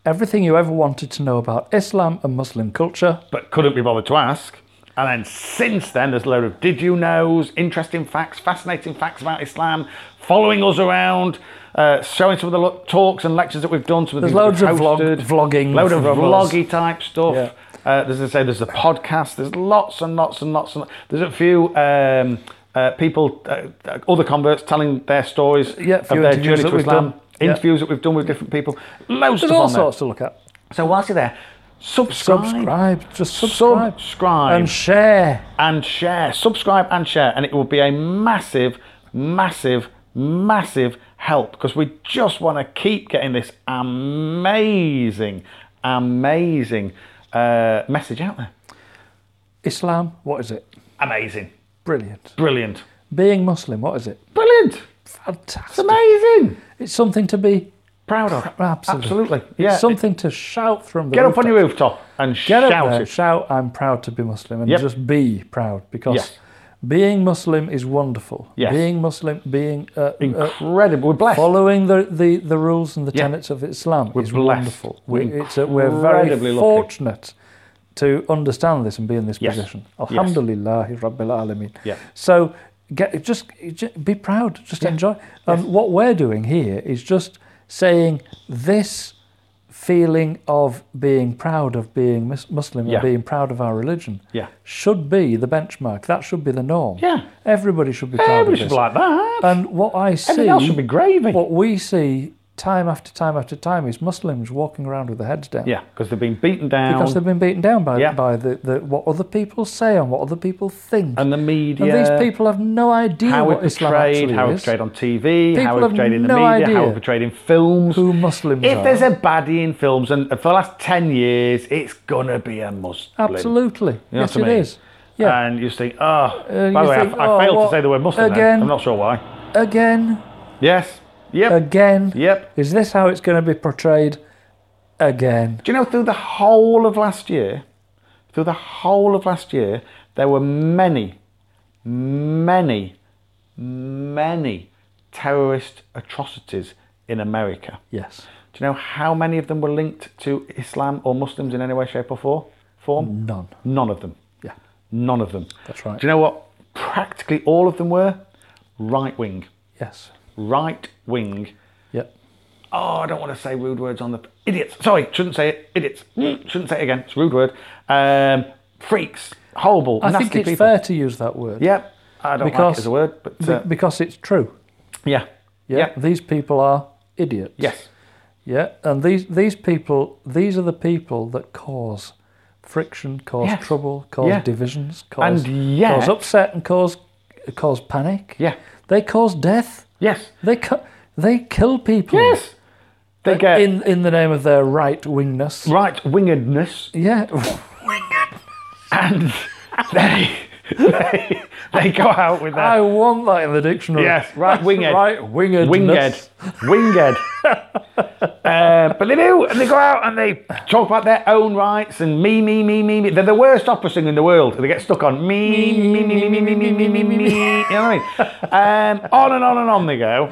[SPEAKER 2] Everything you ever wanted to know about Islam and Muslim culture.
[SPEAKER 4] but couldn't be bothered to ask. And then since then, there's a load of did you knows, interesting facts, fascinating facts about Islam, following us around, uh, showing some of the lo- talks and lectures that we've done. Some of the
[SPEAKER 2] There's
[SPEAKER 4] things that
[SPEAKER 2] loads
[SPEAKER 4] we've
[SPEAKER 2] of
[SPEAKER 4] hosted,
[SPEAKER 2] vlog- vlogging
[SPEAKER 4] load of
[SPEAKER 2] from us.
[SPEAKER 4] vloggy type stuff.
[SPEAKER 2] Yeah.
[SPEAKER 4] Uh, as I say, there's the podcast. There's lots and lots and lots and there's a few um, uh, people, uh, other converts, telling their stories
[SPEAKER 2] Yeah,
[SPEAKER 4] of
[SPEAKER 2] few
[SPEAKER 4] their
[SPEAKER 2] interviews
[SPEAKER 4] journey
[SPEAKER 2] that
[SPEAKER 4] to
[SPEAKER 2] we've
[SPEAKER 4] Islam.
[SPEAKER 2] done. Yeah.
[SPEAKER 4] Interviews that we've done with different people. Loads
[SPEAKER 2] There's
[SPEAKER 4] of
[SPEAKER 2] all
[SPEAKER 4] on there.
[SPEAKER 2] sorts to look at.
[SPEAKER 4] So whilst you're there, subscribe,
[SPEAKER 2] Subscribe. Just subscribe.
[SPEAKER 4] Subscribe.
[SPEAKER 2] And share.
[SPEAKER 4] and share. Subscribe and share, and it will be a massive, massive, massive help because we just want to keep getting this amazing, amazing uh, message out there.
[SPEAKER 2] Islam, what is it?
[SPEAKER 4] Amazing,
[SPEAKER 2] Brilliant.
[SPEAKER 4] brilliant,
[SPEAKER 2] Being Muslim, what is it?
[SPEAKER 4] brilliant,
[SPEAKER 2] Fantastic.
[SPEAKER 4] amazing.
[SPEAKER 2] It's something to be
[SPEAKER 4] Proud of.
[SPEAKER 2] Absolutely.
[SPEAKER 4] Absolutely. Yeah.
[SPEAKER 2] something to shout from the
[SPEAKER 4] Get up on your
[SPEAKER 2] rooftops.
[SPEAKER 4] rooftop and
[SPEAKER 2] Get
[SPEAKER 4] shout
[SPEAKER 2] up there,
[SPEAKER 4] it.
[SPEAKER 2] shout I'm proud to be Muslim and
[SPEAKER 4] Yep.
[SPEAKER 2] just be proud because
[SPEAKER 4] Yes.
[SPEAKER 2] being Muslim is wonderful.
[SPEAKER 4] Yes.
[SPEAKER 2] Being Muslim, being uh, uh,
[SPEAKER 4] Incredible. We're blessed.
[SPEAKER 2] following the, the, the rules and the
[SPEAKER 4] Yeah.
[SPEAKER 2] tenets of Islam
[SPEAKER 4] We're
[SPEAKER 2] is
[SPEAKER 4] blessed.
[SPEAKER 2] wonderful. We,
[SPEAKER 4] We're
[SPEAKER 2] it's a, we're very
[SPEAKER 4] incredibly lucky.
[SPEAKER 2] fortunate to understand this and be in this
[SPEAKER 4] Yes.
[SPEAKER 2] position.
[SPEAKER 4] Yes.
[SPEAKER 2] Alhamdulillah, Rabbil Alameen.
[SPEAKER 4] Yeah.
[SPEAKER 2] So get, just, ju- be proud, just enjoy. And what we're doing here is just saying this feeling of being proud of being mus- Muslim
[SPEAKER 4] Yeah.
[SPEAKER 2] and being proud of our religion
[SPEAKER 4] Yeah.
[SPEAKER 2] should be the benchmark. That should be the norm.
[SPEAKER 4] Yeah.
[SPEAKER 2] Everybody should be proud
[SPEAKER 4] Everybody
[SPEAKER 2] of
[SPEAKER 4] should
[SPEAKER 2] this.
[SPEAKER 4] be like that.
[SPEAKER 2] And what I see,
[SPEAKER 4] Everything else should be gravy.
[SPEAKER 2] what we see time after time after time is Muslims walking around with their heads down.
[SPEAKER 4] yeah, because they've been beaten down.
[SPEAKER 2] Because they've been beaten down by,
[SPEAKER 4] Yeah.
[SPEAKER 2] by the, the, what other people say and what other people think.
[SPEAKER 4] and the
[SPEAKER 2] And
[SPEAKER 4] media.
[SPEAKER 2] these people have no idea
[SPEAKER 4] how
[SPEAKER 2] what
[SPEAKER 4] it
[SPEAKER 2] Islam
[SPEAKER 4] portrayed,
[SPEAKER 2] actually
[SPEAKER 4] how it
[SPEAKER 2] is,
[SPEAKER 4] portrayed on TV,
[SPEAKER 2] People
[SPEAKER 4] how it
[SPEAKER 2] have
[SPEAKER 4] portrayed in the
[SPEAKER 2] no
[SPEAKER 4] media, how
[SPEAKER 2] idea
[SPEAKER 4] it portrayed in films.
[SPEAKER 2] who Muslims
[SPEAKER 4] if
[SPEAKER 2] are.
[SPEAKER 4] there's a baddie in films, and for the last ten years, it's gonna be a Muslim.
[SPEAKER 2] Absolutely.
[SPEAKER 4] You know
[SPEAKER 2] yes,
[SPEAKER 4] what I
[SPEAKER 2] it
[SPEAKER 4] mean?
[SPEAKER 2] is. Yeah.
[SPEAKER 4] And you just think, oh, by
[SPEAKER 2] you
[SPEAKER 4] the way,
[SPEAKER 2] think,
[SPEAKER 4] I, I
[SPEAKER 2] oh,
[SPEAKER 4] failed
[SPEAKER 2] what-
[SPEAKER 4] to say the word Muslim. then.
[SPEAKER 2] again?
[SPEAKER 4] I'm not sure why.
[SPEAKER 2] again,
[SPEAKER 4] Yes. Yep.
[SPEAKER 2] again.
[SPEAKER 4] Yep.
[SPEAKER 2] Is this how it's going to be portrayed? Again.
[SPEAKER 4] Do you know through the whole of last year, through the whole of last year, there were many, many, many terrorist atrocities in America.
[SPEAKER 2] Yes.
[SPEAKER 4] Do you know how many of them were linked to Islam or Muslims in any way, shape, or for- form?
[SPEAKER 2] None.
[SPEAKER 4] None of them.
[SPEAKER 2] Yeah.
[SPEAKER 4] None of them.
[SPEAKER 2] That's right.
[SPEAKER 4] Do you know what? Practically all of them were right wing.
[SPEAKER 2] Yes.
[SPEAKER 4] Right wing.
[SPEAKER 2] Yep.
[SPEAKER 4] Oh, I don't want to say rude words on the idiots. Sorry, shouldn't say it. Idiots. Mm, Shouldn't say it again. It's a rude word. Um, freaks. Horrible.
[SPEAKER 2] I
[SPEAKER 4] nasty
[SPEAKER 2] think it's
[SPEAKER 4] people.
[SPEAKER 2] fair to use that word.
[SPEAKER 4] Yep. I don't like
[SPEAKER 2] Because-
[SPEAKER 4] it as a word, but
[SPEAKER 2] Be-
[SPEAKER 4] uh,
[SPEAKER 2] because it's true.
[SPEAKER 4] yeah.
[SPEAKER 2] Yeah. These people are idiots.
[SPEAKER 4] Yes.
[SPEAKER 2] Yeah. And these these people these are the people that cause friction, cause
[SPEAKER 4] Yes.
[SPEAKER 2] trouble, cause
[SPEAKER 4] Yeah.
[SPEAKER 2] divisions, cause
[SPEAKER 4] And yet-
[SPEAKER 2] cause upset and cause cause panic.
[SPEAKER 4] Yeah.
[SPEAKER 2] They cause death.
[SPEAKER 4] Yes.
[SPEAKER 2] They cu- they kill people.
[SPEAKER 4] Yes. They get
[SPEAKER 2] in in the name of their right wingness.
[SPEAKER 4] right wingedness.
[SPEAKER 2] Yeah.
[SPEAKER 4] and they, they they go out with
[SPEAKER 2] I
[SPEAKER 4] that.
[SPEAKER 2] want that in the dictionary.
[SPEAKER 4] Yes, right winged.
[SPEAKER 2] Right winged.
[SPEAKER 4] Winged, winged. Uh, but they do, and they go out and they talk about their own rights and me, me, me, me, me. They're the worst opera singer in the world. They get stuck on me, me, me, me, me, me, me, me, me, me. You know what I mean? Um, on and on and on they go.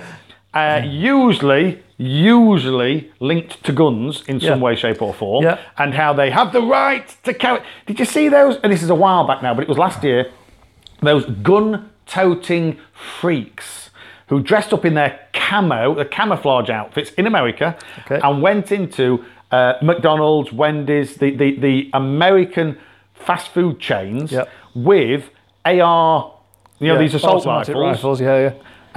[SPEAKER 4] Uh, usually, usually linked to guns in some
[SPEAKER 2] Yeah.
[SPEAKER 4] way, shape, or form,
[SPEAKER 2] Yeah.
[SPEAKER 4] and how they have the right to carry. Did you see those? And this is a while back now, but it was last year those gun toting freaks who dressed up in their camo, the camouflage outfits in America,
[SPEAKER 2] Okay.
[SPEAKER 4] and went into uh, McDonald's, Wendy's, the, the, the American fast food chains
[SPEAKER 2] Yep.
[SPEAKER 4] with AR, you know,
[SPEAKER 2] Yeah,
[SPEAKER 4] these assault
[SPEAKER 2] automatic
[SPEAKER 4] rifles,
[SPEAKER 2] rifles. Yeah, yeah.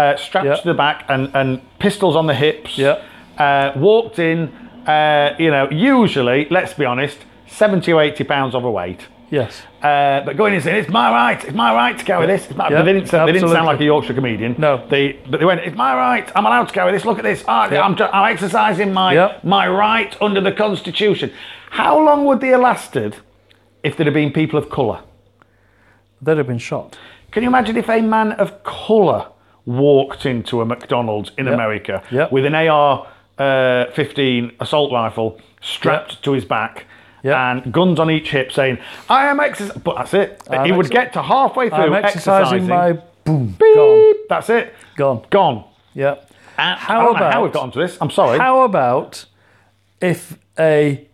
[SPEAKER 4] Uh, strapped
[SPEAKER 2] Yeah.
[SPEAKER 4] to the back and, and pistols on the hips,
[SPEAKER 2] Yeah.
[SPEAKER 4] uh, walked in, uh, you know, usually, let's be honest, 70 or 80 pounds overweight.
[SPEAKER 2] Yes.
[SPEAKER 4] Uh, but going in and saying, it's my right, it's my right to carry this. It's my,
[SPEAKER 2] Yeah,
[SPEAKER 4] but they, didn't, say- they didn't sound
[SPEAKER 2] absolutely.
[SPEAKER 4] like a Yorkshire comedian.
[SPEAKER 2] No.
[SPEAKER 4] They, but they went, it's my right, I'm allowed to carry this, look at this. Ah,
[SPEAKER 2] Yeah.
[SPEAKER 4] I'm, ju- I'm exercising my,
[SPEAKER 2] Yeah.
[SPEAKER 4] my right under the Constitution. How long would they have lasted if there'd have been people of colour?
[SPEAKER 2] They'd have been shot.
[SPEAKER 4] Can you imagine if a man of colour walked into a McDonald's in America
[SPEAKER 2] Yep.
[SPEAKER 4] with an AR uh, 15 assault rifle strapped to his back?
[SPEAKER 2] Yep.
[SPEAKER 4] And guns on each hip, saying, "I am exercising." But that's it. he would
[SPEAKER 2] exer-
[SPEAKER 4] get to halfway through
[SPEAKER 2] I'm exercising, my boom. Gone.
[SPEAKER 4] Beep. That's it.
[SPEAKER 2] Gone.
[SPEAKER 4] Gone.
[SPEAKER 2] Yeah.
[SPEAKER 4] And
[SPEAKER 2] How
[SPEAKER 4] I don't know how
[SPEAKER 2] about-
[SPEAKER 4] we've got onto this. I'm sorry.
[SPEAKER 2] How about if a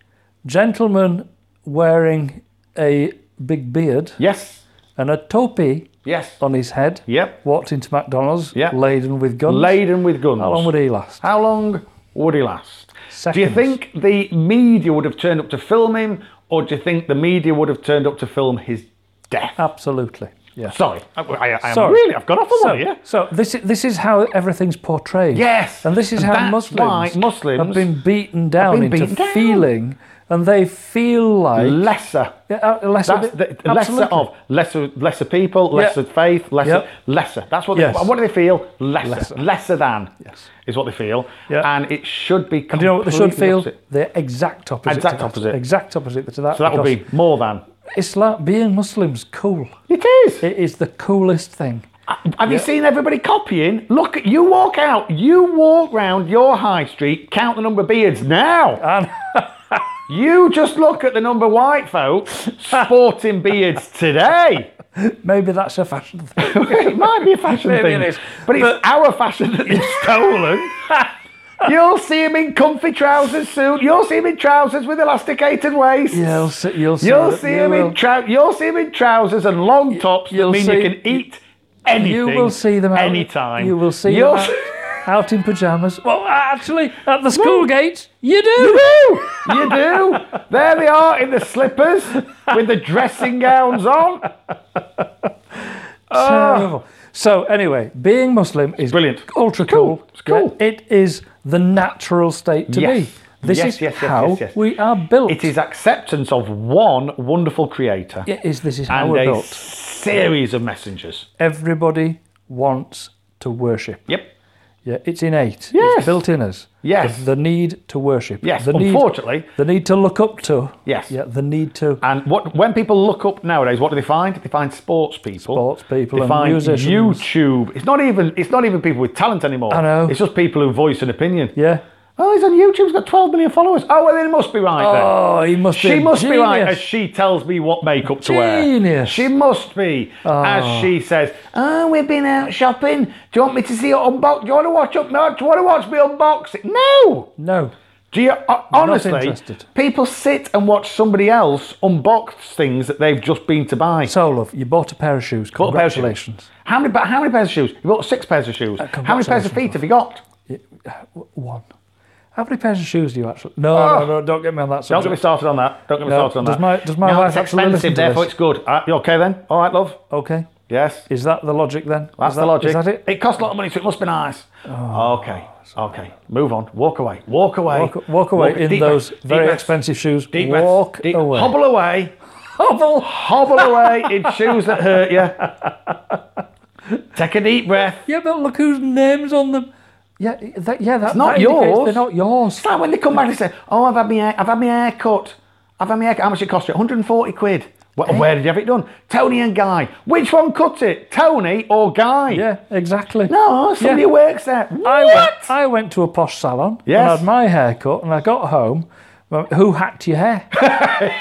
[SPEAKER 2] gentleman wearing a big beard
[SPEAKER 4] yes.
[SPEAKER 2] and a topi
[SPEAKER 4] Yes.
[SPEAKER 2] on his head
[SPEAKER 4] Yep.
[SPEAKER 2] walked into McDonald's
[SPEAKER 4] Yeah.
[SPEAKER 2] laden with guns?
[SPEAKER 4] Laden with guns.
[SPEAKER 2] How long would he last?
[SPEAKER 4] How long would he last? Do you
[SPEAKER 2] Seconds.
[SPEAKER 4] think the media would have turned up to film him, or do you think the media would have turned up to film his death?
[SPEAKER 2] Absolutely. Yeah.
[SPEAKER 4] Sorry, I, I, I am
[SPEAKER 2] Uh, Sorry.
[SPEAKER 4] really. I've got off on
[SPEAKER 2] So,
[SPEAKER 4] one here.
[SPEAKER 2] so this is this is how everything's portrayed.
[SPEAKER 4] Yes,
[SPEAKER 2] and this is
[SPEAKER 4] and
[SPEAKER 2] how
[SPEAKER 4] that's
[SPEAKER 2] Muslims,
[SPEAKER 4] why Muslims
[SPEAKER 2] have been beaten down
[SPEAKER 4] been
[SPEAKER 2] into
[SPEAKER 4] beaten down.
[SPEAKER 2] feeling, and they feel like
[SPEAKER 4] Lesser.
[SPEAKER 2] Yeah, uh, lesser,
[SPEAKER 4] That's the,
[SPEAKER 2] bit-
[SPEAKER 4] lesser
[SPEAKER 2] absolutely.
[SPEAKER 4] of lesser, lesser people, lesser faith, lesser,
[SPEAKER 2] Yep.
[SPEAKER 4] lesser. That's what.
[SPEAKER 2] Yes.
[SPEAKER 4] They, what do they feel? Lesser, lesser,
[SPEAKER 2] Lesser.
[SPEAKER 4] than.
[SPEAKER 2] Yes.
[SPEAKER 4] is what they feel.
[SPEAKER 2] Yeah.
[SPEAKER 4] and it should be.
[SPEAKER 2] Do you know what they should
[SPEAKER 4] completely
[SPEAKER 2] feel?
[SPEAKER 4] opposite.
[SPEAKER 2] The exact opposite.
[SPEAKER 4] Exact
[SPEAKER 2] to that.
[SPEAKER 4] opposite.
[SPEAKER 2] Exact opposite to that.
[SPEAKER 4] So that would be more than.
[SPEAKER 2] because Islam. Being Muslim's cool.
[SPEAKER 4] It is.
[SPEAKER 2] It is the coolest thing.
[SPEAKER 4] Have you seen everybody copying? Look, at- you walk out, you walk round your high street, count the number of beards now. you just look at the number of white folks sporting beards today.
[SPEAKER 2] Maybe that's a fashion thing.
[SPEAKER 4] it might be a fashion
[SPEAKER 2] Maybe
[SPEAKER 4] thing,
[SPEAKER 2] it is.
[SPEAKER 4] but it's
[SPEAKER 2] But-
[SPEAKER 4] our fashion that they've stolen. You'll see him in comfy trousers soon. You'll see him in trousers with elasticated waists.
[SPEAKER 2] You'll see. You'll see,
[SPEAKER 4] You'll
[SPEAKER 2] that-
[SPEAKER 4] see
[SPEAKER 2] you
[SPEAKER 4] him
[SPEAKER 2] will.
[SPEAKER 4] in trou- You'll see him in trousers and long tops. that
[SPEAKER 2] you'll
[SPEAKER 4] mean
[SPEAKER 2] see-
[SPEAKER 4] you can eat anything.
[SPEAKER 2] You will see them out,
[SPEAKER 4] anytime.
[SPEAKER 2] You will see
[SPEAKER 4] You'll
[SPEAKER 2] them
[SPEAKER 4] see-
[SPEAKER 2] out, out in pajamas. Well, actually, at the school gates, you do.
[SPEAKER 4] you do. There they are in the slippers with the dressing gowns on.
[SPEAKER 2] Terrible. So anyway, being Muslim is
[SPEAKER 4] Brilliant.
[SPEAKER 2] ultra
[SPEAKER 4] cool.
[SPEAKER 2] cool.
[SPEAKER 4] It's cool.
[SPEAKER 2] Yeah, It is the natural state to
[SPEAKER 4] Yes.
[SPEAKER 2] be. This
[SPEAKER 4] Yes,
[SPEAKER 2] is
[SPEAKER 4] yes, yes,
[SPEAKER 2] how
[SPEAKER 4] yes, yes.
[SPEAKER 2] we are built.
[SPEAKER 4] It is acceptance of one wonderful creator
[SPEAKER 2] It is. This is how
[SPEAKER 4] and
[SPEAKER 2] we're
[SPEAKER 4] a
[SPEAKER 2] built.
[SPEAKER 4] series of messengers.
[SPEAKER 2] Everybody wants to worship.
[SPEAKER 4] Yep.
[SPEAKER 2] Yeah, it's innate.
[SPEAKER 4] Yes.
[SPEAKER 2] It's built in us.
[SPEAKER 4] Yes.
[SPEAKER 2] The, the need to worship.
[SPEAKER 4] Yes,
[SPEAKER 2] The need-
[SPEAKER 4] unfortunately.
[SPEAKER 2] the need to look up to.
[SPEAKER 4] Yes.
[SPEAKER 2] Yeah. The need to.
[SPEAKER 4] And what when people look up nowadays, what do they find? They find sports people,
[SPEAKER 2] Sports people
[SPEAKER 4] they
[SPEAKER 2] and
[SPEAKER 4] find
[SPEAKER 2] musicians.
[SPEAKER 4] YouTube. It's not even it's not even people with talent anymore.
[SPEAKER 2] I know.
[SPEAKER 4] It's just people who voice an opinion.
[SPEAKER 2] Yeah.
[SPEAKER 4] Oh, he's on YouTube. He's got 12 million followers. Oh, well, then he must be right then.
[SPEAKER 2] Oh, he must be.
[SPEAKER 4] She
[SPEAKER 2] a
[SPEAKER 4] must be right
[SPEAKER 2] genius.
[SPEAKER 4] as she tells me what makeup to wear.
[SPEAKER 2] Genius.
[SPEAKER 4] She must be as she says, "Oh, we've been out shopping. Do you want me to see you unbox? Do you want to watch up? No, do you want to watch me unbox it? No.
[SPEAKER 2] No.
[SPEAKER 4] Do you uh, honestly?
[SPEAKER 2] interested.
[SPEAKER 4] People sit and watch somebody else unbox things that they've just been to buy.
[SPEAKER 2] So, love, you bought a pair of shoes.
[SPEAKER 4] Bought a pair of shoes.
[SPEAKER 2] Congratulations.
[SPEAKER 4] How many? How many pairs of shoes? You bought six pairs of shoes. How many pairs of
[SPEAKER 2] congratulations,
[SPEAKER 4] feet have you got?
[SPEAKER 2] One. How many pairs of shoes do you actually? No,
[SPEAKER 4] Oh.
[SPEAKER 2] no, no. Don't get me on that
[SPEAKER 4] Don't
[SPEAKER 2] subject.
[SPEAKER 4] get me started on that. Don't get me
[SPEAKER 2] No,
[SPEAKER 4] started on
[SPEAKER 2] does
[SPEAKER 4] that.
[SPEAKER 2] my- does my
[SPEAKER 4] no,
[SPEAKER 2] wife
[SPEAKER 4] it's
[SPEAKER 2] actually
[SPEAKER 4] expensive,
[SPEAKER 2] listen to
[SPEAKER 4] therefore
[SPEAKER 2] this?
[SPEAKER 4] it's good. Uh, you okay then? All right, love.
[SPEAKER 2] Okay.
[SPEAKER 4] Yes.
[SPEAKER 2] Is that the logic then?
[SPEAKER 4] That's
[SPEAKER 2] Is
[SPEAKER 4] the
[SPEAKER 2] that-
[SPEAKER 4] logic.
[SPEAKER 2] Is that it? Oh.
[SPEAKER 4] It costs a lot of money, so it must be nice. okay. Okay. Move on. Walk away. Walk away.
[SPEAKER 2] Walk, walk away
[SPEAKER 4] Walk-
[SPEAKER 2] in
[SPEAKER 4] deep
[SPEAKER 2] those
[SPEAKER 4] breaths, deep
[SPEAKER 2] very
[SPEAKER 4] breaths,
[SPEAKER 2] expensive shoes.
[SPEAKER 4] Deep breaths,
[SPEAKER 2] walk
[SPEAKER 4] deep-
[SPEAKER 2] away.
[SPEAKER 4] Hobble away.
[SPEAKER 2] Hobble.
[SPEAKER 4] Hobble away in shoes that hurt you. Take a deep breath.
[SPEAKER 2] Yeah, but look whose name's on them. Yeah, that, yeah, that's
[SPEAKER 4] not yours.
[SPEAKER 2] They're not yours.
[SPEAKER 4] It's like when they come back and say, "Oh, I've had my hair, I've had my hair cut. I've had my hair cut. How much it cost you? 140 quid. Where, where did you have it done? Tony and Guy. Which one cut it? Tony or Guy?
[SPEAKER 2] Yeah, exactly.
[SPEAKER 4] No, somebody
[SPEAKER 2] Yeah.
[SPEAKER 4] who works there.
[SPEAKER 2] I
[SPEAKER 4] what?
[SPEAKER 2] went, I went to a posh salon and
[SPEAKER 4] Yes.
[SPEAKER 2] had my hair cut, and I got home. well, Who hacked your hair?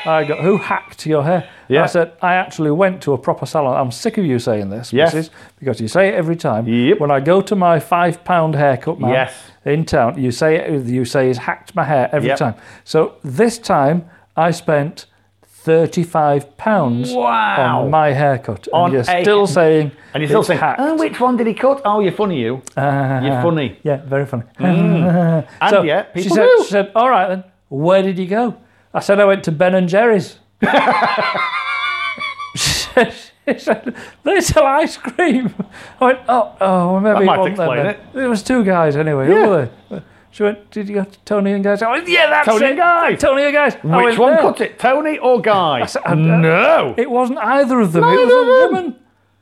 [SPEAKER 2] I got who hacked your hair?
[SPEAKER 4] Yeah.
[SPEAKER 2] I said I actually went to a proper salon. I'm sick of you saying this,
[SPEAKER 4] Yes.
[SPEAKER 2] Mrs. Because you say it every time.
[SPEAKER 4] Yep.
[SPEAKER 2] When I go to my five pound haircut man
[SPEAKER 4] Yes.
[SPEAKER 2] in town, you say it, you say he's hacked my hair every
[SPEAKER 4] Yep.
[SPEAKER 2] time. So this time I spent thirty five pounds
[SPEAKER 4] Wow.
[SPEAKER 2] on my haircut,
[SPEAKER 4] On
[SPEAKER 2] and you're
[SPEAKER 4] a-
[SPEAKER 2] still saying
[SPEAKER 4] And you're still Uh-huh.
[SPEAKER 2] it's
[SPEAKER 4] saying,
[SPEAKER 2] hacked.
[SPEAKER 4] "Oh, which one did he cut? Oh, you're funny, you. you're funny."
[SPEAKER 2] Yeah, very funny.
[SPEAKER 4] And
[SPEAKER 2] So
[SPEAKER 4] yeah, people
[SPEAKER 2] she said,
[SPEAKER 4] do.
[SPEAKER 2] she said, "All right then, where did you go?" I said, "I went to Ben and Jerry's." she said, "They sell ice cream." I went, "Oh, oh, well, maybe
[SPEAKER 4] might
[SPEAKER 2] it wasn't them
[SPEAKER 4] explain
[SPEAKER 2] then." There was two guys anyway,
[SPEAKER 4] Yeah.
[SPEAKER 2] were they? She went, "Did you go to Tony and Guys?" I went, "Yeah, that's
[SPEAKER 4] Tony
[SPEAKER 2] it,
[SPEAKER 4] and Guy."
[SPEAKER 2] Tony and Guys." I
[SPEAKER 4] Which
[SPEAKER 2] went
[SPEAKER 4] one
[SPEAKER 2] there.
[SPEAKER 4] cut it, Tony or Guy?
[SPEAKER 2] I- I-
[SPEAKER 4] no.
[SPEAKER 2] It wasn't either of them. it was
[SPEAKER 4] Neither
[SPEAKER 2] a
[SPEAKER 4] of them.
[SPEAKER 2] woman.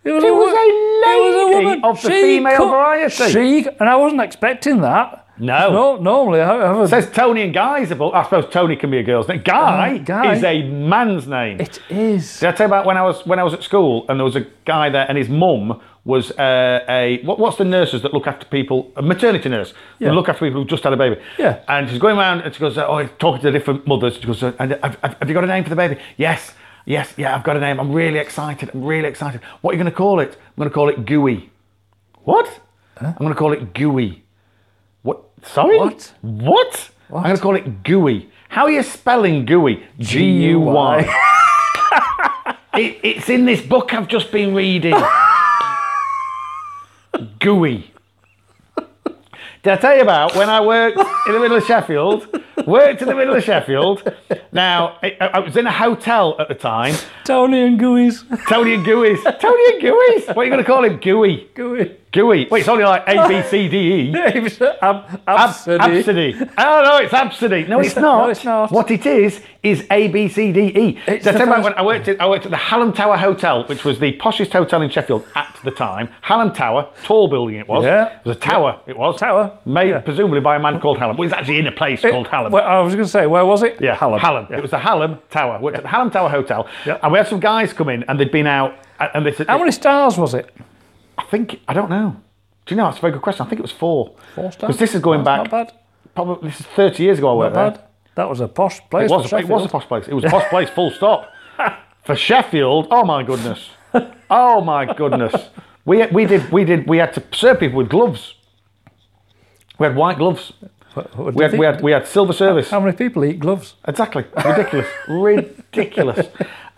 [SPEAKER 2] It was,
[SPEAKER 4] It
[SPEAKER 2] a,
[SPEAKER 4] was
[SPEAKER 2] wo-
[SPEAKER 4] a
[SPEAKER 2] it was a
[SPEAKER 4] lady
[SPEAKER 2] woman
[SPEAKER 4] of the
[SPEAKER 2] She
[SPEAKER 4] female
[SPEAKER 2] cut-
[SPEAKER 4] variety.
[SPEAKER 2] She and I wasn't expecting that.
[SPEAKER 4] No.
[SPEAKER 2] No, normally I have a
[SPEAKER 4] Says Tony and Guy's about. I suppose Tony can be a girl's name. Guy,
[SPEAKER 2] Uh, Guy.
[SPEAKER 4] is a man's name.
[SPEAKER 2] It is.
[SPEAKER 4] Did I tell you about when I was when I was at school and there was a guy there and his mum was uh, a what, what's the nurses that look after people a maternity nurse
[SPEAKER 2] Yeah.
[SPEAKER 4] that look after people who just had a baby
[SPEAKER 2] Yeah.
[SPEAKER 4] and she's going around and she goes uh, oh talking to different mothers she goes uh, and have, have- have you got a name for the baby yes yes yeah I've got a name I'm really excited I'm really excited what are you going to call it I'm going to call it Gooey what I'm going to call it Gooey what sorry
[SPEAKER 2] What?
[SPEAKER 4] what, I'm going to call it Gooey how are you spelling Gooey G U Y it, it's in this book I've just been reading. Gooey. Did I tell you about when I worked in the middle of Sheffield? Worked in the middle of Sheffield. Now, I, I was in a hotel at the time.
[SPEAKER 2] Tony and Gooey's.
[SPEAKER 4] Tony and Gooey's. Tony and Gooey's. What are you going to call him? Gooey.
[SPEAKER 2] Gooey.
[SPEAKER 4] Gooey. Wait, it's only like A, B, C, D, E.
[SPEAKER 2] It was ab-
[SPEAKER 4] Ab-
[SPEAKER 2] absurdity.
[SPEAKER 4] Absidy. Oh no, it's absidy. No, it's,
[SPEAKER 2] It's-
[SPEAKER 4] not.
[SPEAKER 2] no, it's not.
[SPEAKER 4] What it is is A B C D E.
[SPEAKER 2] It's
[SPEAKER 4] So I
[SPEAKER 2] the
[SPEAKER 4] tell you about
[SPEAKER 2] first-
[SPEAKER 4] when I worked at I worked at the Hallam Tower Hotel, which was the poshest hotel in Sheffield at the time. Hallam Tower, tall building it was.
[SPEAKER 2] Yeah.
[SPEAKER 4] It was a tower. It was
[SPEAKER 2] Tower,
[SPEAKER 4] made
[SPEAKER 2] yeah.
[SPEAKER 4] presumably by a man called Hallam. Well, it's actually in a place called Hallam.
[SPEAKER 2] Well, I was going to say, where was it?
[SPEAKER 4] Yeah,
[SPEAKER 2] Hallam.
[SPEAKER 4] It was the Hallam Tower. Worked at the Hallam Tower Hotel,
[SPEAKER 2] Yeah.
[SPEAKER 4] and we had some guys come in, and they'd been out, uh, and and they said,
[SPEAKER 2] How many stars was it?
[SPEAKER 4] I think I don't know. Do you know? That's a very good question. I think it was four.
[SPEAKER 2] Four stars.
[SPEAKER 4] Because this is going
[SPEAKER 2] That's
[SPEAKER 4] back.
[SPEAKER 2] Not bad.
[SPEAKER 4] Probably this is 30 years ago. I
[SPEAKER 2] Not
[SPEAKER 4] worked there.
[SPEAKER 2] bad. That was a posh place.
[SPEAKER 4] It was,
[SPEAKER 2] for
[SPEAKER 4] a, it was a
[SPEAKER 2] Sheffield.
[SPEAKER 4] posh place. It was a posh place, full stop. For Sheffield, oh my goodness. Oh my goodness. We, we did we did we had to serve people with gloves. We had white gloves.
[SPEAKER 2] What do
[SPEAKER 4] We
[SPEAKER 2] you
[SPEAKER 4] had, we
[SPEAKER 2] think?
[SPEAKER 4] had we had silver service.
[SPEAKER 2] How many people eat gloves?
[SPEAKER 4] Exactly. Ridiculous. Ridiculous.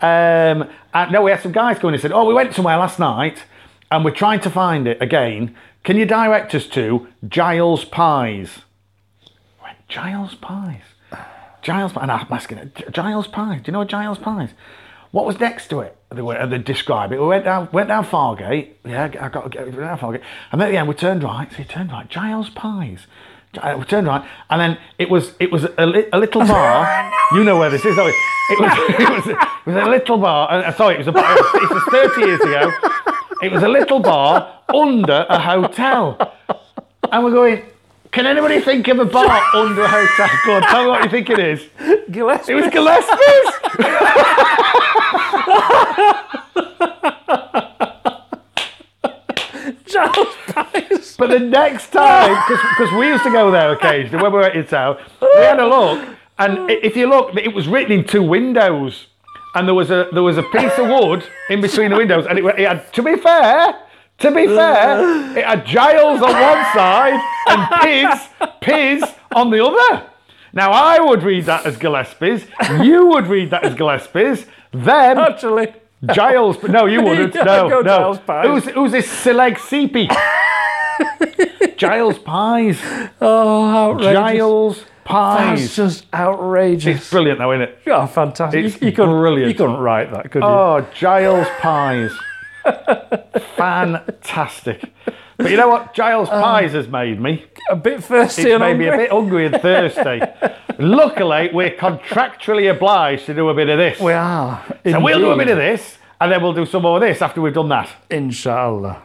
[SPEAKER 4] Um, and no, we had some guys going and said, Oh, we went somewhere last night and we're trying to find it again. Can you direct us to Giles Pies? I went, Giles Pies? Giles Pies. And I'm asking, it, Giles Pies? Do you know Giles Pies? What was next to it? They were, and they describe it. We went down, went down Fargate. Yeah, I got we went down Fargate. And then at the end, we turned right. So we turned right. Giles Pies. Gi- uh, We turned right, and then it was it was a, li- a little bar. you know where this is, don't you? It was it was, a, it was a little bar. And, sorry, it was a bar. It was, it was thirty years ago. It was a little bar under a hotel, and we're going. Can anybody think of a bar under a hotel? Go on, tell me what you think it is.
[SPEAKER 2] Gillespie.
[SPEAKER 4] It was Gillespie's.
[SPEAKER 2] Giles Pies.
[SPEAKER 4] But the next time, because we used to go there occasionally when we were at his town, we had a look, and i- if you look, it was written in two windows, and there was a there was a piece of wood in between the windows, and it, wa- it had. To be fair, to be fair, it had Giles on one side and Piz Piz on the other. Now I would read that as Gillespie's. You would read that as Gillespie's. Them
[SPEAKER 2] Actually,
[SPEAKER 4] Giles, but no, you wouldn't.
[SPEAKER 2] Yeah,
[SPEAKER 4] No,
[SPEAKER 2] go
[SPEAKER 4] no.
[SPEAKER 2] Giles Pies.
[SPEAKER 4] Who's who's this Sileg Seepy? Giles Pies.
[SPEAKER 2] oh, outrageous.
[SPEAKER 4] Giles
[SPEAKER 2] That's
[SPEAKER 4] Pies.
[SPEAKER 2] just
[SPEAKER 4] It's
[SPEAKER 2] outrageous.
[SPEAKER 4] brilliant, though, isn't it?
[SPEAKER 2] Oh, fantastic.
[SPEAKER 4] It's
[SPEAKER 2] you, you couldn't,
[SPEAKER 4] brilliant.
[SPEAKER 2] You couldn't write that, could you?
[SPEAKER 4] Oh, Giles Pies. Fantastic. But you know what? Giles Pies has made me.
[SPEAKER 2] a bit thirsty
[SPEAKER 4] It's
[SPEAKER 2] and
[SPEAKER 4] made me a
[SPEAKER 2] Uh, hungry.
[SPEAKER 4] bit hungry and thirsty. Luckily, we're contractually obliged to do a bit of this.
[SPEAKER 2] We are.
[SPEAKER 4] so we'll do a bit of this, and then we'll do some more of this after we've done that.
[SPEAKER 2] Inshallah.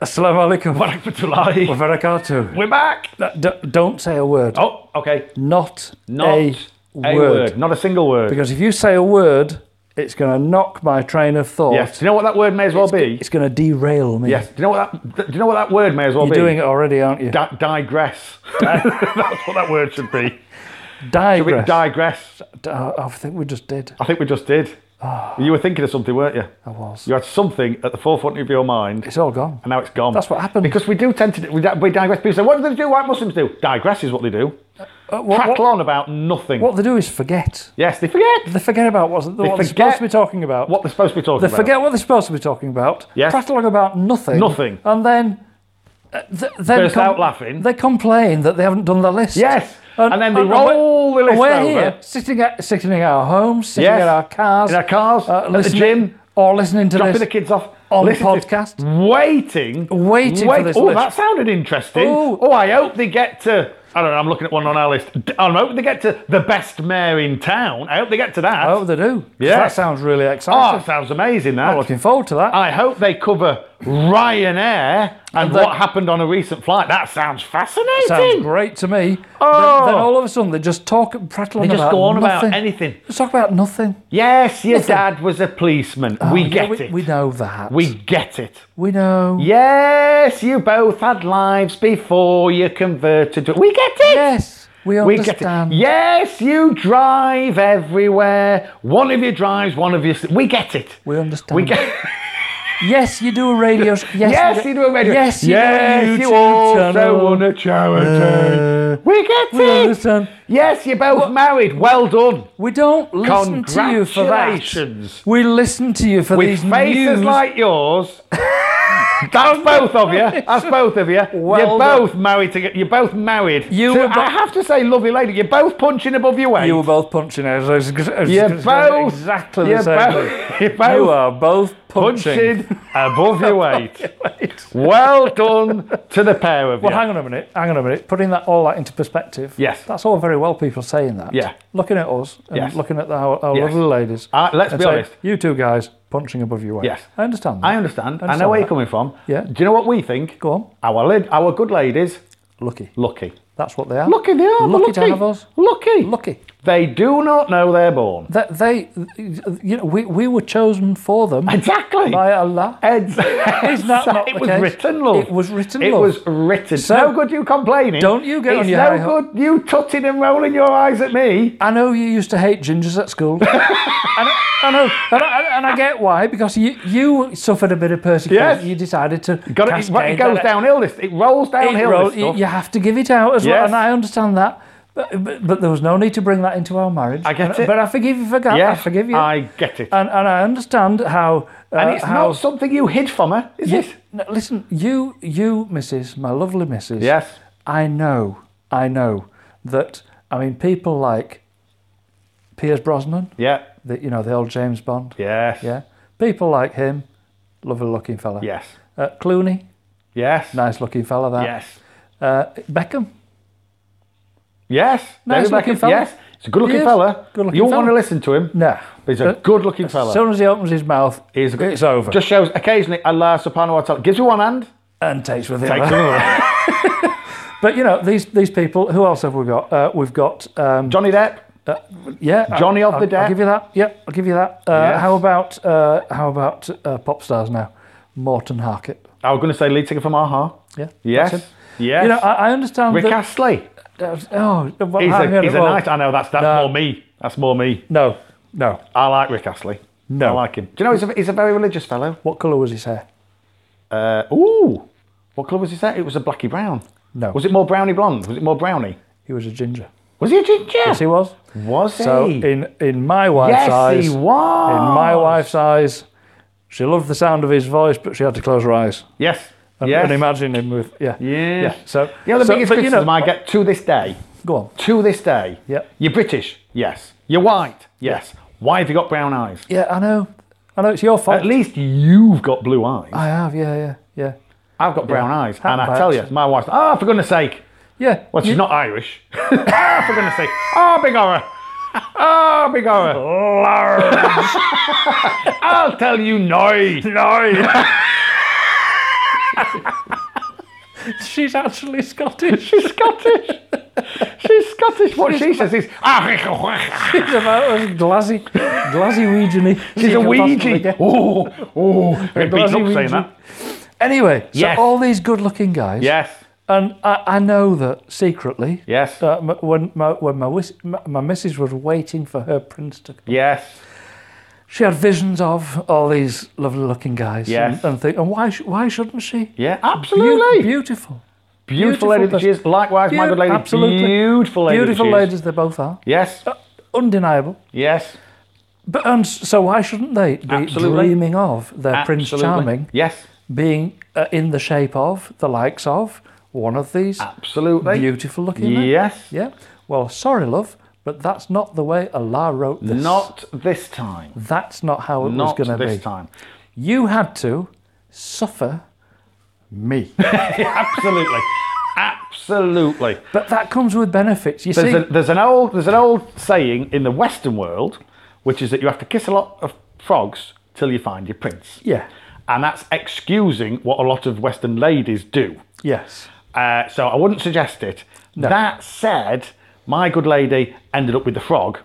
[SPEAKER 2] Assalamu alaikum wa
[SPEAKER 4] Barakatullahi.
[SPEAKER 2] barakatuh.
[SPEAKER 4] We're back.
[SPEAKER 2] D- don't say a word.
[SPEAKER 4] Oh, okay.
[SPEAKER 2] Not,
[SPEAKER 4] Not
[SPEAKER 2] a, word.
[SPEAKER 4] Not a single word.
[SPEAKER 2] Because if you say a word, it's going to knock my train of thought.
[SPEAKER 4] yes. Do you know what that word may as well be?
[SPEAKER 2] It's going to derail me.
[SPEAKER 4] Yes. Do you know what that? Do you know what that word may as well
[SPEAKER 2] You're
[SPEAKER 4] be?
[SPEAKER 2] doing it already, aren't you?
[SPEAKER 4] Di- digress. That's what that word should be. We
[SPEAKER 2] Digress.
[SPEAKER 4] digress.
[SPEAKER 2] D- uh, I think we just did.
[SPEAKER 4] I think we just did. You were thinking of something, weren't you?
[SPEAKER 2] Ah. I was.
[SPEAKER 4] You had something at the forefront of your mind,
[SPEAKER 2] It's all gone.
[SPEAKER 4] and now it's gone.
[SPEAKER 2] That's what happened.
[SPEAKER 4] Because we do tend to we, di- we digress. People say, "What do they do? White Muslims do?" Digress is what they do.
[SPEAKER 2] Uh, what,
[SPEAKER 4] Prattle
[SPEAKER 2] what,
[SPEAKER 4] on about nothing.
[SPEAKER 2] what they do is forget.
[SPEAKER 4] Yes, they forget
[SPEAKER 2] They forget about what, what they're supposed
[SPEAKER 4] forget
[SPEAKER 2] to be talking about.
[SPEAKER 4] what they're supposed to be talking
[SPEAKER 2] They
[SPEAKER 4] about.
[SPEAKER 2] forget what they're supposed to be talking about.
[SPEAKER 4] Yes.
[SPEAKER 2] Prattle on about nothing.
[SPEAKER 4] Nothing.
[SPEAKER 2] And then. Uh, th- then
[SPEAKER 4] Burst out laughing.
[SPEAKER 2] They complain that they haven't done their list.
[SPEAKER 4] Yes. And then they roll
[SPEAKER 2] we're-
[SPEAKER 4] the list
[SPEAKER 2] We're
[SPEAKER 4] over.
[SPEAKER 2] here, sitting at sitting in our homes, sitting
[SPEAKER 4] Yes.
[SPEAKER 2] in our cars,
[SPEAKER 4] in our cars,
[SPEAKER 2] uh,
[SPEAKER 4] at the
[SPEAKER 2] listening-
[SPEAKER 4] gym,
[SPEAKER 2] or listening to
[SPEAKER 4] dropping
[SPEAKER 2] this.
[SPEAKER 4] the kids off
[SPEAKER 2] on
[SPEAKER 4] listening to-
[SPEAKER 2] podcast.
[SPEAKER 4] waiting,
[SPEAKER 2] Waiting for this
[SPEAKER 4] oh,
[SPEAKER 2] list.
[SPEAKER 4] that sounded interesting.
[SPEAKER 2] Ooh.
[SPEAKER 4] Oh, I hope they get to. I don't know. I'm looking at one on our list. D- I'm hoping they get to the best mayor in town. I hope they get to that.
[SPEAKER 2] Oh, they do. 'Cause
[SPEAKER 4] Yeah.
[SPEAKER 2] That sounds really
[SPEAKER 4] Oh,
[SPEAKER 2] exciting.
[SPEAKER 4] sounds amazing. That.
[SPEAKER 2] I'm looking forward to that.
[SPEAKER 4] I hope they cover Ryanair and,
[SPEAKER 2] And they-
[SPEAKER 4] what happened on a recent flight. That sounds fascinating.
[SPEAKER 2] sounds great to me. Then-
[SPEAKER 4] Oh.
[SPEAKER 2] Then, all of a sudden they just talk, prattle on
[SPEAKER 4] They just
[SPEAKER 2] about
[SPEAKER 4] go on
[SPEAKER 2] nothing.
[SPEAKER 4] about anything.
[SPEAKER 2] Just talk about nothing.
[SPEAKER 4] Yes, your
[SPEAKER 2] Nothing.
[SPEAKER 4] dad was a policeman.
[SPEAKER 2] Oh,
[SPEAKER 4] we
[SPEAKER 2] yeah,
[SPEAKER 4] get
[SPEAKER 2] we,
[SPEAKER 4] it.
[SPEAKER 2] We know that.
[SPEAKER 4] we get it.
[SPEAKER 2] we know.
[SPEAKER 4] Yes, you both had lives before you converted to. We get it.
[SPEAKER 2] Yes, we
[SPEAKER 4] We get it.
[SPEAKER 2] understand.
[SPEAKER 4] Yes, you drive everywhere. One of you drives, one of you. s- We get it.
[SPEAKER 2] We understand.
[SPEAKER 4] We get.
[SPEAKER 2] Yes, you do a radio. sh- Yes,
[SPEAKER 4] Yes,
[SPEAKER 2] do-
[SPEAKER 4] you do a radio.
[SPEAKER 2] Yes, you do a
[SPEAKER 4] yes, you
[SPEAKER 2] YouTube
[SPEAKER 4] also
[SPEAKER 2] channel.
[SPEAKER 4] run a charity.
[SPEAKER 2] together.
[SPEAKER 4] We get
[SPEAKER 2] We
[SPEAKER 4] it.
[SPEAKER 2] understand.
[SPEAKER 4] Yes, you're both married. Well done.
[SPEAKER 2] We don't listen to you for that.
[SPEAKER 4] Congratulations.
[SPEAKER 2] We listen to you for
[SPEAKER 4] With
[SPEAKER 2] these news.
[SPEAKER 4] faces like yours. That's both of you. That's both of you.
[SPEAKER 2] Well
[SPEAKER 4] you're
[SPEAKER 2] done.
[SPEAKER 4] both married to get. You're both married.
[SPEAKER 2] You
[SPEAKER 4] to,
[SPEAKER 2] were bo-
[SPEAKER 4] I have to say, lovely lady, you're both punching above your weight.
[SPEAKER 2] you were both punching out. I was gonna- I was
[SPEAKER 4] You're
[SPEAKER 2] gonna say
[SPEAKER 4] both-
[SPEAKER 2] exactly the
[SPEAKER 4] you're
[SPEAKER 2] same.
[SPEAKER 4] both-
[SPEAKER 2] thing.
[SPEAKER 4] you're both
[SPEAKER 2] you are both punching.
[SPEAKER 4] punching above your weight. Well done to the pair of
[SPEAKER 2] Well,
[SPEAKER 4] you.
[SPEAKER 2] hang on a minute. Hang on a minute. Putting that all that into perspective.
[SPEAKER 4] Yes.
[SPEAKER 2] That's all very well. People saying that.
[SPEAKER 4] Yeah.
[SPEAKER 2] Looking at us and
[SPEAKER 4] Yes.
[SPEAKER 2] looking at the, our, our
[SPEAKER 4] Yes.
[SPEAKER 2] lovely ladies.
[SPEAKER 4] Uh, let's
[SPEAKER 2] and
[SPEAKER 4] be
[SPEAKER 2] saying,
[SPEAKER 4] honest.
[SPEAKER 2] You two guys punching above your weight.
[SPEAKER 4] Yes.
[SPEAKER 2] I understand. That.
[SPEAKER 4] I understand. I
[SPEAKER 2] Understand
[SPEAKER 4] know where
[SPEAKER 2] that.
[SPEAKER 4] you're coming from.
[SPEAKER 2] Yeah.
[SPEAKER 4] Do you know what we think?
[SPEAKER 2] Go on.
[SPEAKER 4] Our lid, our good ladies,
[SPEAKER 2] Lucky.
[SPEAKER 4] lucky.
[SPEAKER 2] That's what they are.
[SPEAKER 4] Lucky they are.
[SPEAKER 2] Lucky,
[SPEAKER 4] Lucky
[SPEAKER 2] to have us.
[SPEAKER 4] Lucky.
[SPEAKER 2] Lucky.
[SPEAKER 4] They do not know they're born.
[SPEAKER 2] That they, you know, we, we were chosen for them
[SPEAKER 4] Exactly.
[SPEAKER 2] by Allah.
[SPEAKER 4] Eds-
[SPEAKER 2] Is that not
[SPEAKER 4] it
[SPEAKER 2] the
[SPEAKER 4] was
[SPEAKER 2] case?
[SPEAKER 4] written, love.
[SPEAKER 2] It was written,
[SPEAKER 4] It
[SPEAKER 2] love.
[SPEAKER 4] was written.
[SPEAKER 2] So,
[SPEAKER 4] no good you complaining.
[SPEAKER 2] don't you get
[SPEAKER 4] it's
[SPEAKER 2] on your high ho-
[SPEAKER 4] no good you tutting and rolling your eyes at me.
[SPEAKER 2] I know you used to hate gingers at school. and I, I know, and I, and I get why because you you suffered a bit of persecution.
[SPEAKER 4] Yes.
[SPEAKER 2] You decided to.
[SPEAKER 4] Got it,
[SPEAKER 2] cascade
[SPEAKER 4] it, goes
[SPEAKER 2] that-
[SPEAKER 4] downhill. This it rolls
[SPEAKER 2] It
[SPEAKER 4] downhill.
[SPEAKER 2] roll-
[SPEAKER 4] this stuff.
[SPEAKER 2] you have to give it out as well,
[SPEAKER 4] Yes.
[SPEAKER 2] and I understand that. But, but, but there was no need to bring that into our marriage.
[SPEAKER 4] I get
[SPEAKER 2] And-
[SPEAKER 4] it.
[SPEAKER 2] But I forgive you for that.
[SPEAKER 4] Yes,
[SPEAKER 2] I forgive you.
[SPEAKER 4] I get it.
[SPEAKER 2] and, and I understand how. Uh,
[SPEAKER 4] and it's
[SPEAKER 2] how,
[SPEAKER 4] not something you hid from her, is
[SPEAKER 2] You-
[SPEAKER 4] it?
[SPEAKER 2] no, listen, you, you, Mrs., my lovely Mrs.
[SPEAKER 4] Yes.
[SPEAKER 2] I know, I know that. I mean, people like Piers Brosnan,
[SPEAKER 4] Yeah.
[SPEAKER 2] the, you know, the old James Bond.
[SPEAKER 4] Yes.
[SPEAKER 2] Yeah. People like him, lovely looking fella.
[SPEAKER 4] Yes.
[SPEAKER 2] Uh, Clooney,
[SPEAKER 4] Yes.
[SPEAKER 2] nice looking fella. That.
[SPEAKER 4] Yes.
[SPEAKER 2] Uh, Beckham.
[SPEAKER 4] Yes.
[SPEAKER 2] Nice
[SPEAKER 4] David Beckham,
[SPEAKER 2] looking fella.
[SPEAKER 4] Yes. He's a good
[SPEAKER 2] He
[SPEAKER 4] looking
[SPEAKER 2] is.
[SPEAKER 4] fella.
[SPEAKER 2] Good looking
[SPEAKER 4] you won't
[SPEAKER 2] fella.
[SPEAKER 4] want to listen to him.
[SPEAKER 2] No.
[SPEAKER 4] But he's a good looking
[SPEAKER 2] Uh, As
[SPEAKER 4] fella.
[SPEAKER 2] soon as he opens his mouth,
[SPEAKER 4] He's a good-
[SPEAKER 2] it's over.
[SPEAKER 4] Just shows occasionally Allah subhanahu wa ta'ala gives you one hand,
[SPEAKER 2] and takes with the
[SPEAKER 4] takes
[SPEAKER 2] other.
[SPEAKER 4] another. hand.
[SPEAKER 2] But you know these these people. Who else have we got? Uh, we've got um,
[SPEAKER 4] Johnny Depp.
[SPEAKER 2] yeah, I-
[SPEAKER 4] Johnny of the
[SPEAKER 2] I'll- I'll
[SPEAKER 4] Depp.
[SPEAKER 2] give you that. Yep, I'll give you that. Uh,
[SPEAKER 4] Yes.
[SPEAKER 2] How about uh, how about uh, pop stars now? Morton Harkett.
[SPEAKER 4] I was going to say lead singer from Aha.
[SPEAKER 2] Yeah.
[SPEAKER 4] Yes.
[SPEAKER 2] that's him.
[SPEAKER 4] Yes.
[SPEAKER 2] You know, I, I understand
[SPEAKER 4] Rick
[SPEAKER 2] that.
[SPEAKER 4] Astley.
[SPEAKER 2] Uh, oh, well,
[SPEAKER 4] He's
[SPEAKER 2] hang
[SPEAKER 4] a,
[SPEAKER 2] on,
[SPEAKER 4] he's a
[SPEAKER 2] well,
[SPEAKER 4] nice. I know that's that's
[SPEAKER 2] No.
[SPEAKER 4] more me. That's more me.
[SPEAKER 2] No, no.
[SPEAKER 4] I like Rick Astley.
[SPEAKER 2] No.
[SPEAKER 4] I like him. Do you know he's a, he's a very religious fellow?
[SPEAKER 2] What colour was his hair?
[SPEAKER 4] Uh, ooh, what colour was his hair? It was a blacky brown.
[SPEAKER 2] No.
[SPEAKER 4] Was it more brownie blonde? Was it more brownie?
[SPEAKER 2] He was a ginger.
[SPEAKER 4] Was he a ginger?
[SPEAKER 2] Yes, he was.
[SPEAKER 4] Was he?
[SPEAKER 2] So in in my wife's
[SPEAKER 4] yes,
[SPEAKER 2] eyes,
[SPEAKER 4] he was.
[SPEAKER 2] in my wife's eyes, she loved the sound of his voice, but she had to close her eyes
[SPEAKER 4] Yes.
[SPEAKER 2] and,
[SPEAKER 4] yes.
[SPEAKER 2] and imagine him with yeah,
[SPEAKER 4] Yes.
[SPEAKER 2] So
[SPEAKER 4] You know the
[SPEAKER 2] so-
[SPEAKER 4] biggest
[SPEAKER 2] but, you know-
[SPEAKER 4] criticism I get to this day.
[SPEAKER 2] Go on.
[SPEAKER 4] To this day.
[SPEAKER 2] Yep.
[SPEAKER 4] You're British. Yes. You're white. Yes. Why have you got brown eyes?
[SPEAKER 2] Yeah, I know. I know it's your fault.
[SPEAKER 4] At least you've got blue eyes.
[SPEAKER 2] I have. Yeah, yeah, yeah,
[SPEAKER 4] I've got brown
[SPEAKER 2] Yeah.
[SPEAKER 4] eyes, and I
[SPEAKER 2] Perhaps.
[SPEAKER 4] tell you, my wife's. Ah, for goodness' sake.
[SPEAKER 2] yeah.
[SPEAKER 4] Well, she's
[SPEAKER 2] you-
[SPEAKER 4] not Irish. ah, for goodness' sake. Ah, big horror. Ah, big horror. I'll tell you now. No.
[SPEAKER 2] She's actually Scottish.
[SPEAKER 4] She's Scottish. She's Scottish. What she says is, ah,
[SPEAKER 2] She's about as glassy, glassy Weegian.
[SPEAKER 4] she's a Ouija. Oh, oh. It beats
[SPEAKER 2] Glassy
[SPEAKER 4] up saying
[SPEAKER 2] Ouija.
[SPEAKER 4] that.
[SPEAKER 2] Anyway,
[SPEAKER 4] Yes.
[SPEAKER 2] so all these good-looking guys.
[SPEAKER 4] Yes.
[SPEAKER 2] And I, I know that secretly.
[SPEAKER 4] Yes.
[SPEAKER 2] Uh, m- when my when my, wis- my my missus was waiting for her prince to
[SPEAKER 4] Yes.
[SPEAKER 2] She had visions of all these lovely looking guys. And,
[SPEAKER 4] Yes.
[SPEAKER 2] and think, and why, sh- why shouldn't she?
[SPEAKER 4] Yeah,
[SPEAKER 2] Beau-
[SPEAKER 4] absolutely.
[SPEAKER 2] beautiful.
[SPEAKER 4] beautiful, lady that she is. Likewise, my
[SPEAKER 2] Beau-
[SPEAKER 4] good lady.
[SPEAKER 2] absolutely.
[SPEAKER 4] Beautiful lady. that
[SPEAKER 2] beautiful
[SPEAKER 4] she is.
[SPEAKER 2] ladies, they both are.
[SPEAKER 4] Yes.
[SPEAKER 2] Undeniable.
[SPEAKER 4] Yes.
[SPEAKER 2] But and s- so why shouldn't they be
[SPEAKER 4] Absolutely.
[SPEAKER 2] dreaming of their Prince
[SPEAKER 4] Absolutely.
[SPEAKER 2] Charming
[SPEAKER 4] Yes.
[SPEAKER 2] being uh, in the shape of the likes of one of these
[SPEAKER 4] Absolutely.
[SPEAKER 2] beautiful looking men?
[SPEAKER 4] Yes.
[SPEAKER 2] Yeah. Well, sorry, love, but that's not the way Allah wrote this.
[SPEAKER 4] Not this time.
[SPEAKER 2] That's not how it
[SPEAKER 4] Not
[SPEAKER 2] was going to
[SPEAKER 4] this
[SPEAKER 2] be.
[SPEAKER 4] time.
[SPEAKER 2] You had to suffer me.
[SPEAKER 4] Absolutely. Absolutely.
[SPEAKER 2] But that comes with benefits. You
[SPEAKER 4] There's,
[SPEAKER 2] see,
[SPEAKER 4] a, there's an old there's an old saying in the Western world, which is that you have to kiss a lot of frogs till you find your prince.
[SPEAKER 2] yeah,
[SPEAKER 4] And that's excusing what a lot of Western ladies do.
[SPEAKER 2] yes,
[SPEAKER 4] Uh, so I wouldn't suggest it. That said, my good lady ended up with the frog,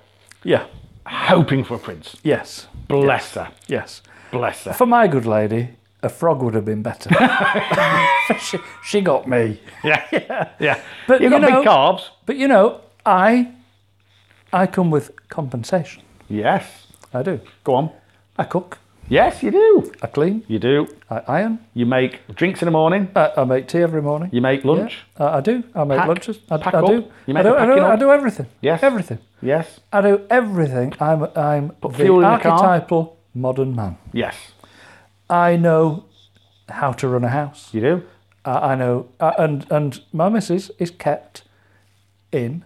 [SPEAKER 2] yeah,
[SPEAKER 4] hoping for a prince.
[SPEAKER 2] yes,
[SPEAKER 4] Bless her.
[SPEAKER 2] yes.
[SPEAKER 4] Bless her.
[SPEAKER 2] For my good lady, a frog would have been better. she, she got me.
[SPEAKER 4] Yeah. yeah.
[SPEAKER 2] But
[SPEAKER 4] You've
[SPEAKER 2] you
[SPEAKER 4] got
[SPEAKER 2] know-
[SPEAKER 4] big carbs.
[SPEAKER 2] But you know, I, I come with compensation.
[SPEAKER 4] Yes.
[SPEAKER 2] I do.
[SPEAKER 4] Go on.
[SPEAKER 2] I cook.
[SPEAKER 4] Yes, you do.
[SPEAKER 2] I clean,
[SPEAKER 4] You do.
[SPEAKER 2] I iron,
[SPEAKER 4] You make drinks in the morning.
[SPEAKER 2] I, I make tea every morning.
[SPEAKER 4] You make
[SPEAKER 2] Yeah,
[SPEAKER 4] lunch.
[SPEAKER 2] I, I do. I make
[SPEAKER 4] Pack-
[SPEAKER 2] lunches. I,
[SPEAKER 4] pack
[SPEAKER 2] I
[SPEAKER 4] up.
[SPEAKER 2] do.
[SPEAKER 4] You
[SPEAKER 2] I
[SPEAKER 4] make
[SPEAKER 2] do,
[SPEAKER 4] the
[SPEAKER 2] I, do
[SPEAKER 4] packing
[SPEAKER 2] I
[SPEAKER 4] up.
[SPEAKER 2] do everything.
[SPEAKER 4] Yes.
[SPEAKER 2] Everything.
[SPEAKER 4] Yes.
[SPEAKER 2] I do everything. I'm I'm the
[SPEAKER 4] fuel in the car.
[SPEAKER 2] archetypal modern man.
[SPEAKER 4] Yes.
[SPEAKER 2] I know how to run a house.
[SPEAKER 4] You do.
[SPEAKER 2] I, I know, uh, and and my missus is kept in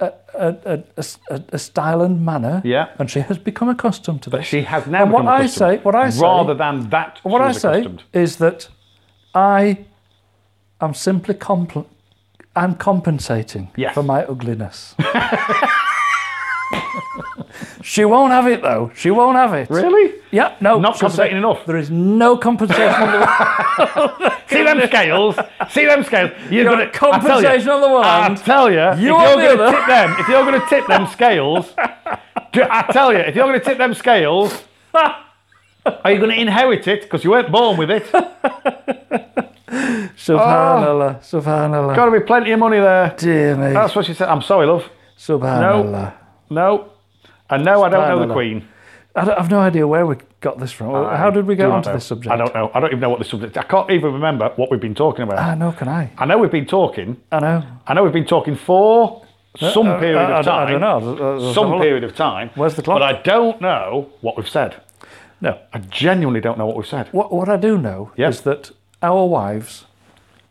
[SPEAKER 2] a, a, a, a, a- a style and manner.
[SPEAKER 4] Yeah.
[SPEAKER 2] and she has become accustomed to this.
[SPEAKER 4] She has now.
[SPEAKER 2] And what
[SPEAKER 4] become
[SPEAKER 2] I
[SPEAKER 4] accustomed,
[SPEAKER 2] say, what I say,
[SPEAKER 4] rather than that.
[SPEAKER 2] what
[SPEAKER 4] she
[SPEAKER 2] I
[SPEAKER 4] was
[SPEAKER 2] say
[SPEAKER 4] accustomed.
[SPEAKER 2] is that I am simply compl- I'm compensating
[SPEAKER 4] Yes.
[SPEAKER 2] for my ugliness. she won't have it though. She won't have it.
[SPEAKER 4] Really?
[SPEAKER 2] Yeah, no.
[SPEAKER 4] Not
[SPEAKER 2] she'll say,
[SPEAKER 4] compensating enough.
[SPEAKER 2] There is no compensation on the
[SPEAKER 4] See them scales. See them scales.
[SPEAKER 2] You're
[SPEAKER 4] You're, gonna
[SPEAKER 2] compensation on the one
[SPEAKER 4] I
[SPEAKER 2] hand,
[SPEAKER 4] tell you, if
[SPEAKER 2] you
[SPEAKER 4] you're
[SPEAKER 2] on the
[SPEAKER 4] going to
[SPEAKER 2] other.
[SPEAKER 4] tip them, if you're going to tip them scales, do- I tell you, if you're going to tip them scales, are you going to inherit it? Because you weren't born with it.
[SPEAKER 2] Subhanallah. Subhanallah.
[SPEAKER 4] Oh. Got to be plenty of money there.
[SPEAKER 2] Dear me.
[SPEAKER 4] That's what she said. I'm sorry, love.
[SPEAKER 2] Subhanallah.
[SPEAKER 4] No. And no, I don't know the
[SPEAKER 2] Subhanallah.
[SPEAKER 4] Queen.
[SPEAKER 2] I don't- I've no idea where we got this from. How did we
[SPEAKER 4] Do
[SPEAKER 2] get
[SPEAKER 4] not
[SPEAKER 2] onto
[SPEAKER 4] know.
[SPEAKER 2] this subject?
[SPEAKER 4] I don't know. I don't even know what the subject. I can't even remember what we've been talking about.
[SPEAKER 2] I know, Ah, can I?
[SPEAKER 4] I know we've been talking.
[SPEAKER 2] I know.
[SPEAKER 4] I know we've been talking for some period
[SPEAKER 2] I, Uh, I
[SPEAKER 4] of
[SPEAKER 2] don't-
[SPEAKER 4] time.
[SPEAKER 2] I don't know. Let's have a
[SPEAKER 4] some
[SPEAKER 2] look.
[SPEAKER 4] period of time.
[SPEAKER 2] Where's the clock?
[SPEAKER 4] But I don't know what we've said.
[SPEAKER 2] No.
[SPEAKER 4] I genuinely don't know what we've said.
[SPEAKER 2] What, what I do know
[SPEAKER 4] Yeah.
[SPEAKER 2] is that our wives,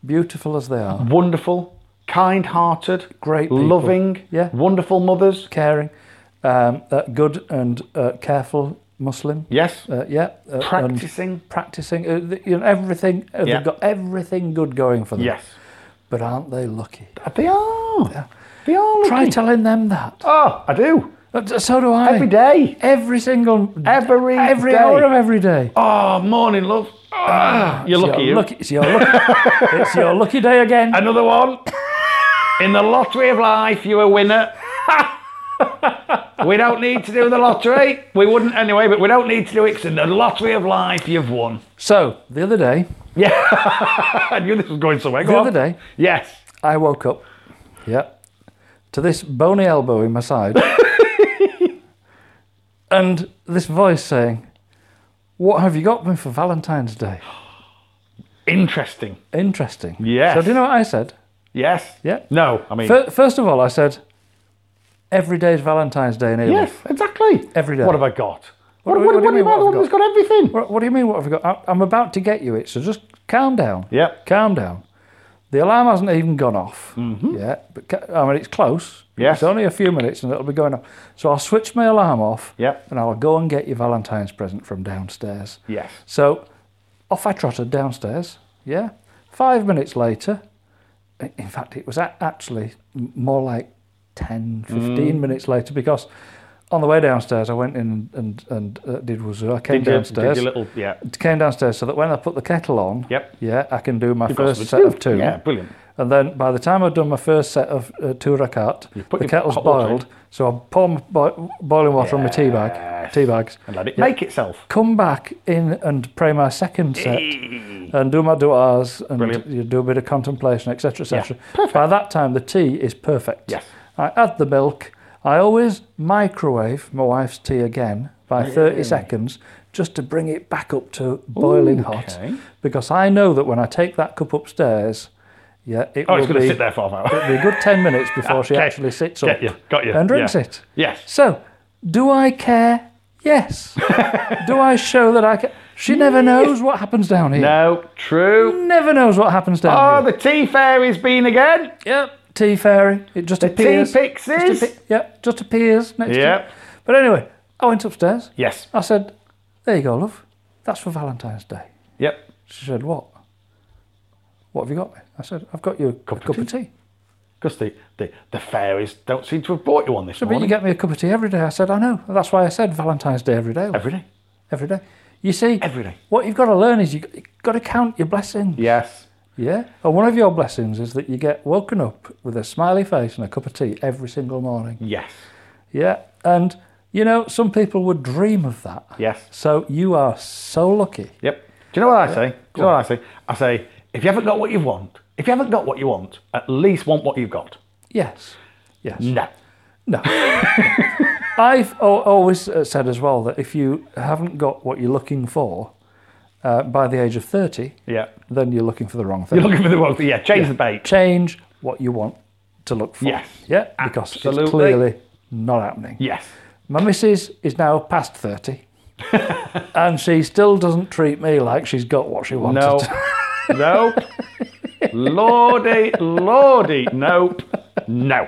[SPEAKER 2] beautiful as they are,
[SPEAKER 4] Wonderful, kind-hearted,
[SPEAKER 2] Great people.
[SPEAKER 4] loving,
[SPEAKER 2] Yeah.
[SPEAKER 4] wonderful mothers.
[SPEAKER 2] caring, um, uh, good and uh, careful Muslim.
[SPEAKER 4] Yes.
[SPEAKER 2] Uh, yeah. uh, and
[SPEAKER 4] Practicing.
[SPEAKER 2] Practicing. Uh, th- you know, everything. Uh,
[SPEAKER 4] Yeah.
[SPEAKER 2] They've got everything good going for them.
[SPEAKER 4] Yes.
[SPEAKER 2] But aren't Uh, they lucky?
[SPEAKER 4] They are. They are.
[SPEAKER 2] Try
[SPEAKER 4] looking-
[SPEAKER 2] telling them that.
[SPEAKER 4] Oh, I do.
[SPEAKER 2] Uh, So do I.
[SPEAKER 4] Every day.
[SPEAKER 2] Every single.
[SPEAKER 4] Every
[SPEAKER 2] every
[SPEAKER 4] day.
[SPEAKER 2] hour of every day.
[SPEAKER 4] Oh, morning, love. Ah, you're
[SPEAKER 2] It's
[SPEAKER 4] lucky.
[SPEAKER 2] your
[SPEAKER 4] you.
[SPEAKER 2] lucky, it's, your lucky it's your lucky day again.
[SPEAKER 4] Another one. In the lottery of life, you're a winner. we don't need to do the lottery. We wouldn't anyway, but we don't need to do it 'cause in the lottery of life, you've won.
[SPEAKER 2] So, the other day,
[SPEAKER 4] I knew this was going somewhere. Go
[SPEAKER 2] the
[SPEAKER 4] on.
[SPEAKER 2] other day,
[SPEAKER 4] Yes.
[SPEAKER 2] I woke up, yeah, to this bony elbow in my side, and this voice saying, "What have you got me for Valentine's Day?"
[SPEAKER 4] Interesting.
[SPEAKER 2] Interesting.
[SPEAKER 4] Yes.
[SPEAKER 2] So do you know what I said?
[SPEAKER 4] Yes.
[SPEAKER 2] Yeah.
[SPEAKER 4] No, I mean.
[SPEAKER 2] Fir- First of all, I said, "Every day is Valentine's Day in England."
[SPEAKER 4] yes, exactly.
[SPEAKER 2] Every day.
[SPEAKER 4] What have I got? What,
[SPEAKER 2] do- what
[SPEAKER 4] what,
[SPEAKER 2] do you
[SPEAKER 4] what,
[SPEAKER 2] mean,
[SPEAKER 4] am I
[SPEAKER 2] what have
[SPEAKER 4] the one
[SPEAKER 2] I
[SPEAKER 4] that's got everything?
[SPEAKER 2] What, what do you mean? What have you got? I, I'm about to get you it, so just calm down.
[SPEAKER 4] Yep.
[SPEAKER 2] Calm down. The alarm hasn't even gone off yet, but ca- I mean it's close.
[SPEAKER 4] Mm-hmm. Yes.
[SPEAKER 2] It's only a few minutes and it'll be going off. So I'll switch my alarm off.
[SPEAKER 4] Yep.
[SPEAKER 2] And I'll go and get your Valentine's present from downstairs.
[SPEAKER 4] Yes.
[SPEAKER 2] So off I trotted downstairs. Yeah. Five minutes later, i- in fact, it was a- actually m- more like 10, 15
[SPEAKER 4] Mm.
[SPEAKER 2] minutes later because on the way downstairs I went in and, and, and uh, did wazoo. I came
[SPEAKER 4] Did you-
[SPEAKER 2] downstairs
[SPEAKER 4] Did your little, yeah.
[SPEAKER 2] came downstairs so that when I put the kettle on,
[SPEAKER 4] Yep.
[SPEAKER 2] yeah, I can do my
[SPEAKER 4] got
[SPEAKER 2] first
[SPEAKER 4] something
[SPEAKER 2] set
[SPEAKER 4] to
[SPEAKER 2] of
[SPEAKER 4] do.
[SPEAKER 2] two.
[SPEAKER 4] Yeah, brilliant.
[SPEAKER 2] And then by the time I've done my first set of uh, two rakat, the
[SPEAKER 4] put your
[SPEAKER 2] kettle's
[SPEAKER 4] hot water
[SPEAKER 2] boiled, so I pour my boi- boiling water on my tea bag, tea bags.
[SPEAKER 4] And let it
[SPEAKER 2] Yeah.
[SPEAKER 4] make itself.
[SPEAKER 2] Come back in and pray my second set, and do my du'as, and
[SPEAKER 4] Brilliant.
[SPEAKER 2] you do a bit of contemplation, etc., etc.
[SPEAKER 4] Yeah, perfect.
[SPEAKER 2] By that time, the tea is perfect.
[SPEAKER 4] Yes.
[SPEAKER 2] I add the milk. I always microwave my wife's tea again by 30 seconds just to bring it back up to boiling
[SPEAKER 4] Okay.
[SPEAKER 2] hot because I know that when I take that cup upstairs, yeah, it
[SPEAKER 4] Oh,
[SPEAKER 2] will
[SPEAKER 4] it's going
[SPEAKER 2] be,
[SPEAKER 4] to sit there for half an hour. Ah,
[SPEAKER 2] it'll be a good 10 minutes before she
[SPEAKER 4] Okay.
[SPEAKER 2] actually sits
[SPEAKER 4] Get
[SPEAKER 2] up
[SPEAKER 4] you, got you,
[SPEAKER 2] and drinks
[SPEAKER 4] yeah.
[SPEAKER 2] it.
[SPEAKER 4] Yes.
[SPEAKER 2] So, do I care? Yes. do I show that I care? She never knows what happens down here.
[SPEAKER 4] No, true.
[SPEAKER 2] Never knows what happens down
[SPEAKER 4] Oh,
[SPEAKER 2] here.
[SPEAKER 4] the tea fairy's been again.
[SPEAKER 2] Yep. Tea fairy. It just appears.
[SPEAKER 4] Tea pixies.
[SPEAKER 2] Just appear, yep. Just appears next to
[SPEAKER 4] Yep.
[SPEAKER 2] it. But anyway, I went upstairs.
[SPEAKER 4] Yes.
[SPEAKER 2] I said, "There you go, love. That's for Valentine's Day."
[SPEAKER 4] Yep.
[SPEAKER 2] She said, "What? What have you got me?" I said, "I've got you a cup, of, tea.
[SPEAKER 4] Because the, the, the fairies don't seem to have brought you one this
[SPEAKER 2] But you
[SPEAKER 4] morning.
[SPEAKER 2] get me a cup of tea every day. I said, "I know. That's why I said Valentine's Day every day. love.
[SPEAKER 4] Every day.
[SPEAKER 2] every day. You see,
[SPEAKER 4] Every day.
[SPEAKER 2] What you've got to learn is you have got to count your blessings.
[SPEAKER 4] Yes.
[SPEAKER 2] Yeah. And one of your blessings is that you get woken up with a smiley face and a cup of tea every single morning.
[SPEAKER 4] Yes.
[SPEAKER 2] Yeah. And you know, some people would dream of that.
[SPEAKER 4] Yes.
[SPEAKER 2] So you are so lucky.
[SPEAKER 4] Yep. Do you know what I say? Do you know what I say? I say, if you haven't got what you want, if you haven't got what you want, at least want what you've got.
[SPEAKER 2] Yes. Yes.
[SPEAKER 4] No.
[SPEAKER 2] No. I've al- always uh, said as well that if you haven't got what you're looking for uh, by the age of 30,
[SPEAKER 4] Yeah.
[SPEAKER 2] then you're looking for the wrong thing.
[SPEAKER 4] You're looking for the wrong thing. Yeah, change the bait.
[SPEAKER 2] Change what you want to look for.
[SPEAKER 4] Yes.
[SPEAKER 2] Yeah, because
[SPEAKER 4] Absolutely.
[SPEAKER 2] it's clearly not happening.
[SPEAKER 4] Yes.
[SPEAKER 2] My missus is now past 30. and she still doesn't treat me like she's got what she wanted.
[SPEAKER 4] No. nope. Lordy, lordy. Nope. No.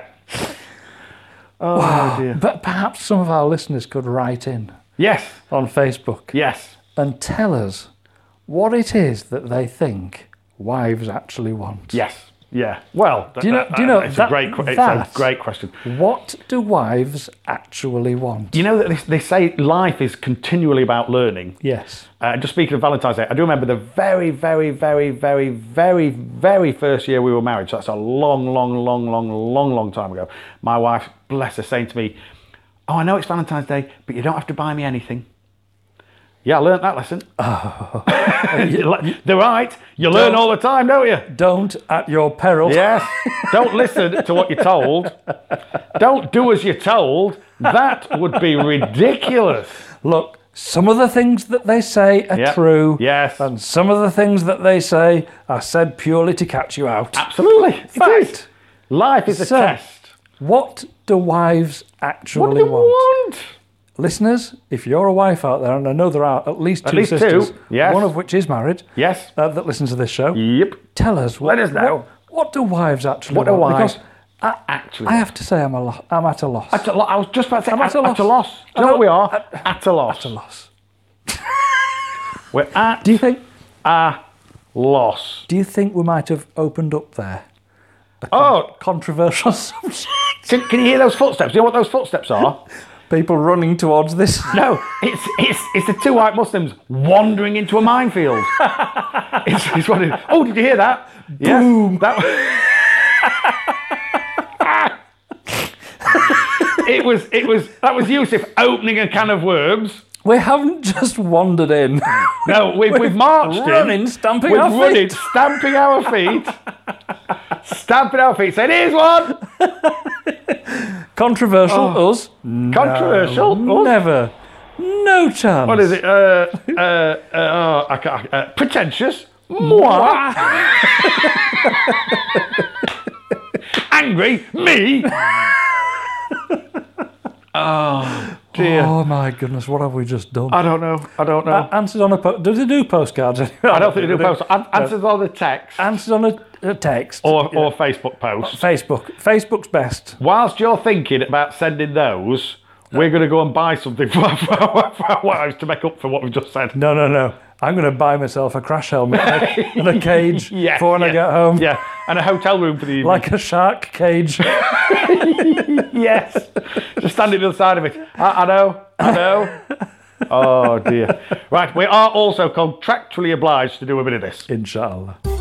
[SPEAKER 2] But perhaps some of our listeners could write in
[SPEAKER 4] Yes.
[SPEAKER 2] on Facebook
[SPEAKER 4] Yes.
[SPEAKER 2] and tell us what it is that they think wives actually want.
[SPEAKER 4] Yes. Yeah. Well,
[SPEAKER 2] you know- do you know
[SPEAKER 4] it's
[SPEAKER 2] that-
[SPEAKER 4] a great que- it's a
[SPEAKER 2] that-
[SPEAKER 4] great question.
[SPEAKER 2] What do wives actually want?
[SPEAKER 4] You know that they, they say life is continually about learning.
[SPEAKER 2] Yes.
[SPEAKER 4] Uh, just speaking of Valentine's Day, I do remember the very, very, very, very, very, very first year we were married. So that's a long, long, long, long, long, long time ago. My wife, bless her, saying to me, "Oh, I know it's Valentine's Day, but you don't have to buy me anything." Yeah, I learnt that lesson. They're right. You learn all the time, don't you?
[SPEAKER 2] Don't at your peril.
[SPEAKER 4] Yes. Don't listen to what you're told. Don't do as you're told. That would be ridiculous.
[SPEAKER 2] Look, some of the things that they say are
[SPEAKER 4] Yeah.
[SPEAKER 2] true.
[SPEAKER 4] Yes.
[SPEAKER 2] And some of the things that they say are said purely to catch you out.
[SPEAKER 4] Absolutely. Ah, It is.
[SPEAKER 2] Fact.
[SPEAKER 4] Life is a
[SPEAKER 2] So,
[SPEAKER 4] test.
[SPEAKER 2] What do wives actually
[SPEAKER 4] What do you
[SPEAKER 2] want?
[SPEAKER 4] want?
[SPEAKER 2] Listeners, if you're a wife out there, and I know there are at least two
[SPEAKER 4] least two,
[SPEAKER 2] sisters,
[SPEAKER 4] yes.
[SPEAKER 2] one of which is married,
[SPEAKER 4] Yes.
[SPEAKER 2] uh, that listens to this show,
[SPEAKER 4] Yep.
[SPEAKER 2] tell us. What,
[SPEAKER 4] Let us know.
[SPEAKER 2] What, what do wives actually
[SPEAKER 4] What do
[SPEAKER 2] want?
[SPEAKER 4] wives
[SPEAKER 2] Because I,
[SPEAKER 4] actually
[SPEAKER 2] I have to say, I'm, a lo- I'm at a loss.
[SPEAKER 4] At a lo- I was just about to say,
[SPEAKER 2] I'm
[SPEAKER 4] at,
[SPEAKER 2] at a
[SPEAKER 4] at a
[SPEAKER 2] loss.
[SPEAKER 4] loss. Do you know what we are?
[SPEAKER 2] At-
[SPEAKER 4] At, a loss.
[SPEAKER 2] a loss.
[SPEAKER 4] We're at
[SPEAKER 2] Do you think?
[SPEAKER 4] a loss.
[SPEAKER 2] Do you think we might have opened up there?
[SPEAKER 4] Oh,
[SPEAKER 2] Controversial subject.
[SPEAKER 4] can, can you hear those footsteps? Do you know what those footsteps are?
[SPEAKER 2] People running towards this.
[SPEAKER 4] No, it's, it's, it's the two white Muslims wandering into a minefield. it's, it's what it, oh, did you hear that? Yes.
[SPEAKER 2] Boom.
[SPEAKER 4] That, it was it was that was Yusuf opening a can of worms.
[SPEAKER 2] We haven't just wandered in.
[SPEAKER 4] No, we've, we've marched in.
[SPEAKER 2] running, stamping
[SPEAKER 4] we've
[SPEAKER 2] our
[SPEAKER 4] run in,
[SPEAKER 2] feet.
[SPEAKER 4] stamping our feet, stamping our feet, saying, "Here's one."
[SPEAKER 2] Controversial,
[SPEAKER 4] Oh.
[SPEAKER 2] us.
[SPEAKER 4] Controversial. Oh,
[SPEAKER 2] Never. No chance.
[SPEAKER 4] What is it? Uh, uh, uh, oh, I ca- I ca- uh, pretentious. Moi. Angry. Me.
[SPEAKER 2] Oh my goodness, what have we just done?
[SPEAKER 4] I don't know. I don't know.
[SPEAKER 2] Uh, answers on a po- do they do postcards? anymore?
[SPEAKER 4] I don't think they do posts. An- Answers on the text
[SPEAKER 2] Answers on a, a text.
[SPEAKER 4] or, or Facebook posts.
[SPEAKER 2] Facebook. Facebook's best.
[SPEAKER 4] Whilst you're thinking about sending those, we're going to go and buy something for our, for our, for our wives to make up for what we've just said.
[SPEAKER 2] No, no, no. I'm going to buy myself a crash helmet and a- and a cage
[SPEAKER 4] Yeah,
[SPEAKER 2] for when I
[SPEAKER 4] yeah,
[SPEAKER 2] get home.
[SPEAKER 4] Yeah, and a hotel room for the evening.
[SPEAKER 2] Like a shark cage.
[SPEAKER 4] yes. Just standing to the side of it. I, I know. I know. Oh dear. Right, we are also contractually obliged to do a bit of this.
[SPEAKER 2] Inshallah.